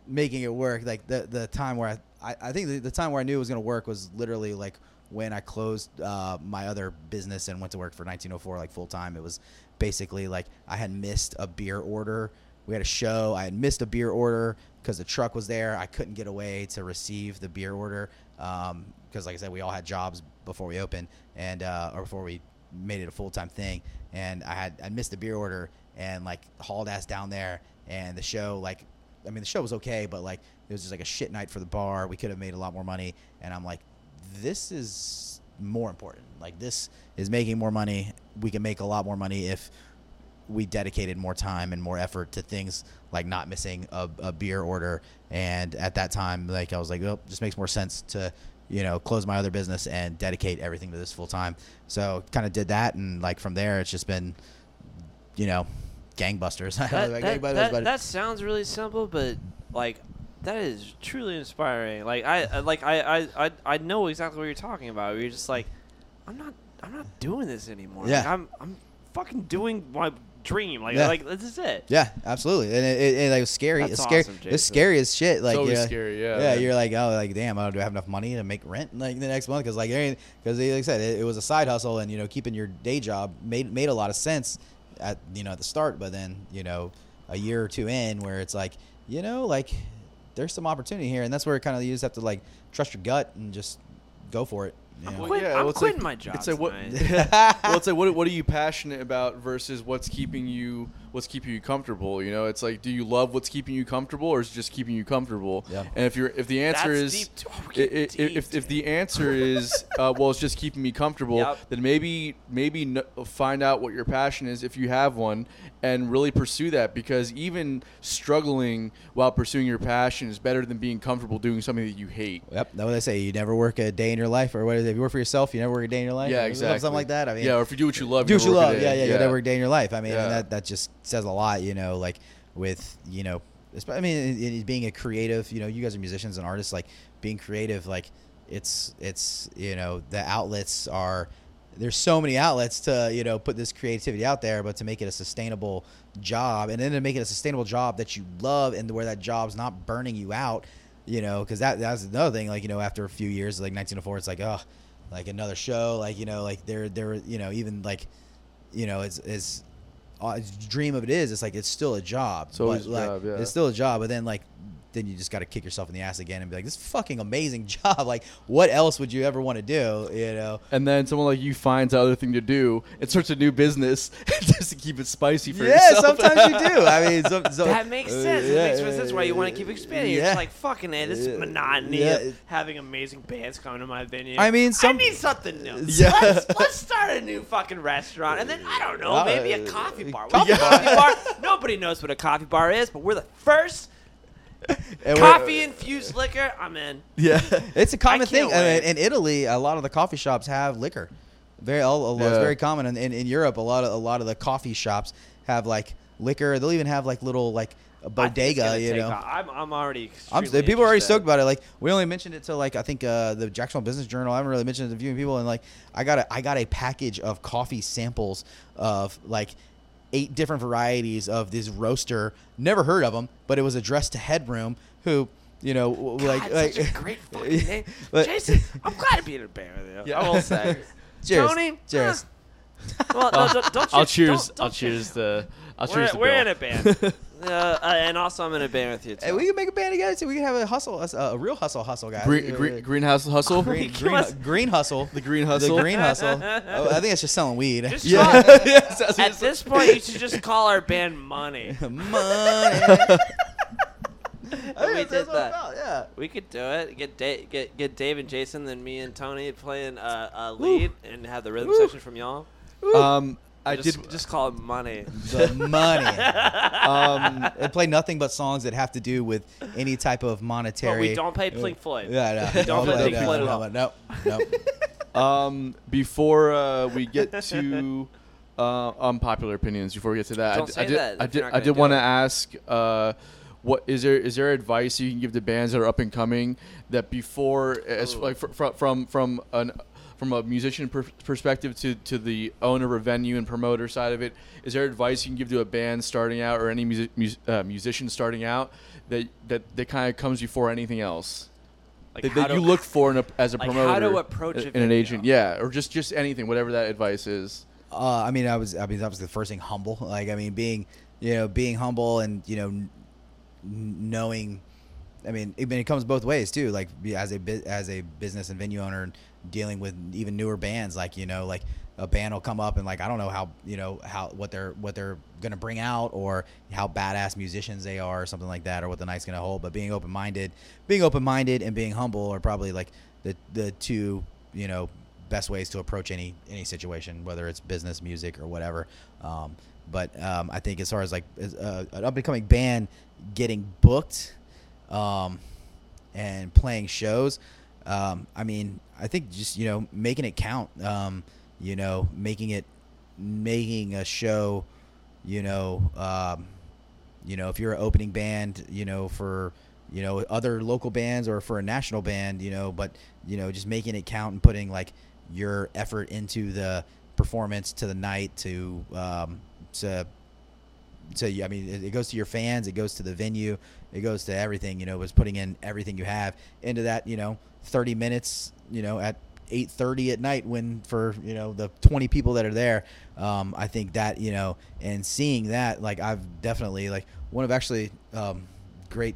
B: making it work like the the time where I I, I think the, the time where I knew it was gonna work was literally like when I closed uh, my other business and went to work for 1904 like full time it was basically like I had missed a beer order we had a show I had missed a beer order because the truck was there I couldn't get away to receive the beer order because like I said we all had jobs before we opened and uh, or before we made it a full time thing. And I had I missed the beer order and like hauled ass down there. And the show like, I mean the show was okay, but like it was just like a shit night for the bar. We could have made a lot more money. And I'm like, this is more important. Like this is making more money. We can make a lot more money if we dedicated more time and more effort to things like not missing a, a beer order. And at that time, like I was like, oh, just makes more sense to, you know, close my other business and dedicate everything to this full time. So kind of did that. And like from there, it's just been, you know, gangbusters.
C: That,
B: Like,
C: that,
B: gangbusters,
C: that-
B: but-
C: that sounds really simple, but like that is truly inspiring. Like I I- like I I, I, I know exactly what you're talking about. You're just like, I'm not I'm not doing this anymore. Like,
B: Yeah.
C: I'm I'm fucking doing my dream. Like
B: Yeah.
C: like this is it.
B: yeah, absolutely. And it, it, it, like, was scary.
C: That's
B: it's scary.
C: awesome,
B: it's
C: Jason.
B: scary as shit. Like,
A: always
B: yeah.
A: scary, yeah.
B: Yeah, you're like, oh, like damn, oh, do I have enough money to make rent like the next month? Because like, because like I said, it, it was a side hustle, and you know, keeping your day job made made a lot of sense at you know at the start, but then you know, a year or two in, where it's like, you know, like there's some opportunity here, and that's where kind of you just have to like trust your gut and just go for it. You know?
A: Well,
C: Quit-
A: yeah,
C: I'm
A: well, it's
C: quitting
A: like-
C: my job
A: It's like what,
C: tonight.
A: well, it's like what, what are you passionate about versus what's keeping you what's keeping you comfortable? You know, it's like do you love what's keeping you comfortable or is it just keeping you comfortable?
B: Yeah.
A: And if you're if the answer
C: That's
A: is
C: deep, too. Oh, we're
A: i- i-
C: getting
A: if,
C: deep,
A: if, the answer is uh, well, it's just keeping me comfortable,
C: Yep.
A: then maybe maybe n- find out what your passion is if you have one and really pursue that because even struggling while pursuing your passion is better than being comfortable doing something that you hate.
B: Yep, that's what they say. You never work a day in your life, or what is it? If you work for yourself, you never work a day in your life.
A: Yeah,
B: or
A: exactly.
B: Something like that. I mean,
A: yeah, or if you do what you love,
B: do
A: you
B: what you
A: work
B: love.
A: it.
B: Yeah, yeah, You'll never work a day in your life. I mean,
A: Yeah.
B: and that that just says a lot. You know, like with you know, esp- I mean, it- it- being a creative. You know, you guys are musicians and artists. Like being creative, like it's it's you know the outlets are. There's so many outlets to you know put this creativity out there, but to make it a sustainable job, and then to make it a sustainable job that you love, and where that job's not burning you out, you know, because that that's another thing. Like you know, after a few years, like 1904, it's like oh, like another show, like you know, like there there you know even like you know, as as uh, dream of it is, it's like it's still a job.
A: It's always
B: but,
A: a
B: like,
A: job, yeah.
B: It's still a job, but then like then you just got to kick yourself in the ass again and be like, this is fucking amazing job. Like, what else would you ever want to do? You know.
A: and then someone like you finds another thing to do and starts a new business just to keep it spicy for
B: Yeah,
A: yourself.
B: sometimes you do. I mean, some, some,
C: That makes
B: uh,
C: sense.
B: yeah,
C: it makes more
B: yeah,
C: sense why you want to keep expanding. You're
B: yeah.
C: just like, fucking it, this
B: Yeah.
C: is monotony
B: Yeah.
C: of having amazing bands coming to my venue.
B: I mean, some-
C: I need something new.
B: Yeah.
C: Let's, let's start a new fucking restaurant, and then I don't know,
B: Uh,
C: maybe a coffee bar. What's
B: coffee
C: a coffee bar? Nobody knows what a coffee bar is, but we're the first
B: and we're-
C: coffee infused liquor. I'm in.
B: Yeah, it's a common
C: can't
B: thing. I mean,
C: wait.
B: in Italy, a lot of the coffee shops have liquor. Very, a lot, it's
A: Yeah.
B: very common. And in, in Europe, a lot of a lot of the coffee shops have like liquor. They'll even have like little like a
C: I think it's
B: bodega.
C: gonna
B: You
C: take
B: know,
C: off. I'm, I'm already.
B: I'm,
C: extremely
B: people are already
C: interested.
B: stoked about it. Like we only mentioned it to like I think uh, the Jacksonville Business Journal. I haven't really mentioned it to viewing people, and like I got a I got a package of coffee samples of like eight different varieties of this roaster. Never heard of them, but it was addressed to Headroom, who you know w-
C: God,
B: like
C: such
B: like
C: a great fucking name.
B: But-
C: Jason, I'm glad to be in a band with you. I will say.
B: Cheers.
C: Tony,
B: Cheers.
C: huh. Well, no, don't, don't
F: I'll
C: cheers-
F: cheers.
C: don't-
F: I'll
C: don't cheers.
F: cheers the. I'll
C: we're
F: cheers the
C: we're
F: bill.
C: in a band. uh, uh, and also, I'm in a band with you, too.
B: Hey, we can make a band together. Too. We can have a hustle, a, a real hustle, hustle guys. Uh,
A: Green, green, greenhouse hustle.
B: green,
C: Give
B: green,
C: us-
B: green hustle.
A: The green hustle.
B: The green hustle. Oh, I think it's just selling weed.
C: Just
A: yeah.
C: call-
A: Yeah, so- so-
C: at this point, you should just call our band Money.
B: Money.
C: we did that.
B: Oh, yeah.
C: We could do it. Get da- get get Dave and Jason, then me and Tony playing uh, a lead and have the rhythm section from y'all.
A: Um,
E: I
D: just,
E: did-
D: just call it money.
B: The money.
E: Um,
B: They play nothing but songs that have to do with any type of monetary. Uh,
D: But we don't play Pink Floyd.
B: Yeah, no,
D: We don't
B: no,
D: play
B: no,
D: Pink Floyd
B: no,
D: at all.
B: No, no, no.
E: um,
A: Before uh, we get to uh, unpopular opinions, before we get to that,
D: Don't
A: I, d-
D: say
A: I did
D: that if
A: I
D: you're
A: did
D: not
A: I
D: gonna
A: did
D: do
A: want to
D: it.
A: ask uh, what is there is there advice you can give to bands that are up and coming that before as like fr- fr- from from an from a musician per- perspective to, to the owner of venue and promoter side of it, is there advice you can give to a band starting out or any music, mus- uh, musician starting out that that, that kind of comes before anything else?
D: Like,
A: that,
D: how
A: that
D: do-
A: you look for in a, as a
D: Like,
A: promoter,
D: how to approach a
A: in an
D: video.
A: agent, yeah, or just just anything, whatever that advice is.
B: Uh, I mean, I was. I mean, that was the first thing. Humble. Like, I mean, being, you know, being humble and you know, n- knowing. I mean, I mean, it comes both ways too. Like, be- as a bu- as a business and venue owner, and dealing with even newer bands, like you know, like a band will come up and like I don't know how you know how what they're what they're gonna bring out or how badass musicians they are or something like that or what the night's gonna hold. But being open minded, being open minded and being humble are probably like the the two you know best ways to approach any any situation, whether it's business, music, or whatever. Um, but um, I think as far as like as, uh, an up and coming band getting booked um, and playing shows, um, I mean, I think just you know making it count. Um, you know, making it making a show. You know. Um, you know, if you're an opening band, you know, for you know other local bands or for a national band, you know, but you know, just making it count and putting like your effort into the performance to the night to um, to so you- I mean, it, it goes to your fans, it goes to the venue, it goes to everything. You know, was putting in everything you have into that. You know, thirty minutes. You know, at eight thirty at night, when for you know the twenty people that are there, um, I think that you know, and seeing that, like I've definitely like one of actually um, great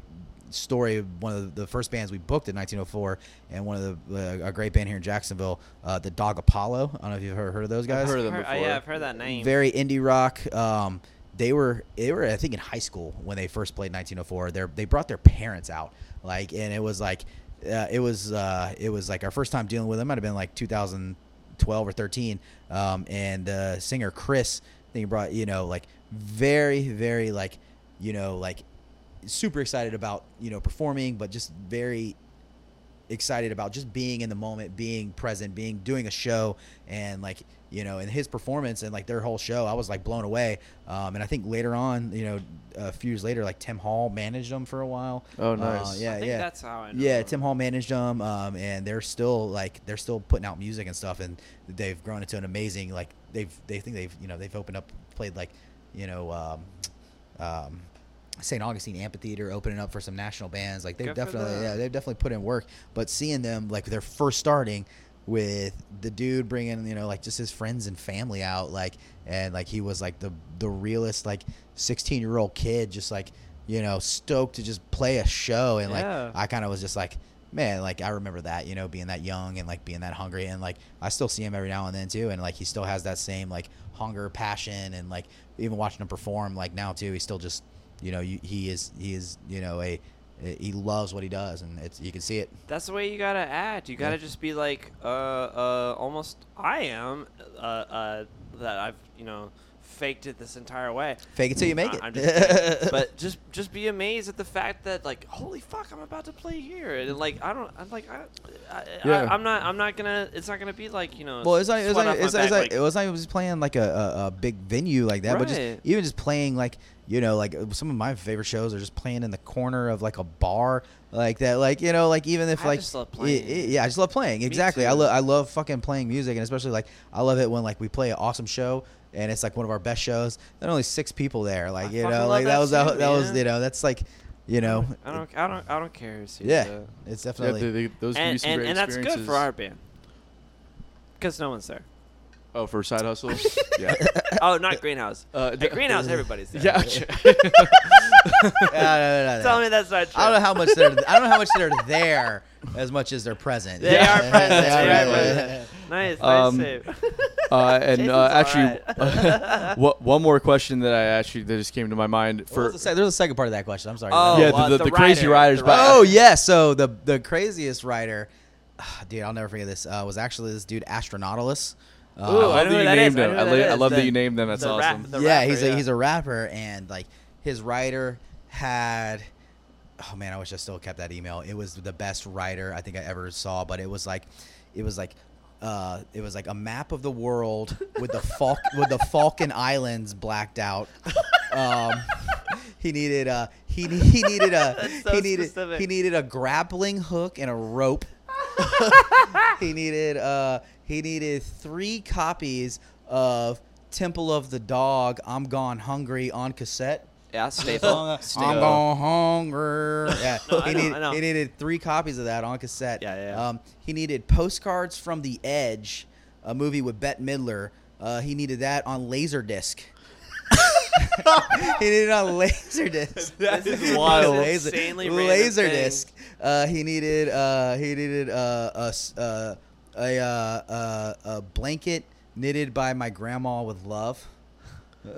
B: story of one of the first bands we booked in 1904 and one of the uh, a great band here in Jacksonville uh, the Dog Apollo I don't know if you've heard, heard of those guys
A: heard of them
D: Heard- oh,
A: before.
D: yeah, I've heard that name.
B: very indie rock. Um, they were they were I think in high school when they first played 1904. They they brought their parents out like and it was like uh, it was uh, it was like our first time dealing with them. Might have been like 2012 or 13. Um, and the singer Chris, I think he brought you know like very very like you know like super excited about you know performing, but just very excited about just being in the moment, being present, being doing a show, and like you know, and his performance and like their whole show, I was like blown away. Um, and I think later on, you know, a few years later, like Tim Hall managed them for a while.
A: Oh,
B: Uh,
A: nice.
B: yeah,
D: I think
B: yeah,
D: that's how I know
B: yeah.
D: them.
B: Tim Hall managed them, um, and they're still like they're still putting out music and stuff, and they've grown into an amazing like they've they think they've you know they've opened up played like you know. Um, um, St. Augustine Amphitheater opening up for some national bands. Like they've
D: Good for
B: definitely,
D: them.
B: yeah, they've definitely put in work. But seeing them like they're first starting with the dude bringing you know like just his friends and family out like and like he was like the the realest like 16 year old kid just like you know stoked to just play a show and like
D: Yeah.
B: i kind of was just like man like i remember that you know being that young and like being that hungry and like i still see him every now and then too and like he still has that same like hunger passion and like even watching him perform like now too he's still just you know you, he is he is you know a he loves what he does and it's you can see it
D: That's the way you gotta act. You gotta
B: Yeah.
D: just be like, uh, uh, almost I am, uh, uh, that I've you know faked it this entire way.
B: fake it till you make
D: I-
B: it
D: I'm just- but just just be amazed at the fact that like holy fuck I'm about to play here and like I don't I'm like I, I,
A: Yeah.
D: I I'm not I'm not gonna it's not gonna be like you know
B: Well, it's not. It's
D: sweat
B: not.
D: off my
B: It's not.
D: back,
B: It's not
D: like-
B: it was not even just playing like a, a, a big venue like that, but just
D: Right.
B: even just playing like you know like uh, some of my favorite shows are just playing in the corner of like a bar like that. Like you know like even if
D: I
B: like
D: just love
B: y-
D: playing.
B: y- yeah, I just love playing. Exactly. I
D: too.
B: love. I love fucking playing music, and especially like I love it when like we play an awesome show. And it's like one of our best shows. There are only six people there. Like you
D: fucking
B: know,
D: love
B: like that
D: that
B: was that,
D: too,
B: that was
D: man.
B: you know that's like, you know,
D: I don't I don't I don't care who sees
B: yeah,
D: that.
B: it's
A: Yeah,
B: definitely
A: they, they, those can be
D: and
A: some
D: and,
A: great
D: and that's good
A: experiences.
D: for our band because no one's there
A: oh for side hustles. yeah.
D: oh not greenhouse
A: Uh,
D: At
A: d-
D: greenhouse everybody's there
A: Yeah. Okay.
B: No, no, no, no, no.
D: tell me that's not true
B: I don't know how much they're. I don't know how much they're there as much as they're present.
D: They
B: Yeah.
D: are present. They
B: Yeah,
D: are
B: yeah,
D: present.
B: yeah.
D: nice nice
A: Um,
D: save
A: uh, and
D: Jason's
A: uh,
D: all
A: actually,
D: right.
A: wha- one more question that I actually that just came to my mind
B: What
A: for
B: was the sec- there's a second part of that question. I'm sorry.
D: Oh,
A: yeah
D: uh,
A: the, the,
D: the
A: crazy
D: rider,
A: riders.
D: the
A: but-
D: rider.
B: Oh yeah. So the ah, the craziest writer, dude, I'll never forget this. Uh, was actually this dude Astronautilus. Uh,
C: Oh,
A: Ooh, I
G: know
A: love that
G: who
A: you
G: that
A: named
G: is. I
A: him.
G: know
A: I,
G: who
A: li-
G: that
A: I
G: is.
A: love that
G: The-
A: you named him. That's
G: the rap-
A: awesome.
G: the
B: yeah,
G: rapper,
B: he's a
G: yeah.
B: he's a rapper, and like his writer had. Oh man, I wish I still kept that email. It was the best writer I think I ever saw, but it was like, it was like, uh, it was like a map of the world with the Falk with the Falcon Islands blacked out. Um, he needed uh he ne- he needed a
C: That's so
B: he needed
C: specific.
B: he needed a grappling hook and a rope he needed uh he needed three copies of Temple of the Dog, I'm Gone Hungry on cassette.
C: Yeah, staple.
B: I'm
C: staple.
B: gone hungry. Yeah,
C: No, I
B: he,
C: know,
B: needed,
C: I know.
B: he needed three copies of that on cassette.
C: Yeah, yeah, yeah.
B: Um, he needed postcards from the Edge, a movie with Bette Midler. Uh, he needed that on Laserdisc. he needed it on Laserdisc.
C: That is
B: He
C: wild.
B: needed
C: This is insanely random
B: Laserdisc. Uh, he needed. Uh, he needed uh, a s- uh, a, uh, uh, a blanket knitted by my grandma with love.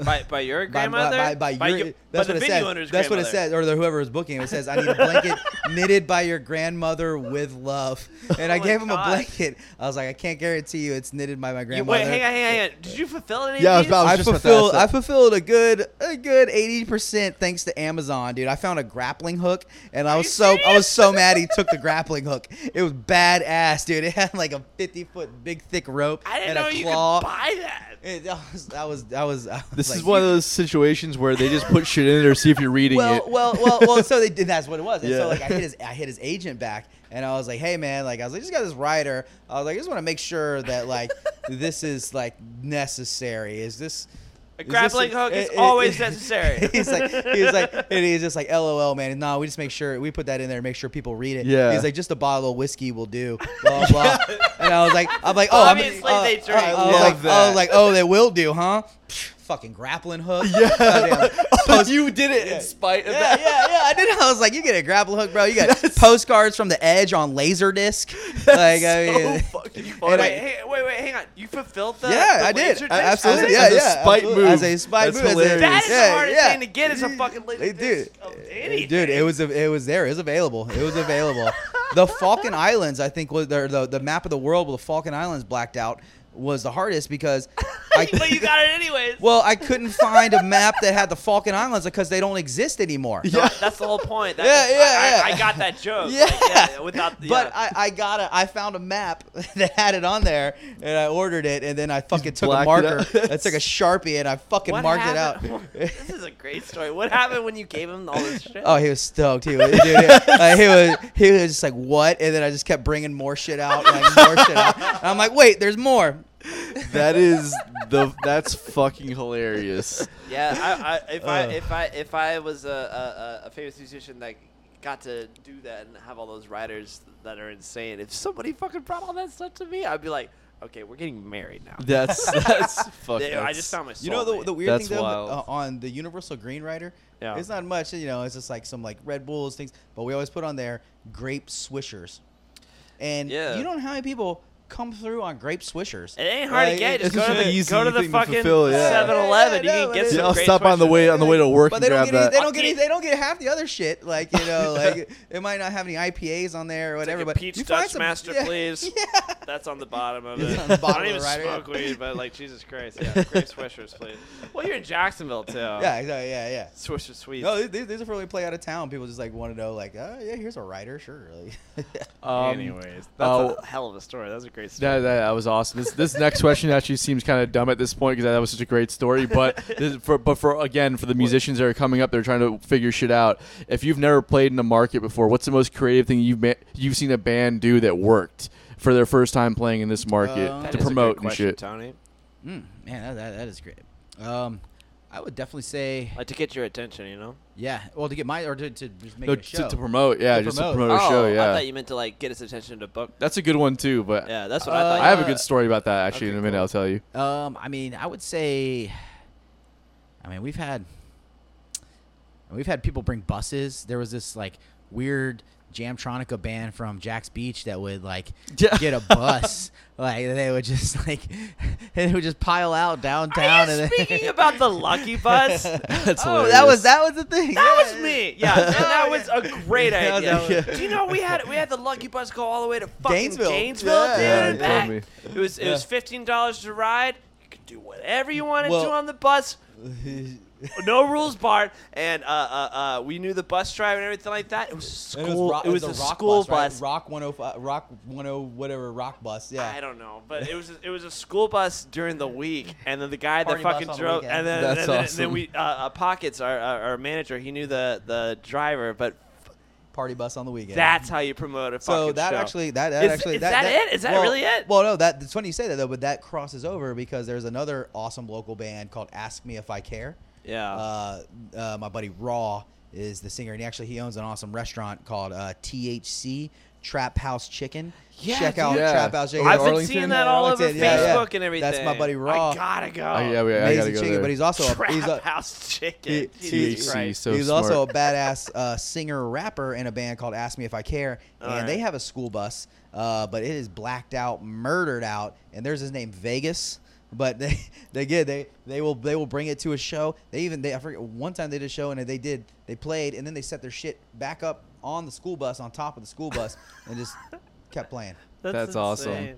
G: by, by your
B: By-
G: grandmother?
B: By, by,
G: By
B: your,
G: you-
B: that's
G: by
B: what
G: the
B: it
G: video
B: says.
G: owner's
B: that's what it
G: grandmother.
B: says, or the whoever is booking it, it says, "I need a blanket knitted by your grandmother with love." And I
C: Oh my
B: gave him
C: God.
B: a blanket. I was like, "I can't guarantee you it's knitted by my
C: You-
B: grandmother."
C: wait, hang on, hang on, hang on. Did you fulfill any
H: Yeah, I
C: of
H: was
C: these?
H: about-
B: I
H: just about to
B: fulfilled.
H: ask that.
B: I fulfilled a good, a good eighty percent thanks to Amazon, dude. I found a grappling hook, and I was so, I was so mad he took the grappling hook. It was badass, dude. It had like a fifty foot big thick rope
C: I
B: and
C: didn't know
B: a
C: you
B: claw.
C: could buy that.
B: It- that was, that was, that was. I was
H: This is
B: like,
H: one of those situations where they just put shit in there to see if you're reading
B: well,
H: it.
B: Well, well, well, so they did. That's what it was. And
H: Yeah.
B: so like I hit his, I hit his agent back, and I was like, hey man, like I was like, I just got this writer. I was like, I just want to make sure that like this is like necessary. Is this?
C: A
B: this
C: grappling hook is
B: eh, eh,
C: always
B: eh.
C: necessary.
B: he's like, he's like, and he's just like, lol, man. No, we just make sure we put that in there, to make sure people read it.
H: Yeah.
B: He's like, just a bottle of whiskey will do. Blah blah. And I was like, I'm like, oh, I'm-
C: Obviously
B: uh,
C: they drink.
B: I was
H: Love
B: like, I
H: that.
B: was like, oh, they will do, huh? Fucking grappling hook. Goddamn
A: Oh, you did it in spite of
B: yeah, yeah, yeah. I did. I was like, you get a grapple hook, bro. You got postcards from the edge on Laserdisc. Like, I mean,
C: wait,
B: and I-
C: hang, wait, wait, hang on. You fulfilled the
B: yeah,
C: the
B: I did.
C: laser
B: I-
C: disc?
B: absolutely.
H: As a-
B: yeah,
H: as a
B: yeah.
H: spite
B: absolutely.
H: move.
B: As a spite
H: That's
B: move. as a-
H: hilarious.
C: That is
B: yeah,
C: the hardest
B: yeah.
C: thing to get is a fucking laser
B: Dude,
C: disc of anything.
B: Dude, it was a, it was there. It was available. It was available. the Falcon Islands, I think, was the, the the map of the world with the Falcon Islands blacked out was the hardest because I,
C: but you got it anyways.
B: well, I couldn't find a map that had the Falcon Islands because they don't exist anymore.
C: No, that's the whole point. That,
B: Yeah, yeah,
C: I, I,
B: yeah.
C: I got that joke.
B: Yeah.
C: Like, yeah without the,
B: But
C: yeah.
B: I, I got a, I found a map that had it on there, and I ordered it, and then I fucking took a
H: blacked
B: marker.
H: it out.
B: I took a sharpie, and I fucking marked it out.
C: happened- this is a great story. What happened when you gave him all this shit?
B: Oh, he was stoked. He was, dude, he, like, he was, he was just like, what? And then I just kept bringing more shit out, like more shit out. And I'm like, wait, there's more.
H: that is the that's fucking hilarious.
C: Yeah, I, I, if I
H: Uh.
B: Ugh.
C: if I if I was a, a, a- a famous musician that got to do that and have all those writers that are insane, if somebody fucking brought all that stuff to me, I'd be like, okay, we're getting married now.
H: That's that's fuck.
C: Dude, I
H: that's-
C: just found my soulmate.
B: You know the, the weird
H: That's
B: thing though
H: wild.
B: uh, on the Universal Green Rider,
C: Yeah.
B: it's not much. You know, it's just like some like Red Bulls things, but we always put on there grape swishers, and
C: Yeah.
B: you don't know how many people come through on grape swishers.
C: it ain't hard to
B: Like,
C: get.
H: it's
C: Just go to
H: just an
C: the
H: easy
C: go to the
H: thing to
C: fucking
H: fulfill, yeah.
C: 7-Eleven.
B: Yeah, yeah,
C: you
B: no,
C: can get
B: it
C: some.
H: yeah, I'll
C: great
H: stop on the
C: choices.
H: way on the way to work
B: But
H: and
B: they don't
H: grab
B: get any,
H: that.
B: they don't get any, they don't get half the other shit. Like you know, like it might not have any IPAs on there or
C: It's
B: whatever.
C: like a
B: but
C: peach
B: you find
C: Dutch
B: some-
C: master,
B: yeah,
C: please. Uh,
B: yeah.
C: That's on the bottom of
B: It's
C: it.
B: on the
C: I
B: bottom
C: don't
B: of
C: even
B: the rider.
C: smoke weed, but like Jesus Christ, yeah, great swishers, please. Well, you're in Jacksonville too.
B: Yeah, exactly. Yeah, yeah.
C: Swisher sweets.
B: No, these, these are for when we play out of town. People just like want to know, like, oh yeah, here's a rider, sure. Like,
A: Um,
C: Anyways, that's
A: uh,
C: a hell of a story. That was a great story.
A: That, that, that was awesome. This, this next question actually seems kind of dumb at this point because that was such a great story. But this, for, but for again for the musicians that are coming up, they're trying to figure shit out. If you've never played in the market before, what's the most creative thing you've ma- you've seen a band do that worked for their first time playing in this market
B: Uh, That
A: to
B: is a
A: promote and shit?
C: Tony.
B: Mm, man, that, that, that is great. Um, I would definitely say,
C: Like to get your attention, you know.
B: yeah. Well, to get my or to, to just make
A: No,
B: it a show.
A: to, to promote, yeah,
B: To
A: just
B: promote. Oh,
A: to promote a show,
C: Oh, I
A: Oh, yeah.
C: thought you meant to like get his attention to book.
A: That's a good one too. But
C: Yeah, that's what
B: Uh,
C: I
A: I
C: thought.
A: have a good story about that actually
C: okay,
A: in a minute.
C: cool.
A: I'll tell you.
B: um, I mean, I would say, I mean, we've had, we've had people bring buses. There was this like weird Jamtronica band from Jack's Beach that would like
A: Yeah.
B: get a bus Like they would just like they would just pile out downtown.
C: Are you
B: and
C: speaking about the lucky bus?
A: That's
B: oh, that was that was the thing.
C: That
B: yeah.
C: was me. Yeah, that, that was a great
B: Yeah,
C: idea.
B: that was-
C: Do you know we had we had the lucky bus go all the way to fucking
B: Gainesville.
C: Gainesville,
B: Yeah.
C: dude,
A: Yeah,
C: and
A: you told me.
C: back. It was it was fifteen dollars to ride. You could do whatever you wanted
B: Well-
C: to on the bus. no rules barred, and uh, uh, uh, we knew the bus driver and everything like that. It was school.
B: And
C: It
B: it was,
C: was,
B: ro-
C: a
B: the rock
C: school
B: bus, right?
C: bus.
B: Rock 105, Rock 10, whatever rock bus. Yeah.
C: I don't know, but it was it was a school bus during the week, and then the guy that
B: Party bus
C: fucking
B: on the
C: drove,
B: weekend.
C: and then
A: That's
C: and then,
A: awesome.
C: and then we uh, uh, pockets our, our our manager. He knew the the driver, but
B: Party bus on the weekend.
C: that's how you promote a fucking
B: so that
C: show.
B: actually that, that
C: Is-
B: actually
C: is that it? Is that
B: well-
C: really it?
B: Well, no, that it's funny you say that though, but that crosses over because there's another awesome local band called Ask Me If I Care.
C: Yeah.
B: Uh, uh, my buddy Raw is the singer, and he actually he owns an awesome restaurant called uh, THC Trap House Chicken.
C: Yeah,
B: Check
C: dude.
B: out
A: Yeah.
B: Trap House Chicken.
A: Over
C: I've
A: in
C: been
A: Arlington?
C: seeing that all
B: Yeah,
C: over
B: Arlington, yeah, yeah.
C: Facebook and everything.
B: That's my buddy Raw.
C: I gotta go.
A: I, Uh, yeah, we, I gotta
B: Amazing
A: go
B: chicken,
A: there.
B: but he's also a,
C: Trap
B: he's a,
C: house chicken.
B: He-
C: Jesus
A: THC,
C: Christ.
A: so
B: he's
A: smart.
B: also a badass uh, singer rapper in a band called Ask Me If I Care, and
C: Alright.
B: they have a school bus, uh, but it is blacked out, murdered out, and there's his name Vegas. But they they get they they will they will bring it to a show. They even they I forget one time they did a show and they did they played and then they set their shit back up on the school bus on top of the school bus and just kept playing.
A: That's awesome.
C: insane.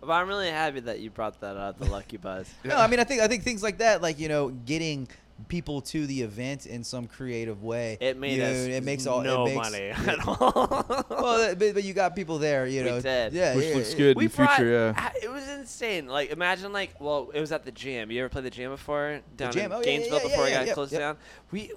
C: But I'm really happy that you brought that up, the Lucky Buzz.
B: No, I mean I think I think things like that like you know getting people to the event in some creative way.
C: It made
B: you-
C: us
B: it makes all
C: no
B: it makes,
C: money at all.
B: well, th- but, but you got people there, you
C: We
B: know.
C: did.
B: Yeah,
A: Which
B: yeah,
A: looks
B: yeah.
A: good in the
C: brought,
A: future, yeah.
C: I- It was insane. Like imagine like well, it was at the gym. You ever played the gym before down
B: gym?
C: in
B: Oh, yeah, yeah,
C: Gainesville
B: yeah,
C: before
B: yeah,
C: it got
B: yeah,
C: closed
B: yeah.
C: down? We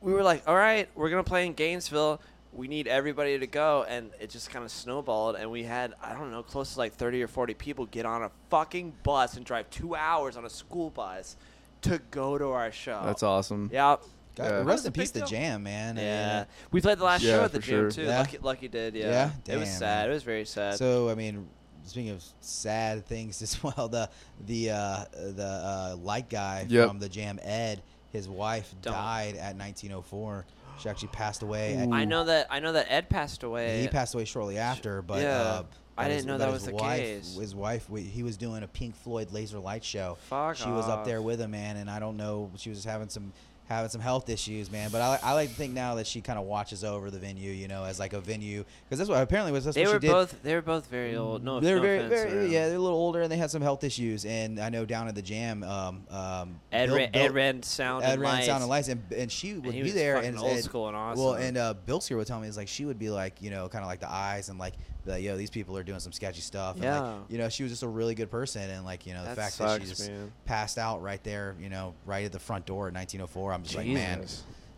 C: we were like, all right, we're gonna play in Gainesville. We need everybody to go, and it just kind of snowballed. And we had I don't know, close to like thirty or forty people get on a fucking bus and drive two hours on a school bus to go to our show.
A: That's awesome.
C: Yeah.
B: God,
A: Yeah.
B: Rest in
C: That was a
B: peace,
C: big
B: the
C: deal.
B: jam, man. I mean,
C: Yeah, we played the last
A: Yeah,
C: show at the
A: for
C: gym
A: sure.
C: too.
B: Yeah.
C: Lucky, Lucky did. Yeah,
B: Yeah?
C: it was
B: Damn,
C: sad.
B: man.
C: It was very sad.
B: So I mean, speaking of sad things as well, the the uh, the uh, light guy
A: Yep.
B: from the jam, Ed, his wife
C: Don't.
B: died at 1904. She actually passed away.
A: Ooh.
B: At,
C: I know that I know that Ed passed away.
B: he passed away shortly after, but
C: Eh, Yeah.
B: uh, but
C: I didn't
B: his-
C: know
B: but
C: that
B: his
C: was the
B: wife,
C: case.
B: His wife, w- he was doing a Pink Floyd laser light show.
C: Fuck
B: she was up
C: off.
B: there with him, man, and I don't know. She was having some having some health issues, man. But I, I like to think now that she kind of watches over the venue, you know, as like a venue, because that's what apparently was that's
C: they
B: what
C: were
B: she did.
C: both they were both very old. No,
B: they were
C: no
B: very,
C: offense, um,
B: very
C: Aaron.
B: yeah, they're a little older, and they had some health issues. And I know down at the jam, um, um,
C: Ed,
B: Bill-
C: ran,
B: Bill-
C: Ed ran sound.
B: Ed
C: and
B: ran
C: lights.
B: sound and lights, and, and she would
C: he
B: be
C: was
B: there,
C: fucking
B: and
C: old
B: and-
C: school and
B: Well,
C: awesome.
B: and uh, Bill Skier would tell me is like she would be like, you know, kind of like the eyes, and like, be like, yo, these people are doing some sketchy stuff. And,
C: Yeah.
B: like, you know, she was just a really good person, and like, you know, the
C: That
B: fact that she
C: sucks,
B: just
C: man.
B: passed out right there, you know, right at the front door in 1904. I'm just
A: Jesus.
B: like, man,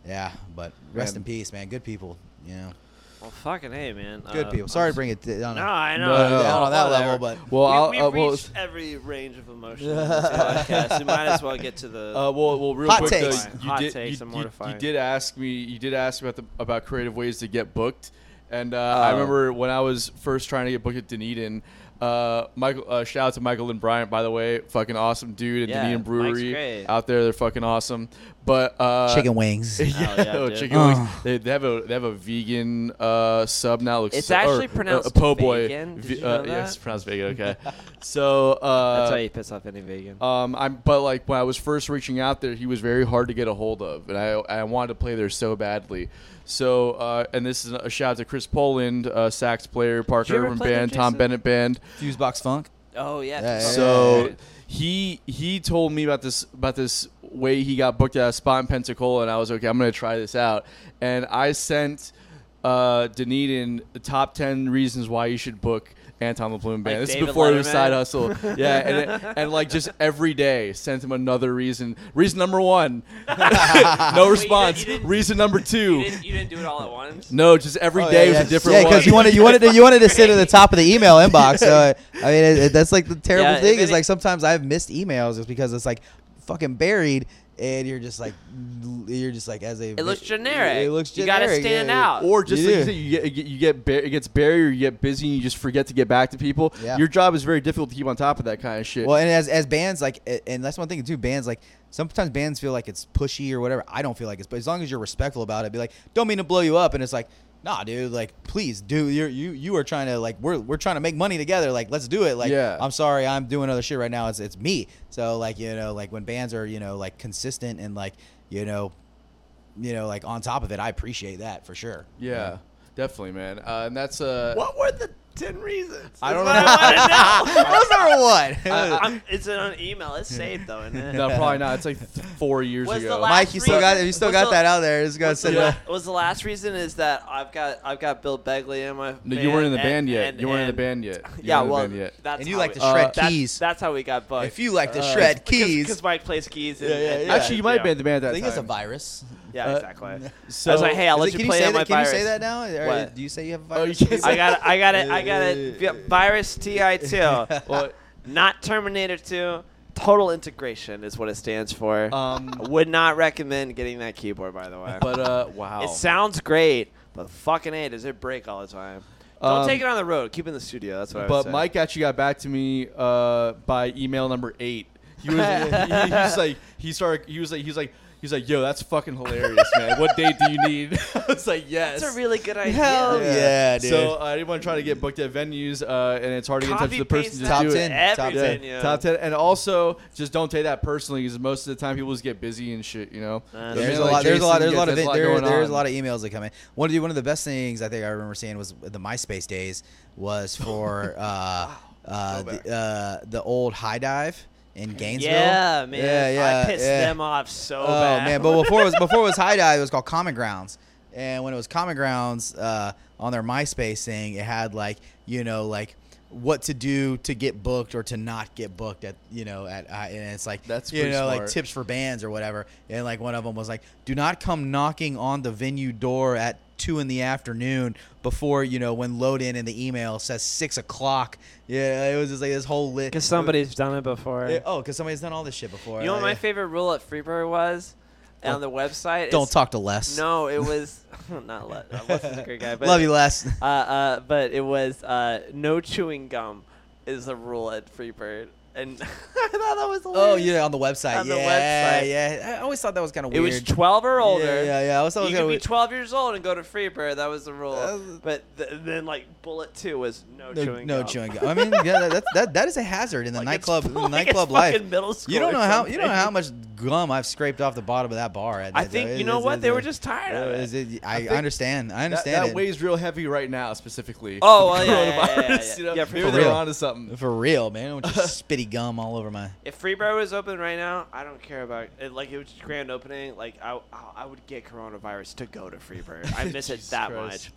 B: yeah, but rest
A: Man.
B: in peace, man. Good people, you know,
C: Well, fucking hey, man.
B: good
C: Uh,
B: people. Sorry
C: I'm
B: to bring it down,
C: s- No, I know.
A: No, no,
B: down on that
C: whatever.
B: level, but
A: uh, Well, I'll,
C: we,
A: uh,
C: we've
A: well,
C: reached every range of emotion in this podcast. We might as well get to the.
A: Uh, well, well, real
B: Hot
A: quick,
B: takes.
A: Though, you
C: Hot
A: did,
C: takes,
A: you,
C: I'm
A: you- you
C: mortified.
A: did ask me. You did ask about the about creative ways to get booked, and uh,
B: Oh.
A: I remember when I was first trying to get booked at Dunedin. Uh, Michael, uh, shout out to Michael and Bryant, by the way, fucking awesome dude at
C: Yeah,
A: Dunedin
C: Mike's
A: Brewery
C: great.
A: out there. They're fucking awesome. But uh,
B: chicken wings.
A: yeah,
C: Oh, yeah,
A: oh,
C: dude.
A: chicken wings. They, they have a they have a vegan uh, sub now. Looks
C: It's
A: so- or,
C: actually
A: uh, a
C: pronounced
A: po' boy.
C: vegan. Did
A: Vi-
C: you know
A: uh, Yes,
C: that?
A: pronounced vegan. Okay, so uh,
C: That's how you piss off any vegan.
B: uh,
A: um, I'm, but like when I was first reaching out there, he was very hard to get a hold of, and I, I wanted to play there so badly. So, uh, and this is a shout out to Chris Poland, uh, sax player, Parker
C: you ever
A: Urban
C: play there,
A: Band, Tom
C: Jason?
A: Bennett Band.
B: Fusebox Funk.
C: oh yeah.
B: Yeah,
C: fuck
A: So
C: it.
A: he he told me about this about this way he got booked at a spot in Pensacola, and I was okay. I'm gonna try this out, and I sent uh, Dunedin the top ten reasons why you should book. Anton LaPlume band.
C: Like
A: this
C: David
A: is before it was
C: Letterman?
A: side hustle. Yeah, and, it- and like just every day sent him another reason. Reason number one, no response.
C: didn't-
A: reason number
C: you
A: two,
C: didn't, you didn't do it all at once.
A: no. Just every day was a different
B: Oh, Yeah,
A: one.
B: because you wanted you wanted to, you wanted to sit at the top of the email inbox. So I, I mean, it, it- that's like the terrible
C: Yeah, if
B: thing is
C: any-
B: like sometimes I've missed emails just because it's like fucking buried, and you're just like you're just like as a
C: It looks generic.
B: It looks
C: You
B: generic.
C: gotta stand
B: yeah.
C: out.
A: Or just
B: You
A: like you
B: do.
A: said, you get, you get you get bar- it gets buried, or you get busy, and you just forget to get back to people.
B: Yeah.
A: Your job is very difficult to keep on top of that kind of shit.
B: Well, and as as bands like, a- and that's one thing too. Bands like sometimes bands feel like it's pushy or whatever. I don't feel like it's, but as long as you're respectful about it, be like, don't mean to blow you up, and it's like. nah, dude, like please do you you you are trying to like we're we're trying to make money together. Like let's do it. Like
A: Yeah.
B: I'm sorry, I'm doing other shit right now. It's it's me. So like you know like when bands are you know like consistent and like you know you know like on top of it, I appreciate that for sure.
A: Yeah, definitely, man. Uh, and that's uh,
C: What were the ten reasons?
A: I don't
C: That's what I wanna know.
B: That was number one.
C: I- I'm- it's in an email. It's saved though. Isn't it?
A: no, probably not. It's like th- four years
C: What's the
A: ago.
C: last-
B: Mike, you still got you still
C: What's
B: got
C: the-
B: that out there. Just gotta
C: What's the,
B: send
C: la-
B: that.
C: was the last reason is that I've got I've got Bill Begley in my.
A: no, you weren't in the band yet.
C: and-
A: you weren't in the
C: and-
A: band yet. You
C: yeah,
A: weren't in the
C: well,
A: band yet.
C: that's
B: And you
C: how
B: like
C: we-
B: to shred
A: Uh,
B: keys.
C: That's how we got bugged.
B: if you like to
A: Uh,
B: shred keys,
C: because Mike plays keys. And,
B: Yeah, yeah,
C: and-
B: yeah.
A: Actually, you might have been in
I: Yeah.
A: the band at
B: I
A: that
B: think
A: time.
B: it's a virus.
A: uh,
C: Yeah, exactly.
A: So
C: I was like, hey, I'll
B: Is
C: let
B: it-
C: you
B: can
C: play
B: you say
C: on my
B: that? Can you
C: virus.
B: say that now? Or
C: What?
B: Do you say you have a
A: Oh, you
B: virus?
A: can't
C: I got I got it. I got it. yeah, Virus Ti two.
A: Well,
C: Not Terminator two. Total integration is what it stands for.
A: um,
C: I would not recommend getting that keyboard, by the way.
A: but uh, wow.
C: it
B: Oh.
C: sounds great, but fucking a does it break all the time. Don't
A: Um,
C: take it on the road. Keep it in the studio. That's what I would
A: But
C: say.
A: Mike actually got back to me uh, by email number eight. He was, he, he was like, he started, he was like, he was like, he was like, yo, that's fucking hilarious, man. What date do you need? I was like, yes.
C: that's a really good idea.
B: Hell yeah, dude.
A: So uh, anyone trying to get booked at venues, uh, and it's hard to get in touch with the person.
C: Copy-paste
A: Just
B: Top
A: do it.
B: 10. Top
A: Yeah,
C: Everything, yeah.
A: top ten, and also just don't take that personally because most of the time people just get busy and shit. You know,
C: Nah,
A: I mean,
B: there's a
A: like
B: lot. There's a lot.
A: Jason
B: There's a lot of
A: gets-
B: vi- there,
A: going
B: there's
A: on.
B: a lot of emails that come in. One of the one of the best things I think I remember seeing was the MySpace days was for uh, uh, the, uh, the old high dive in Gainesville.
C: Yeah, man.
B: Yeah, yeah,
C: I pissed
B: yeah.
C: them off so
B: Oh
C: bad.
B: man, but before it was before it was high dive, it was called Common Grounds. And when it was Common Grounds uh, on their MySpace thing, it had like you know like what to do to get booked or to not get booked at you know at uh, and it's like
A: That's
B: you
A: pretty
B: know like
A: smart.
B: tips for bands or whatever. And like one of them was like, do not come knocking on the venue door at two in the afternoon before you know when load in in the email says six o'clock. Yeah, it was just like this whole lit.
I: Because somebody's done it before.
B: Yeah, oh, because somebody's done all this shit before.
C: You know what my
B: Like,
C: favorite rule at Freebird was on the website?
B: don't
C: It's-
B: talk to Les.
C: No, it was not Les. uh, Les is a great guy. But
B: Love you, Les.
C: Uh, uh, but it was uh, no chewing gum is the rule at Freebird, and I thought that was
B: Oh
C: hilarious.
B: yeah, on the website.
C: On the
B: yeah,
C: website.
B: yeah. I always thought that was kind of
C: It
B: weird.
C: was 12 or older.
B: Yeah, yeah, yeah. I always thought it was
C: you
B: kind
C: could
B: of
C: be
B: weird.
C: 12 years old and go to Freebird. That was the rule.
B: That was-
C: but th- then, like, bullet two was no,
B: No,
C: chewing
B: no
C: gum.
B: chewing gum. I mean, yeah, that, that's- that that is a hazard in the
C: Like, it's
B: nightclub
C: fu- like, it's
B: nightclub
C: fucking
B: life.
C: middle school
B: You don't
C: or
B: know how you don't know
C: something.
B: how much gum I've scraped off the bottom of that bar. At
C: I
B: that-
C: think
B: it-
C: you know
B: it's-
C: what
B: it's-
C: they were just tired of
B: Is
C: it.
B: it, I, I
A: think
B: understand. I
A: That,
B: understand.
A: that
B: it.
A: weighs real heavy right now, specifically.
C: Oh,
A: with
C: well, yeah, yeah, yeah, yeah,
A: coronavirus,
C: yeah.
A: you know?
C: Yeah, for
A: Maybe
C: sure.
A: they're
B: Real.
A: onto something.
B: for real, man. I'm just spitty gum all over my.
C: If Freebird was open right now, I don't care about it. Like it was just grand opening. Like I, I, I would get coronavirus to go to Freebird. I miss it
A: Jesus
C: that
A: Christ.
C: much.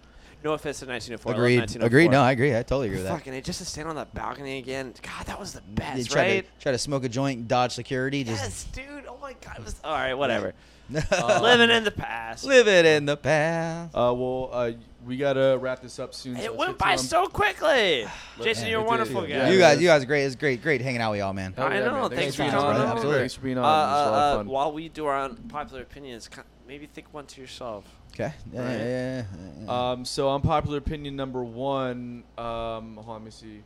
C: No offense to 1904. I love
B: Agreed.
C: 1904.
B: Agreed. No, I agree. I totally agree with that.
C: Fucking it, just to stand on that balcony again. God, that was the
B: You
C: best,
B: try to-
C: right?
B: try to smoke a joint, dodge security. Just Uh,
C: Yes, dude. Oh my God, it was all right. Whatever.
A: Um,
C: Living in the past.
B: live it in the past.
A: Uh, well, uh, we gotta wrap this up soon. so
C: it
A: let's
C: went
A: get to,
C: by
A: um,
C: so quickly. Jason,
A: man,
C: you're a
A: we did.
C: wonderful guy.
A: Yeah,
B: you
A: it
B: guys,
A: is.
B: you guys, are great. It's great, great hanging out with y'all, man.
A: Hell
C: I
A: yeah,
C: know,
A: man.
C: thanks
B: for coming
A: on.
B: on.
A: Absolutely. Thanks for being
C: Uh,
A: on.
C: uh,
A: it was a lot
C: uh,
A: of fun.
C: while we do our unpopular opinions, co- maybe think one to yourself.
B: Okay. Yeah,
C: Right.
B: yeah, yeah, yeah.
C: uh,
A: Um, so unpopular opinion number one. Um, hold on, let me see.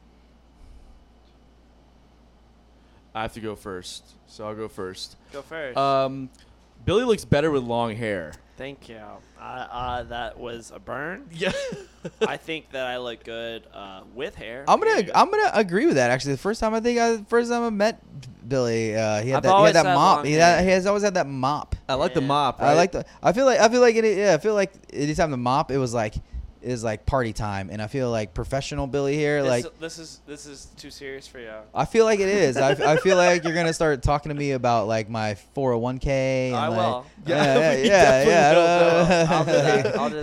A: I have to go first, so I'll go first.
C: Go first.
A: Um, Billy looks better with long hair.
C: Thank you. Uh, uh, that was a burn.
A: Yeah.
C: I think that I look good uh, with hair.
B: I'm gonna
C: period.
B: I'm gonna agree with that. Actually, the first time I think I first time I met Billy, uh, he had
C: I've
B: that he
C: always
B: had that
C: had
B: mop.
C: long
B: He, had,
C: hair.
B: he has always had that mop.
A: I like the
C: Yeah.
A: mop.
B: I like the. I feel like I feel like any, yeah. I feel like anytime the mop, it was like it was like party time, and I feel like professional Billy here.
C: This,
B: Like
C: this is this is too serious for you.
B: I feel like it is. I, I feel like you're gonna start talking to me about like my 401k. And
C: I
B: like,
C: will.
B: Yeah, yeah,
A: we
B: yeah.
A: definitely
B: yeah, I
A: will.
C: I'll do that. I'll do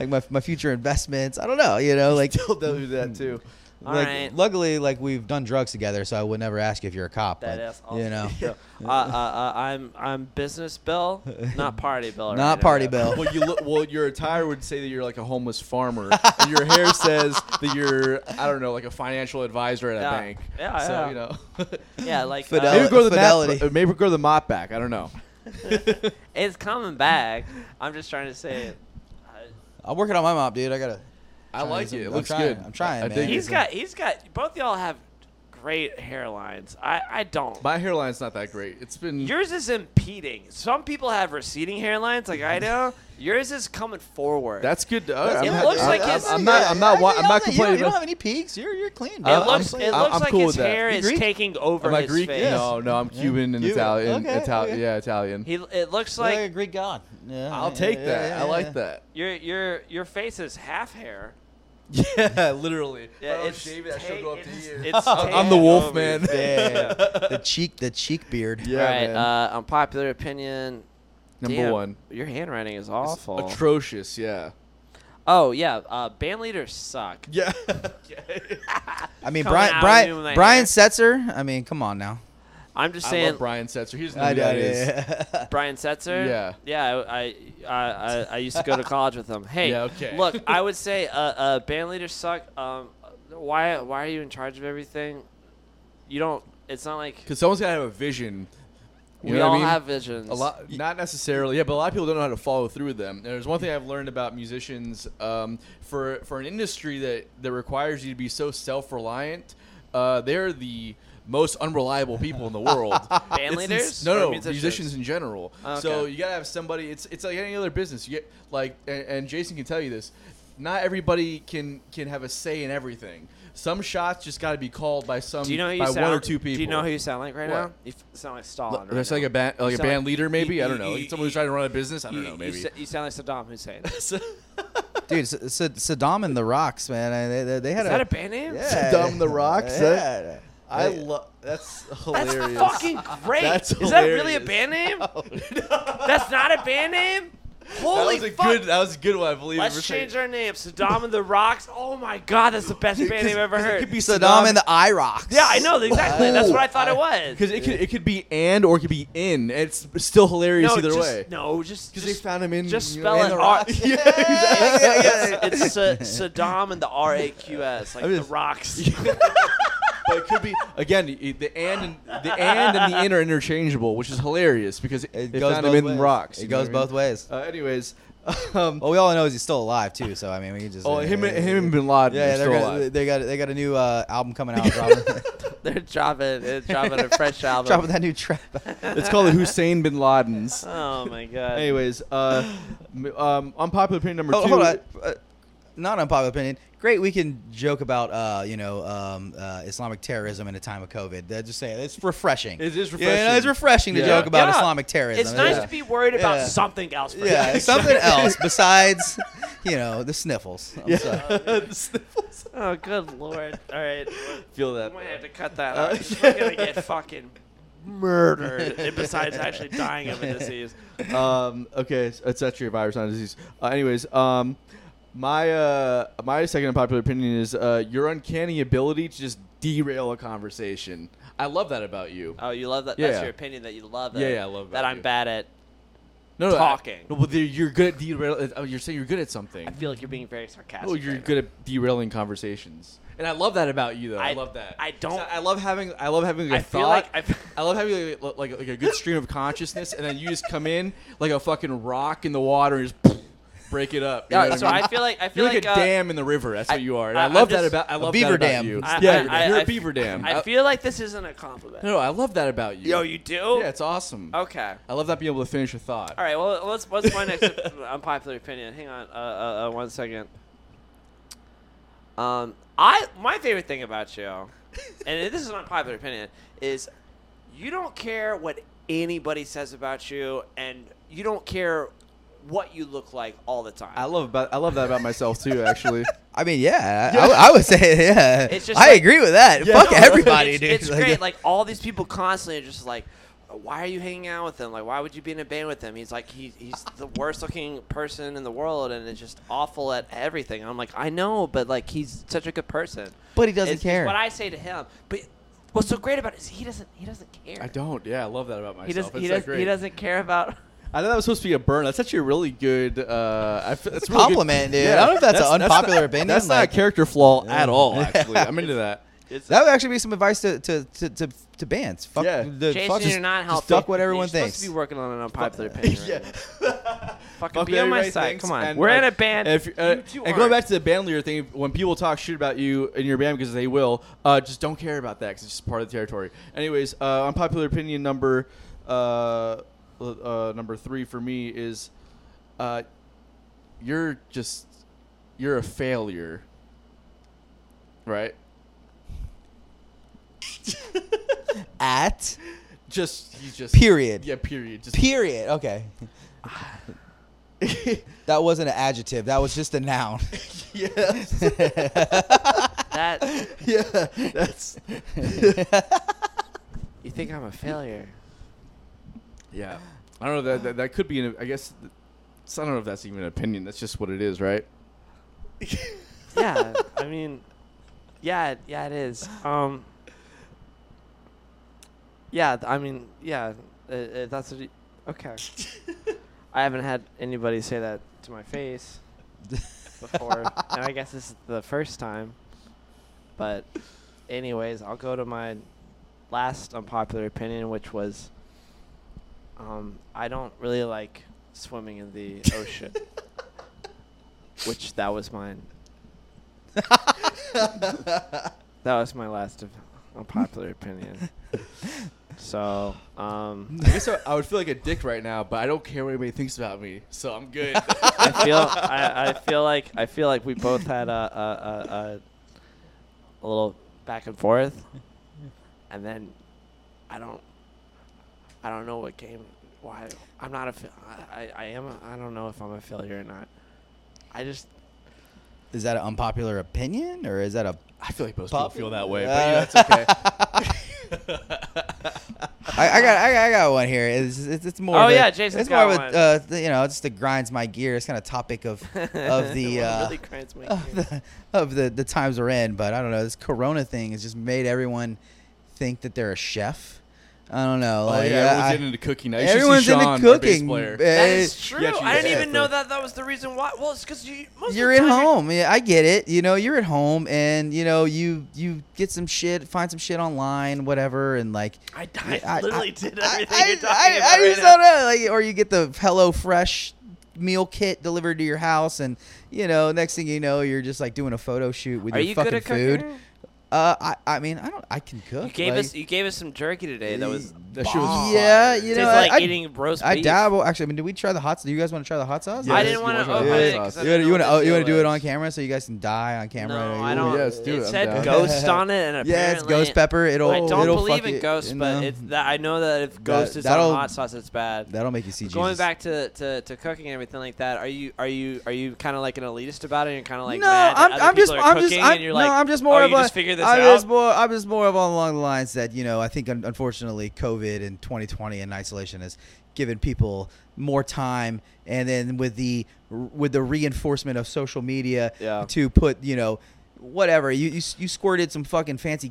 B: like my my future investments. I don't know. You know, like
A: Still do that too.
C: All
B: like,
C: right.
B: Luckily, like we've done drugs together, so I would never ask you if you're a cop.
C: That
B: but,
C: is awesome.
B: You know,
C: uh, uh, uh, I'm I'm business Bill, not party Bill.
B: Not
C: right
B: party
C: now.
B: Bill.
A: well, you look. Well, your attire would say that you're like a homeless farmer, and your hair says that you're, I don't know, like a financial advisor at a
C: Yeah.
A: bank.
C: Yeah,
A: So
C: yeah.
A: you know,
C: Yeah, like
B: Fidel-
A: maybe
C: uh,
A: grow the
B: Fidelity.
A: mop. Maybe grow the mop back. I don't know.
C: it's coming back. I'm just trying to say. uh,
B: I'm working on my mop, dude. I gotta.
A: I
B: trying
A: like
B: some-
A: it. It
B: I'm
A: looks
B: trying.
A: good.
B: I'm trying,
A: I
B: man.
A: dig it.
C: He's got he's got both y'all have great hairlines. I, I don't.
A: My hairline's not that great. It's been
C: Yours is impeding. Some people have receding hairlines, like I do. Yours is coming forward.
A: that's good. To, uh,
C: It
A: I'm,
C: looks
A: I'm,
C: like
A: I'm,
C: his-
A: I'm not. I'm not. wa- I'm not
B: You don't,
A: complaining.
B: you don't
A: about-
B: have any peaks. You're you're clean.
C: it
A: I'm-
C: looks,
A: uh, I'm-
C: it looks
A: I'm
C: like
A: cool
C: his
A: with that.
C: hair
B: You
C: is
B: Greek?
C: taking over
A: Am I
C: his
A: Greek?
C: face.
A: No, no. I'm Cuban and
B: Cuban.
A: Italian.
B: Okay,
A: Italian.
B: okay.
A: Yeah, Italian.
C: He, it looks
B: like,
C: like
B: a Greek god. Yeah,
A: I'll
B: yeah,
A: take
B: yeah,
A: that.
B: yeah,
A: I
B: yeah.
A: like that.
C: your your your face is half hair.
A: Yeah, literally.
C: Yeah,
A: If I
C: it's
A: don't Oh, shave it, I
C: ta-
A: should go up to
C: it's-
A: here.
C: it's
A: I'm I'm the
C: taken
A: wolf
C: over your
A: man.
C: face.
B: Yeah. the cheek, the cheek beard.
A: Yeah,
C: All right.
A: man.
C: Uh, unpopular opinion.
A: Number
C: Damn,
A: one.
C: Your handwriting is
A: It's
C: awful.
A: atrocious. Yeah.
C: oh yeah. Uh, band leaders suck.
A: Yeah.
B: I mean,
C: Coming
B: Brian,
C: out doing
B: Brian,
C: that
B: Brian
C: hair.
B: Setzer. I mean, come on now.
C: I'm just
A: I
C: saying.
A: love Brian Setzer. He's
B: I
A: the guy. Yeah,
B: yeah.
C: Brian Setzer.
A: Yeah.
C: Yeah. I I, I, I I used to go to college with him. Hey.
A: Yeah, okay.
C: Look, I would say uh, uh, band leaders suck. Um, why why are you in charge of everything? You don't. It's not like
A: Because someone's gotta have a vision. You
C: we
A: know what
C: all
A: I mean?
C: have visions.
A: A lot, not necessarily, yeah, but a lot of people don't know how to follow through with them. And there's one thing I've learned about musicians um, for for an industry that that requires you to be so self reliant. Uh, they're the most unreliable people in the world.
C: Band
A: It's
C: leaders
A: ins- no,
C: or
A: no,
C: musicians?
A: musicians? in general.
C: Okay.
A: So you gotta have somebody. It's it's like any other business. You get like, and, and Jason can tell you this. Not everybody can can have a say in everything. Some shots just got to be called by some
C: Do you know who you
A: by
C: sound?
A: one or two people.
C: Do you know who you sound like right
A: What?
C: now? You f- sound like Stalin.
A: L-
C: right
A: There's
C: now.
A: like a band, like
C: You
A: a
C: sound
A: band
C: like-
A: leader, maybe.
C: you-
A: I don't know.
C: you-
A: Like someone who's trying to run a business. I don't
C: you-
A: know.
C: You,
A: Maybe.
C: sa- you sound like Saddam Hussein. Is
B: Dude, S- S- Saddam and the Rocks, man. I- They, they, they had
C: that
B: a,
C: a band name?
B: yeah.
A: Saddam the Rocks, that-
B: Yeah.
A: I love. That's
C: That's
A: hilarious.
C: fucking great.
A: That's
C: is that really a
A: hilarious.
C: band name? That's not a band name.
A: that
C: Holy
A: was a
C: fuck!
A: good. That was a good one. I believe.
C: Let's change our name. Saddam and the Rocks. Oh my god, that's the best band name I've ever heard.
A: It could be
B: Saddam and the I Rocks.
C: yeah, I know exactly. That's what I thought it was.
A: Because it could it could be and or it could be in. It's still hilarious
C: no,
A: either
C: just,
A: way.
C: No, just
A: Because they
C: just,
A: found him in.
C: just
A: you
C: spell
A: know,
C: it
A: in the
C: R-
A: rock.
C: Yeah, it's it's Sa- Saddam and the R A Q S, like
A: I
C: the
A: mean-
C: Rocks.
A: but it could be again y- the and and the and and the in are interchangeable, which is hilarious because
B: It
A: they
B: goes
A: found
B: both
A: him in
B: ways.
A: rocks.
B: It
A: you know
B: goes
A: what I mean?
B: both ways.
A: Uh, anyways, um,
B: Well, we all know is he's still alive too. So I mean, we can just.
A: oh, him and him and Bin Laden
B: Yeah,
A: are
B: yeah they're
A: still
B: gonna-
A: alive.
B: they got they got a new uh, album coming out. dropping,
C: They're dropping, they're dropping a fresh album.
B: dropping that new trap.
A: It's called the Hussein bin Laden's.
C: Oh my god.
A: Anyways, uh, m- um, unpopular opinion number
B: Oh,
A: two.
B: hold on. Uh, not unpopular opinion. Great, we can joke about uh, you know um, uh, Islamic terrorism in a time of COVID. They're just saying it's refreshing.
A: It is
B: Yeah, you know, it's
A: refreshing.
B: refreshing to
A: Yeah.
B: joke about
C: Yeah.
B: Islamic terrorism.
C: It's nice
B: yeah.
C: to be worried about
B: Yeah.
C: something else. For
B: Yeah,
C: once.
B: something else besides you know the sniffles. I'm sorry.
C: Oh, good lord. All right.
A: Feel
C: I
A: that.
C: might have to cut that
A: Uh,
C: out. 'cause We're going to get fucking murdered, and besides actually dying of a disease.
A: Um, okay, it's, it's actually a virus, not a disease. Uh, anyways, um, my uh, my second unpopular opinion is uh, your uncanny ability to just derail a conversation. I love that about you.
C: Oh, you love that? That's
A: Yeah.
C: your opinion that you love it.
A: Yeah, yeah, I love
C: that.
A: that,
C: I'm
A: dude.
C: bad at.
A: No, no, I-
C: Talking.
A: no, but you're good at derail. Oh, you're saying you're good at something.
C: I feel like you're being very sarcastic.
A: Oh, you're
C: right
A: good at derailing conversations, and I love that about you, though. I,
C: I-
A: love that.
C: I don't-
A: So I love having. I love having.
C: now.
A: Like
C: I
A: a
C: feel
A: thought.
C: like I've.
A: I love having like, like like a good stream of consciousness, and then you just come in like a fucking rock in the water and just break it up. You know
C: Yeah,
A: what
C: so
A: I mean?
C: I feel like I feel
A: You're like,
C: like
A: a
C: uh,
A: dam in the river. That's what you are. And I,
C: I-
A: love
C: I'm
A: that
C: just-
A: about. I love
B: beaver
A: that about
B: dam.
A: you.
B: It's
C: I-
A: yeah,
C: I-
A: you're,
C: I-
A: you're
C: I-
A: a beaver dam. Uh,
C: I feel like this isn't a compliment.
A: no, no, I love that about you.
C: Yo, you do?
A: yeah, it's awesome.
C: okay.
A: I love that being able to finish a thought.
C: All right. Well, what's what's my next unpopular opinion? Hang on, uh, uh, uh, one second. Um, I my favorite thing about you, and this is an unpopular opinion, is you don't care what anybody says about you, and you don't care what you look like all the time.
A: I love about. I love that about myself too. Actually,
B: I mean, yeah, I- I, would- I would say, yeah.
C: It's just
B: I
C: like-
B: agree with that.
A: Yeah.
B: Fuck
A: No,
B: everybody,
C: it's,
B: dude.
C: it's great. Like all these people constantly are just like, why are you hanging out with him? Like, why would you be in a band with him? He's like, he, he's the worst looking person in the world, and it's just awful at everything. I'm like, I know, but like, he's such a good person.
B: but he doesn't
C: It's- it's
B: care.
C: what I say to him, but what's so great about it is he doesn't. He doesn't care.
A: I don't. Yeah, I love that about myself.
C: He doesn't.
A: It's
C: He,
A: so
C: does,
A: great.
C: he doesn't care about.
A: I know that was supposed to be a burn. That's actually a really good. Uh, I feel, that's a really good-
B: compliment, dude. I don't know if that's an unpopular
A: not-
B: opinion,
A: That's not
B: like-
A: a character flaw
B: Yeah.
A: at all. Actually, I'm into that.
B: that would actually be some advice to to to, to, to bands. Fuck
A: Yeah.
B: the
C: Jason,
B: fuck,
C: you're not helping.
B: Just fuck what
C: You're
B: everyone
C: supposed
B: thinks.
C: to be working on an unpopular opinion. right
A: yeah.
C: Fucking
A: Fuck
C: be on my
A: everybody
C: side.
A: thinks,
C: Come on.
A: and,
C: We're in
A: like,
C: a band.
A: If, uh,
C: you two
A: and going
C: aren't.
A: back to the band leader thing, when people talk shit about you in your band because they will, uh, just don't care about that because it's just part of the territory. Anyways, uh, unpopular opinion number uh, uh, number three for me is uh, you're just you're a failure, right?
J: At
A: Just he's just
J: Period.
A: Yeah, period. Just
J: period. Okay. that wasn't an adjective. That was just a noun.
A: yes.
C: that
A: yeah, that's
C: you think I'm a failure?
A: yeah. I don't know that that, that could be. An, I guess so I don't know if that's even an opinion. That's just what it is, right?
C: yeah, I mean, yeah, yeah, it is. Um, yeah, th- I mean, yeah, uh, uh, that's what you, okay. I haven't had anybody say that to my face before, and I guess this is the first time. But, anyways, I'll go to my last unpopular opinion, which was, um, I don't really like swimming in the ocean. Which that was mine. That was my last of unpopular opinion. So, um,
A: I guess I, I would feel like a dick right now, but I don't care what anybody thinks about me, so I'm good.
C: I feel I, I feel like I feel like we both had a a, a, a, a little back and forth, and then I don't I don't know what game why I'm not a fa- I I- I am a, I don't know if I'm a failure or not. I just
B: Is that an unpopular opinion or is that a?
A: I feel like most
J: Pop-
A: people feel that way, but you know, it's okay.
B: I, I got I got, I got one here. It's it's, it's more.
C: Oh,
B: of a-
C: yeah, Jason's
B: It's more
C: got
B: of
C: one.
B: a uh, th- you know it's the grinds my gear. It's kind of topic of of the.
C: Well, it
B: uh,
C: really grinds my
B: of
C: gears.
B: the, of the the times we're in, but I don't know. This Corona thing has just made everyone think that they're a chef. I don't know.
A: oh,
B: like,
A: yeah,
B: I-
A: everyone's into cooking. Now. You should see
B: everyone's into
A: Sean, our bass
B: cooking,
A: player.
B: eh,
D: That is true.
A: actually
D: I didn't
A: did.
D: even know that that was the reason why. Well, it's because you. Most of
B: you're
D: the
B: at
D: time
B: home. Yeah, I get it. You know, you're at home, and you know, you you get some shit, find some shit online, whatever, and like.
D: I, I,
B: I-
D: literally
B: I-
D: did
B: I,
D: everything
B: I,
D: you're talking
B: I-
D: about.
B: I
D: right
B: just
D: now.
B: don't know. Like, or you get the Hello Fresh meal kit delivered to your house, and you know, next thing you know, you're just like doing a photo shoot with
C: Are
B: your
C: you
B: fucking
C: good at
B: food.
C: cooking?
B: Uh, I, I mean, I don't, I can cook.
D: You gave
B: like-
D: us you gave us some jerky today. That was
A: That shit was
B: yeah,
A: fire.
B: you
D: tastes
B: know,
D: like
B: I, I-
D: eating roast
B: I
D: beef.
B: dabble. Actually, I mean, do we try the hot? Do you guys want to try the hot sauce?
A: Yeah,
D: I
A: let's
D: didn't
A: do
D: want
A: one
D: to
A: more time.
D: open
A: Yeah.
D: it. 'cause I
B: You
D: didn't
B: wanna- you
D: know
B: want to?
D: what
B: Oh,
D: the
B: you want to
D: deal
B: do it on
D: is.
B: camera so you guys can die on camera.
D: No,
B: Ooh.
D: I don't.
A: yeah, let's do
D: it
A: it. I'm
D: said
A: down.
D: ghost on it, and apparently,
B: Yeah, it's ghost pepper. It'll.
C: I
D: don't
B: it'll
D: believe
B: fuck
D: in
B: you,
D: ghosts,
B: you
D: but
B: know?
D: it's that I know that if ghost is
B: that'll-
D: on hot sauce, it's bad.
B: that'll make you see
D: Going
B: Jesus.
D: back to, to, to cooking and everything like that, are you are you are you kind of like an elitist about it? You're kind of like
B: no,
D: mad that
B: I'm,
D: other
B: I'm
D: people
B: just,
D: are
B: I'm just,
D: cooking
B: I'm,
D: and you're
B: no,
D: like,
B: I'm just more
D: oh,
B: of
D: you
B: a,
D: just figure this
B: I'm
D: out.
B: just more, I'm just more of along the lines that you know, I think un- unfortunately, COVID in 2020 and isolation has given people more time, and then with the with the reinforcement of social media
C: Yeah.
B: to put you know. Whatever you, you s- you squirted some fucking fancy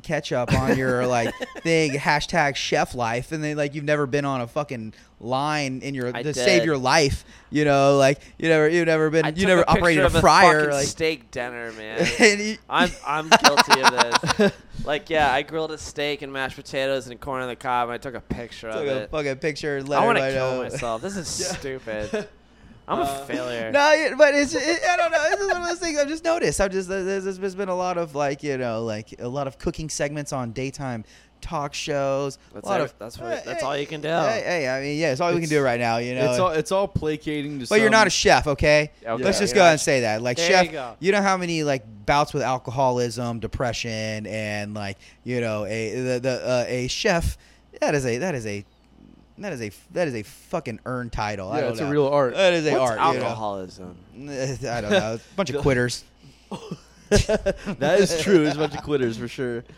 B: ketchup on your like thing hashtag chef life and then like you've never been on a fucking line in your
D: I
B: to save
D: did.
B: your life you know like you never you've never been
D: I
B: you
D: took
B: never
D: a picture
B: operated
D: of a
B: fryer
D: fucking
B: like
D: steak dinner, man.
B: and you-
D: I'm I'm guilty of this. Like, yeah, I grilled a steak and mashed potatoes and corn on the cob, and I took a picture of
B: took a
D: it.
B: fucking picture. And let
D: I want to
B: everybody
D: kill
B: know.
D: myself. This is stupid. I'm
B: Uh,
D: a failure.
B: No, it- but it's it, I don't know. It's just one of those things I've just noticed. I've just there's, there's been a lot of like you know like a lot of cooking segments on daytime talk shows.
D: That's
B: a lot
D: every-
B: of Uh,
D: that's what- that's all you can do.
B: Hey, hey, I mean, yeah, it's all we can do right now. You know,
A: It's all it's all placating to.
B: but you're
A: some-
B: not a chef, okay?
C: Okay,
B: Let's just
C: yeah.
B: go ahead and say that. Like
D: There
B: chef,
D: you
B: you,
D: go.
B: know how many like bouts with alcoholism, depression, and like you know a the, the uh, a chef that is a that is a that is a that is a fucking earned title. I
A: Yeah,
B: don't
A: it's a
B: know.
A: real art.
B: That is a
C: What's
B: art.
C: alcoholism?
B: You know? I don't know. It's a bunch of quitters.
E: that is true. There's a bunch of quitters for sure.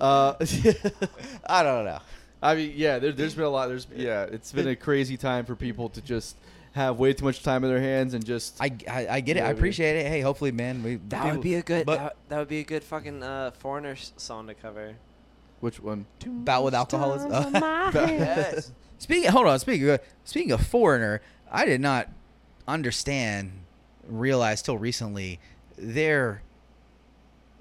E: Uh,
B: I don't know.
A: I mean, yeah, there, there's been a lot. There's yeah, it's been a crazy time for people to just have way too much time in their hands and just.
B: I, I, I get it. I appreciate it. Hey, hopefully, man, we
D: That would be a good.
B: but-
D: that, that would be a good fucking uh, foreigner s- song to cover.
A: which one?
B: bout with alcoholism. yes. Speaking, hold on. Speaking, of, speaking of foreigner, I did not understand, realize till recently their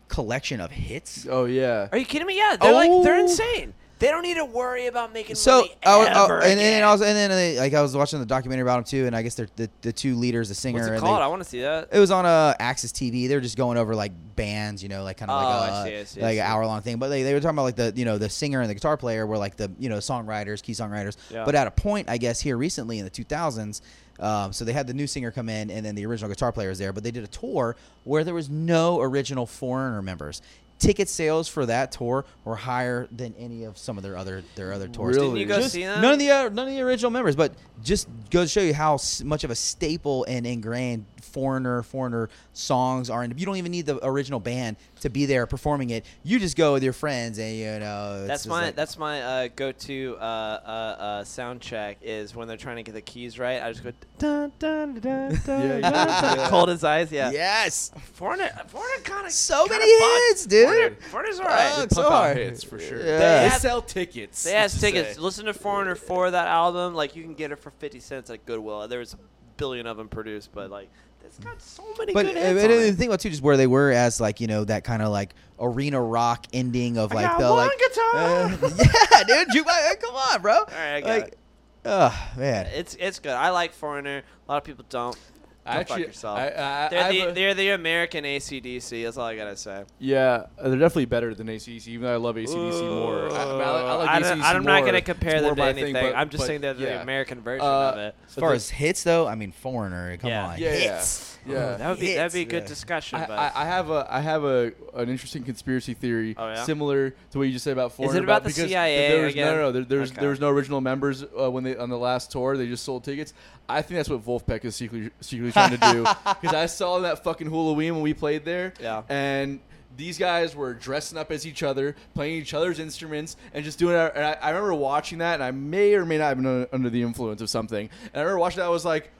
B: collection of hits.
A: Oh yeah.
D: Are you kidding me? Yeah, they're like they're
B: Oh.
D: insane.
K: They don't need to worry about making
B: So,
K: money
B: I, was- I-
K: ever
B: and then
K: again.
B: also, and then they, like I was watching the documentary about him too, and I guess they're the, the two leaders, the singer.
C: What's it
B: and
C: called?
B: they-
C: I want to see that.
B: it was on uh, Axis TV. They were just going over like bands, you know, like kind of like
C: Oh,
B: a
C: I see, I see, I
B: like
C: see.
B: an hour long thing. But they, they were talking about like the you know the singer and the guitar player were like the you know songwriters, key songwriters.
C: Yeah.
B: But at a point, I guess here recently in the 2000s, um, so they had the new singer come in and then the original guitar player was there. But they did a tour where there was no original foreigner members. Ticket sales for that tour were higher than any of some of their other their other tours.
L: Really? Didn't you
C: guys
B: Just-
C: see that?
B: None of the uh, none of the original members, but just goes to show you how s- much of a staple and ingrained foreigner foreigner songs are. And you don't even need the original band to be there performing it. You just go with your friends, and you know it's
C: That's
B: just
C: my
B: like-
C: that's my uh, go-to uh, uh, uh, sound check is when they're trying to get the keys right. I just go dun dun dun dun.
A: Yeah,
C: dun,
A: yeah,
C: dun.
A: yeah.
C: Cold as ice. Yeah.
B: yes.
K: Foreigner, foreigner kind of
B: So many hits, dude.
K: Foreigner's all right.
B: Fuck,
A: Pump
B: so
A: out
B: hard.
A: hits for sure.
B: Yeah.
C: They
A: They
C: have-
A: sell tickets.
C: They
A: let's
C: asked tickets.
A: say.
C: Listen to Foreigner for that album. Like you can get it for fifty cents at Goodwill. There was a billion of them produced, but like it's got so many
B: But
C: good
B: uh,
C: hits.
B: and
C: on
B: the
C: it.
B: thing about too, just where they were as like you know that kind of like arena rock ending of
C: I
B: like
C: got
B: the
C: one
B: like
C: guitar.
B: Uh, yeah, dude, jukebox. Come on, bro. All
C: right, I got
B: like,
C: it.
B: oh man,
C: It's it's good. I like Foreigner. A lot of people don't. Go
A: I
C: fuck
A: actually-
C: yourself.
A: I- I-
C: they're,
A: I've
C: the,
A: a-
C: they're the American ACDC. That's all I gotta say.
A: Yeah, uh, they're definitely better than ACDC, even though I love ACDC more. Uh, I, I, mean, I like- I like
C: I
A: AC/DC
C: don't- I'm
A: more.
C: not gonna
A: It's
C: compare
A: more
C: them to
A: my
C: anything.
A: thing, but-
C: I'm just
A: but
C: saying they're the
A: yeah.
C: American version
A: Uh,
C: of it.
B: As far as hits, though, I mean, Foreigner. Come
C: Yeah.
B: on,
A: yeah, yeah,
B: hits.
A: uh, yeah.
C: That would be that'd be a
B: Hits,
C: good
B: yeah.
C: discussion.
A: I,
C: but
A: I, I have a I have a an interesting conspiracy theory
C: Oh, yeah?
A: similar to what you just said about Foreigner.
C: about the
A: because
C: CIA
A: there was,
C: again?
A: No, no, no. There, there was
C: Okay.
A: there was no original members uh, when they on the last tour. They just sold tickets. I think that's what Wolfpack is secretly secretly trying to do because I saw that fucking Halloween when we played there.
C: Yeah.
A: and. These guys were dressing up as each other, playing each other's instruments, and just doing it. And I, I remember watching that, and I may or may not have been un- under the influence of something. And I remember watching that, I was like,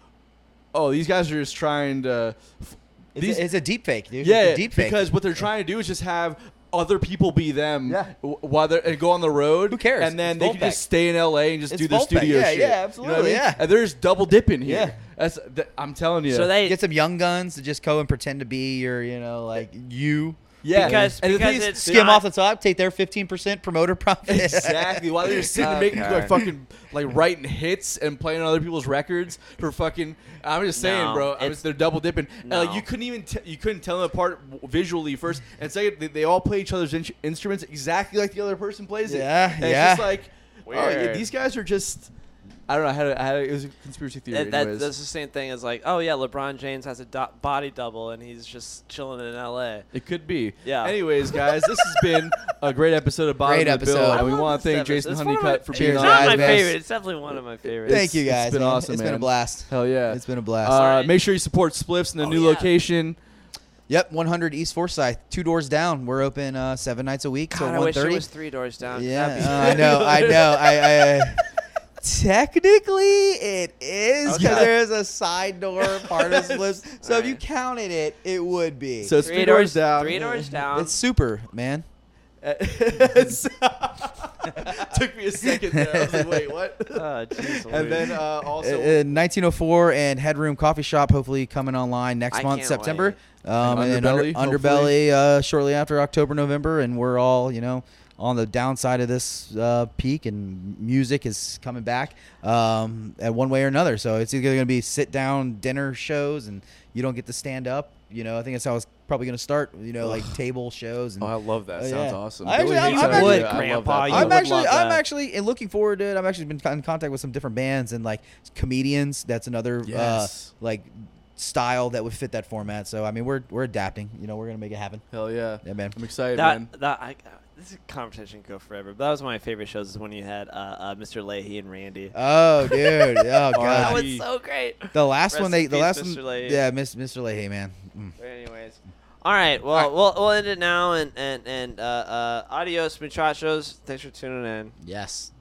A: "Oh, these guys are just trying to." F-
B: It's,
A: these,
B: a, it's a deep fake, dude.
A: yeah,
B: it's a deep fake.
A: because what they're trying to do is just have other people be them
B: Yeah.
A: w- while they and go on the road.
B: Who cares?
A: And then
B: It's
A: they can
B: Volpeck.
A: just stay in LA and just
B: It's
A: do their
B: Volpeck.
A: studio
B: Yeah,
A: shit.
B: yeah,
A: You know what
B: absolutely,
A: I mean?
B: yeah.
A: And there's double dipping here.
B: Yeah.
A: That's th- I'm telling you.
C: so they
B: get some young guns to just go and pretend to be your, you know, like you.
A: yeah.
C: because-
A: and the
C: because
A: thing is,
C: it's
B: Skim
C: not-
B: off the top, take their fifteen percent promoter profit. Uh,
A: exactly. While they're sitting and making
C: Okay.
A: like fucking like writing hits and playing on other people's records for fucking. I'm just saying,
C: No,
A: bro. I'm
C: it's-
A: just, they're double dipping. And, like,
C: No.
A: you couldn't even t- you couldn't tell them apart w- visually first, and second, they, they all play each other's in- instruments exactly like the other person plays it.
B: Yeah,
A: And
B: yeah.
A: It's just like, oh, yeah,
C: Weird.
A: these guys are just. I don't know. I had, a, I had a, it was a conspiracy theory.
C: that, that,
A: anyways.
C: that's the same thing as like, oh yeah, LeBron James has a do- body double and he's just chilling in L.A.
A: It could be.
C: Yeah.
A: Anyways, guys, this has been a great episode of Bottom
B: Great
A: of the Bill,
B: episode.
A: and
B: I
A: we
C: love
A: want to
C: this
A: thank
C: episode.
A: Jason
C: It's one of
A: Honeycutt
C: my-
A: for
B: Cheers,
A: being
C: It's
A: on.
C: not my
B: guys.
C: favorite. It's definitely one of my favorites.
B: Thank you guys.
A: It's been
B: man.
A: awesome,
B: It's been
A: man.
B: a blast.
A: Hell yeah.
B: It's been a blast.
A: Uh, make sure you support Spliffs in the
C: Oh,
A: new
C: yeah.
A: location.
B: yep, 100 East Forsyth, two doors down. We're open uh, seven nights a week till
C: God, I wish it
B: 1:30.
C: was three doors down.
B: Yeah,
C: That'd be-
B: uh, I know, I know. I, I technically it is because
C: Okay.
B: there is a side door part of slips. So if you counted it, it would be.
A: So it's
C: Three
A: three doors
C: doors-
A: down.
C: three doors down.
B: it's super, man.
A: It's- Took me a second there. I was like, wait, what?
C: Oh, jeez
A: and then
C: Louise.
A: uh,
B: Uh,
A: also,
B: uh, 1904 and Headroom Coffee Shop hopefully coming online next
C: I
B: month,
C: can't
B: September. Um,
A: And
B: and then under,
A: Underbelly,
B: Underbelly uh, shortly after October, November, and we're all you know on the downside of this uh, peak, and music is coming back um, at one way or another. So it's either going to be sit down dinner shows, and you don't get to stand up. You know, I think that's how it's probably going to start. You know, like table shows. And
A: oh, I love that.
B: Oh,
A: Sounds
B: yeah.
A: awesome.
B: I actually-
A: Billy
B: I'm
A: hates that
B: actually-
A: idea.
C: Would,
A: I love
C: Grandpa,
A: that.
C: you
A: I
B: I'm
C: would
A: love-
B: actually,
C: love
B: I'm
C: that.
B: actually and looking forward to it. I've actually been in contact with some different bands and like comedians. That's another
A: Yes.
B: uh, like style that would fit that format. So I mean, we're we're adapting. You know, we're gonna make it happen.
A: Hell yeah.
B: Yeah, man.
A: I'm excited, man.
C: that, that I, this conversation could go forever. But that was one of my favorite shows is when you had uh, uh, Mr. Leahy and Randy.
B: Oh, dude. Oh,
A: That
C: that
A: was
B: god.
A: he-
C: was so great.
B: The last
C: Rest
B: one
C: in
B: they, the
C: peace,
B: last
C: Mr.
B: one,
C: Leahy.
B: yeah, Miss, Mr. Leahy, man. Mm.
C: Anyways. All right. Well, we'll we'll end it now and and and uh, uh, adios, muchachos. Thanks for tuning in.
B: Yes.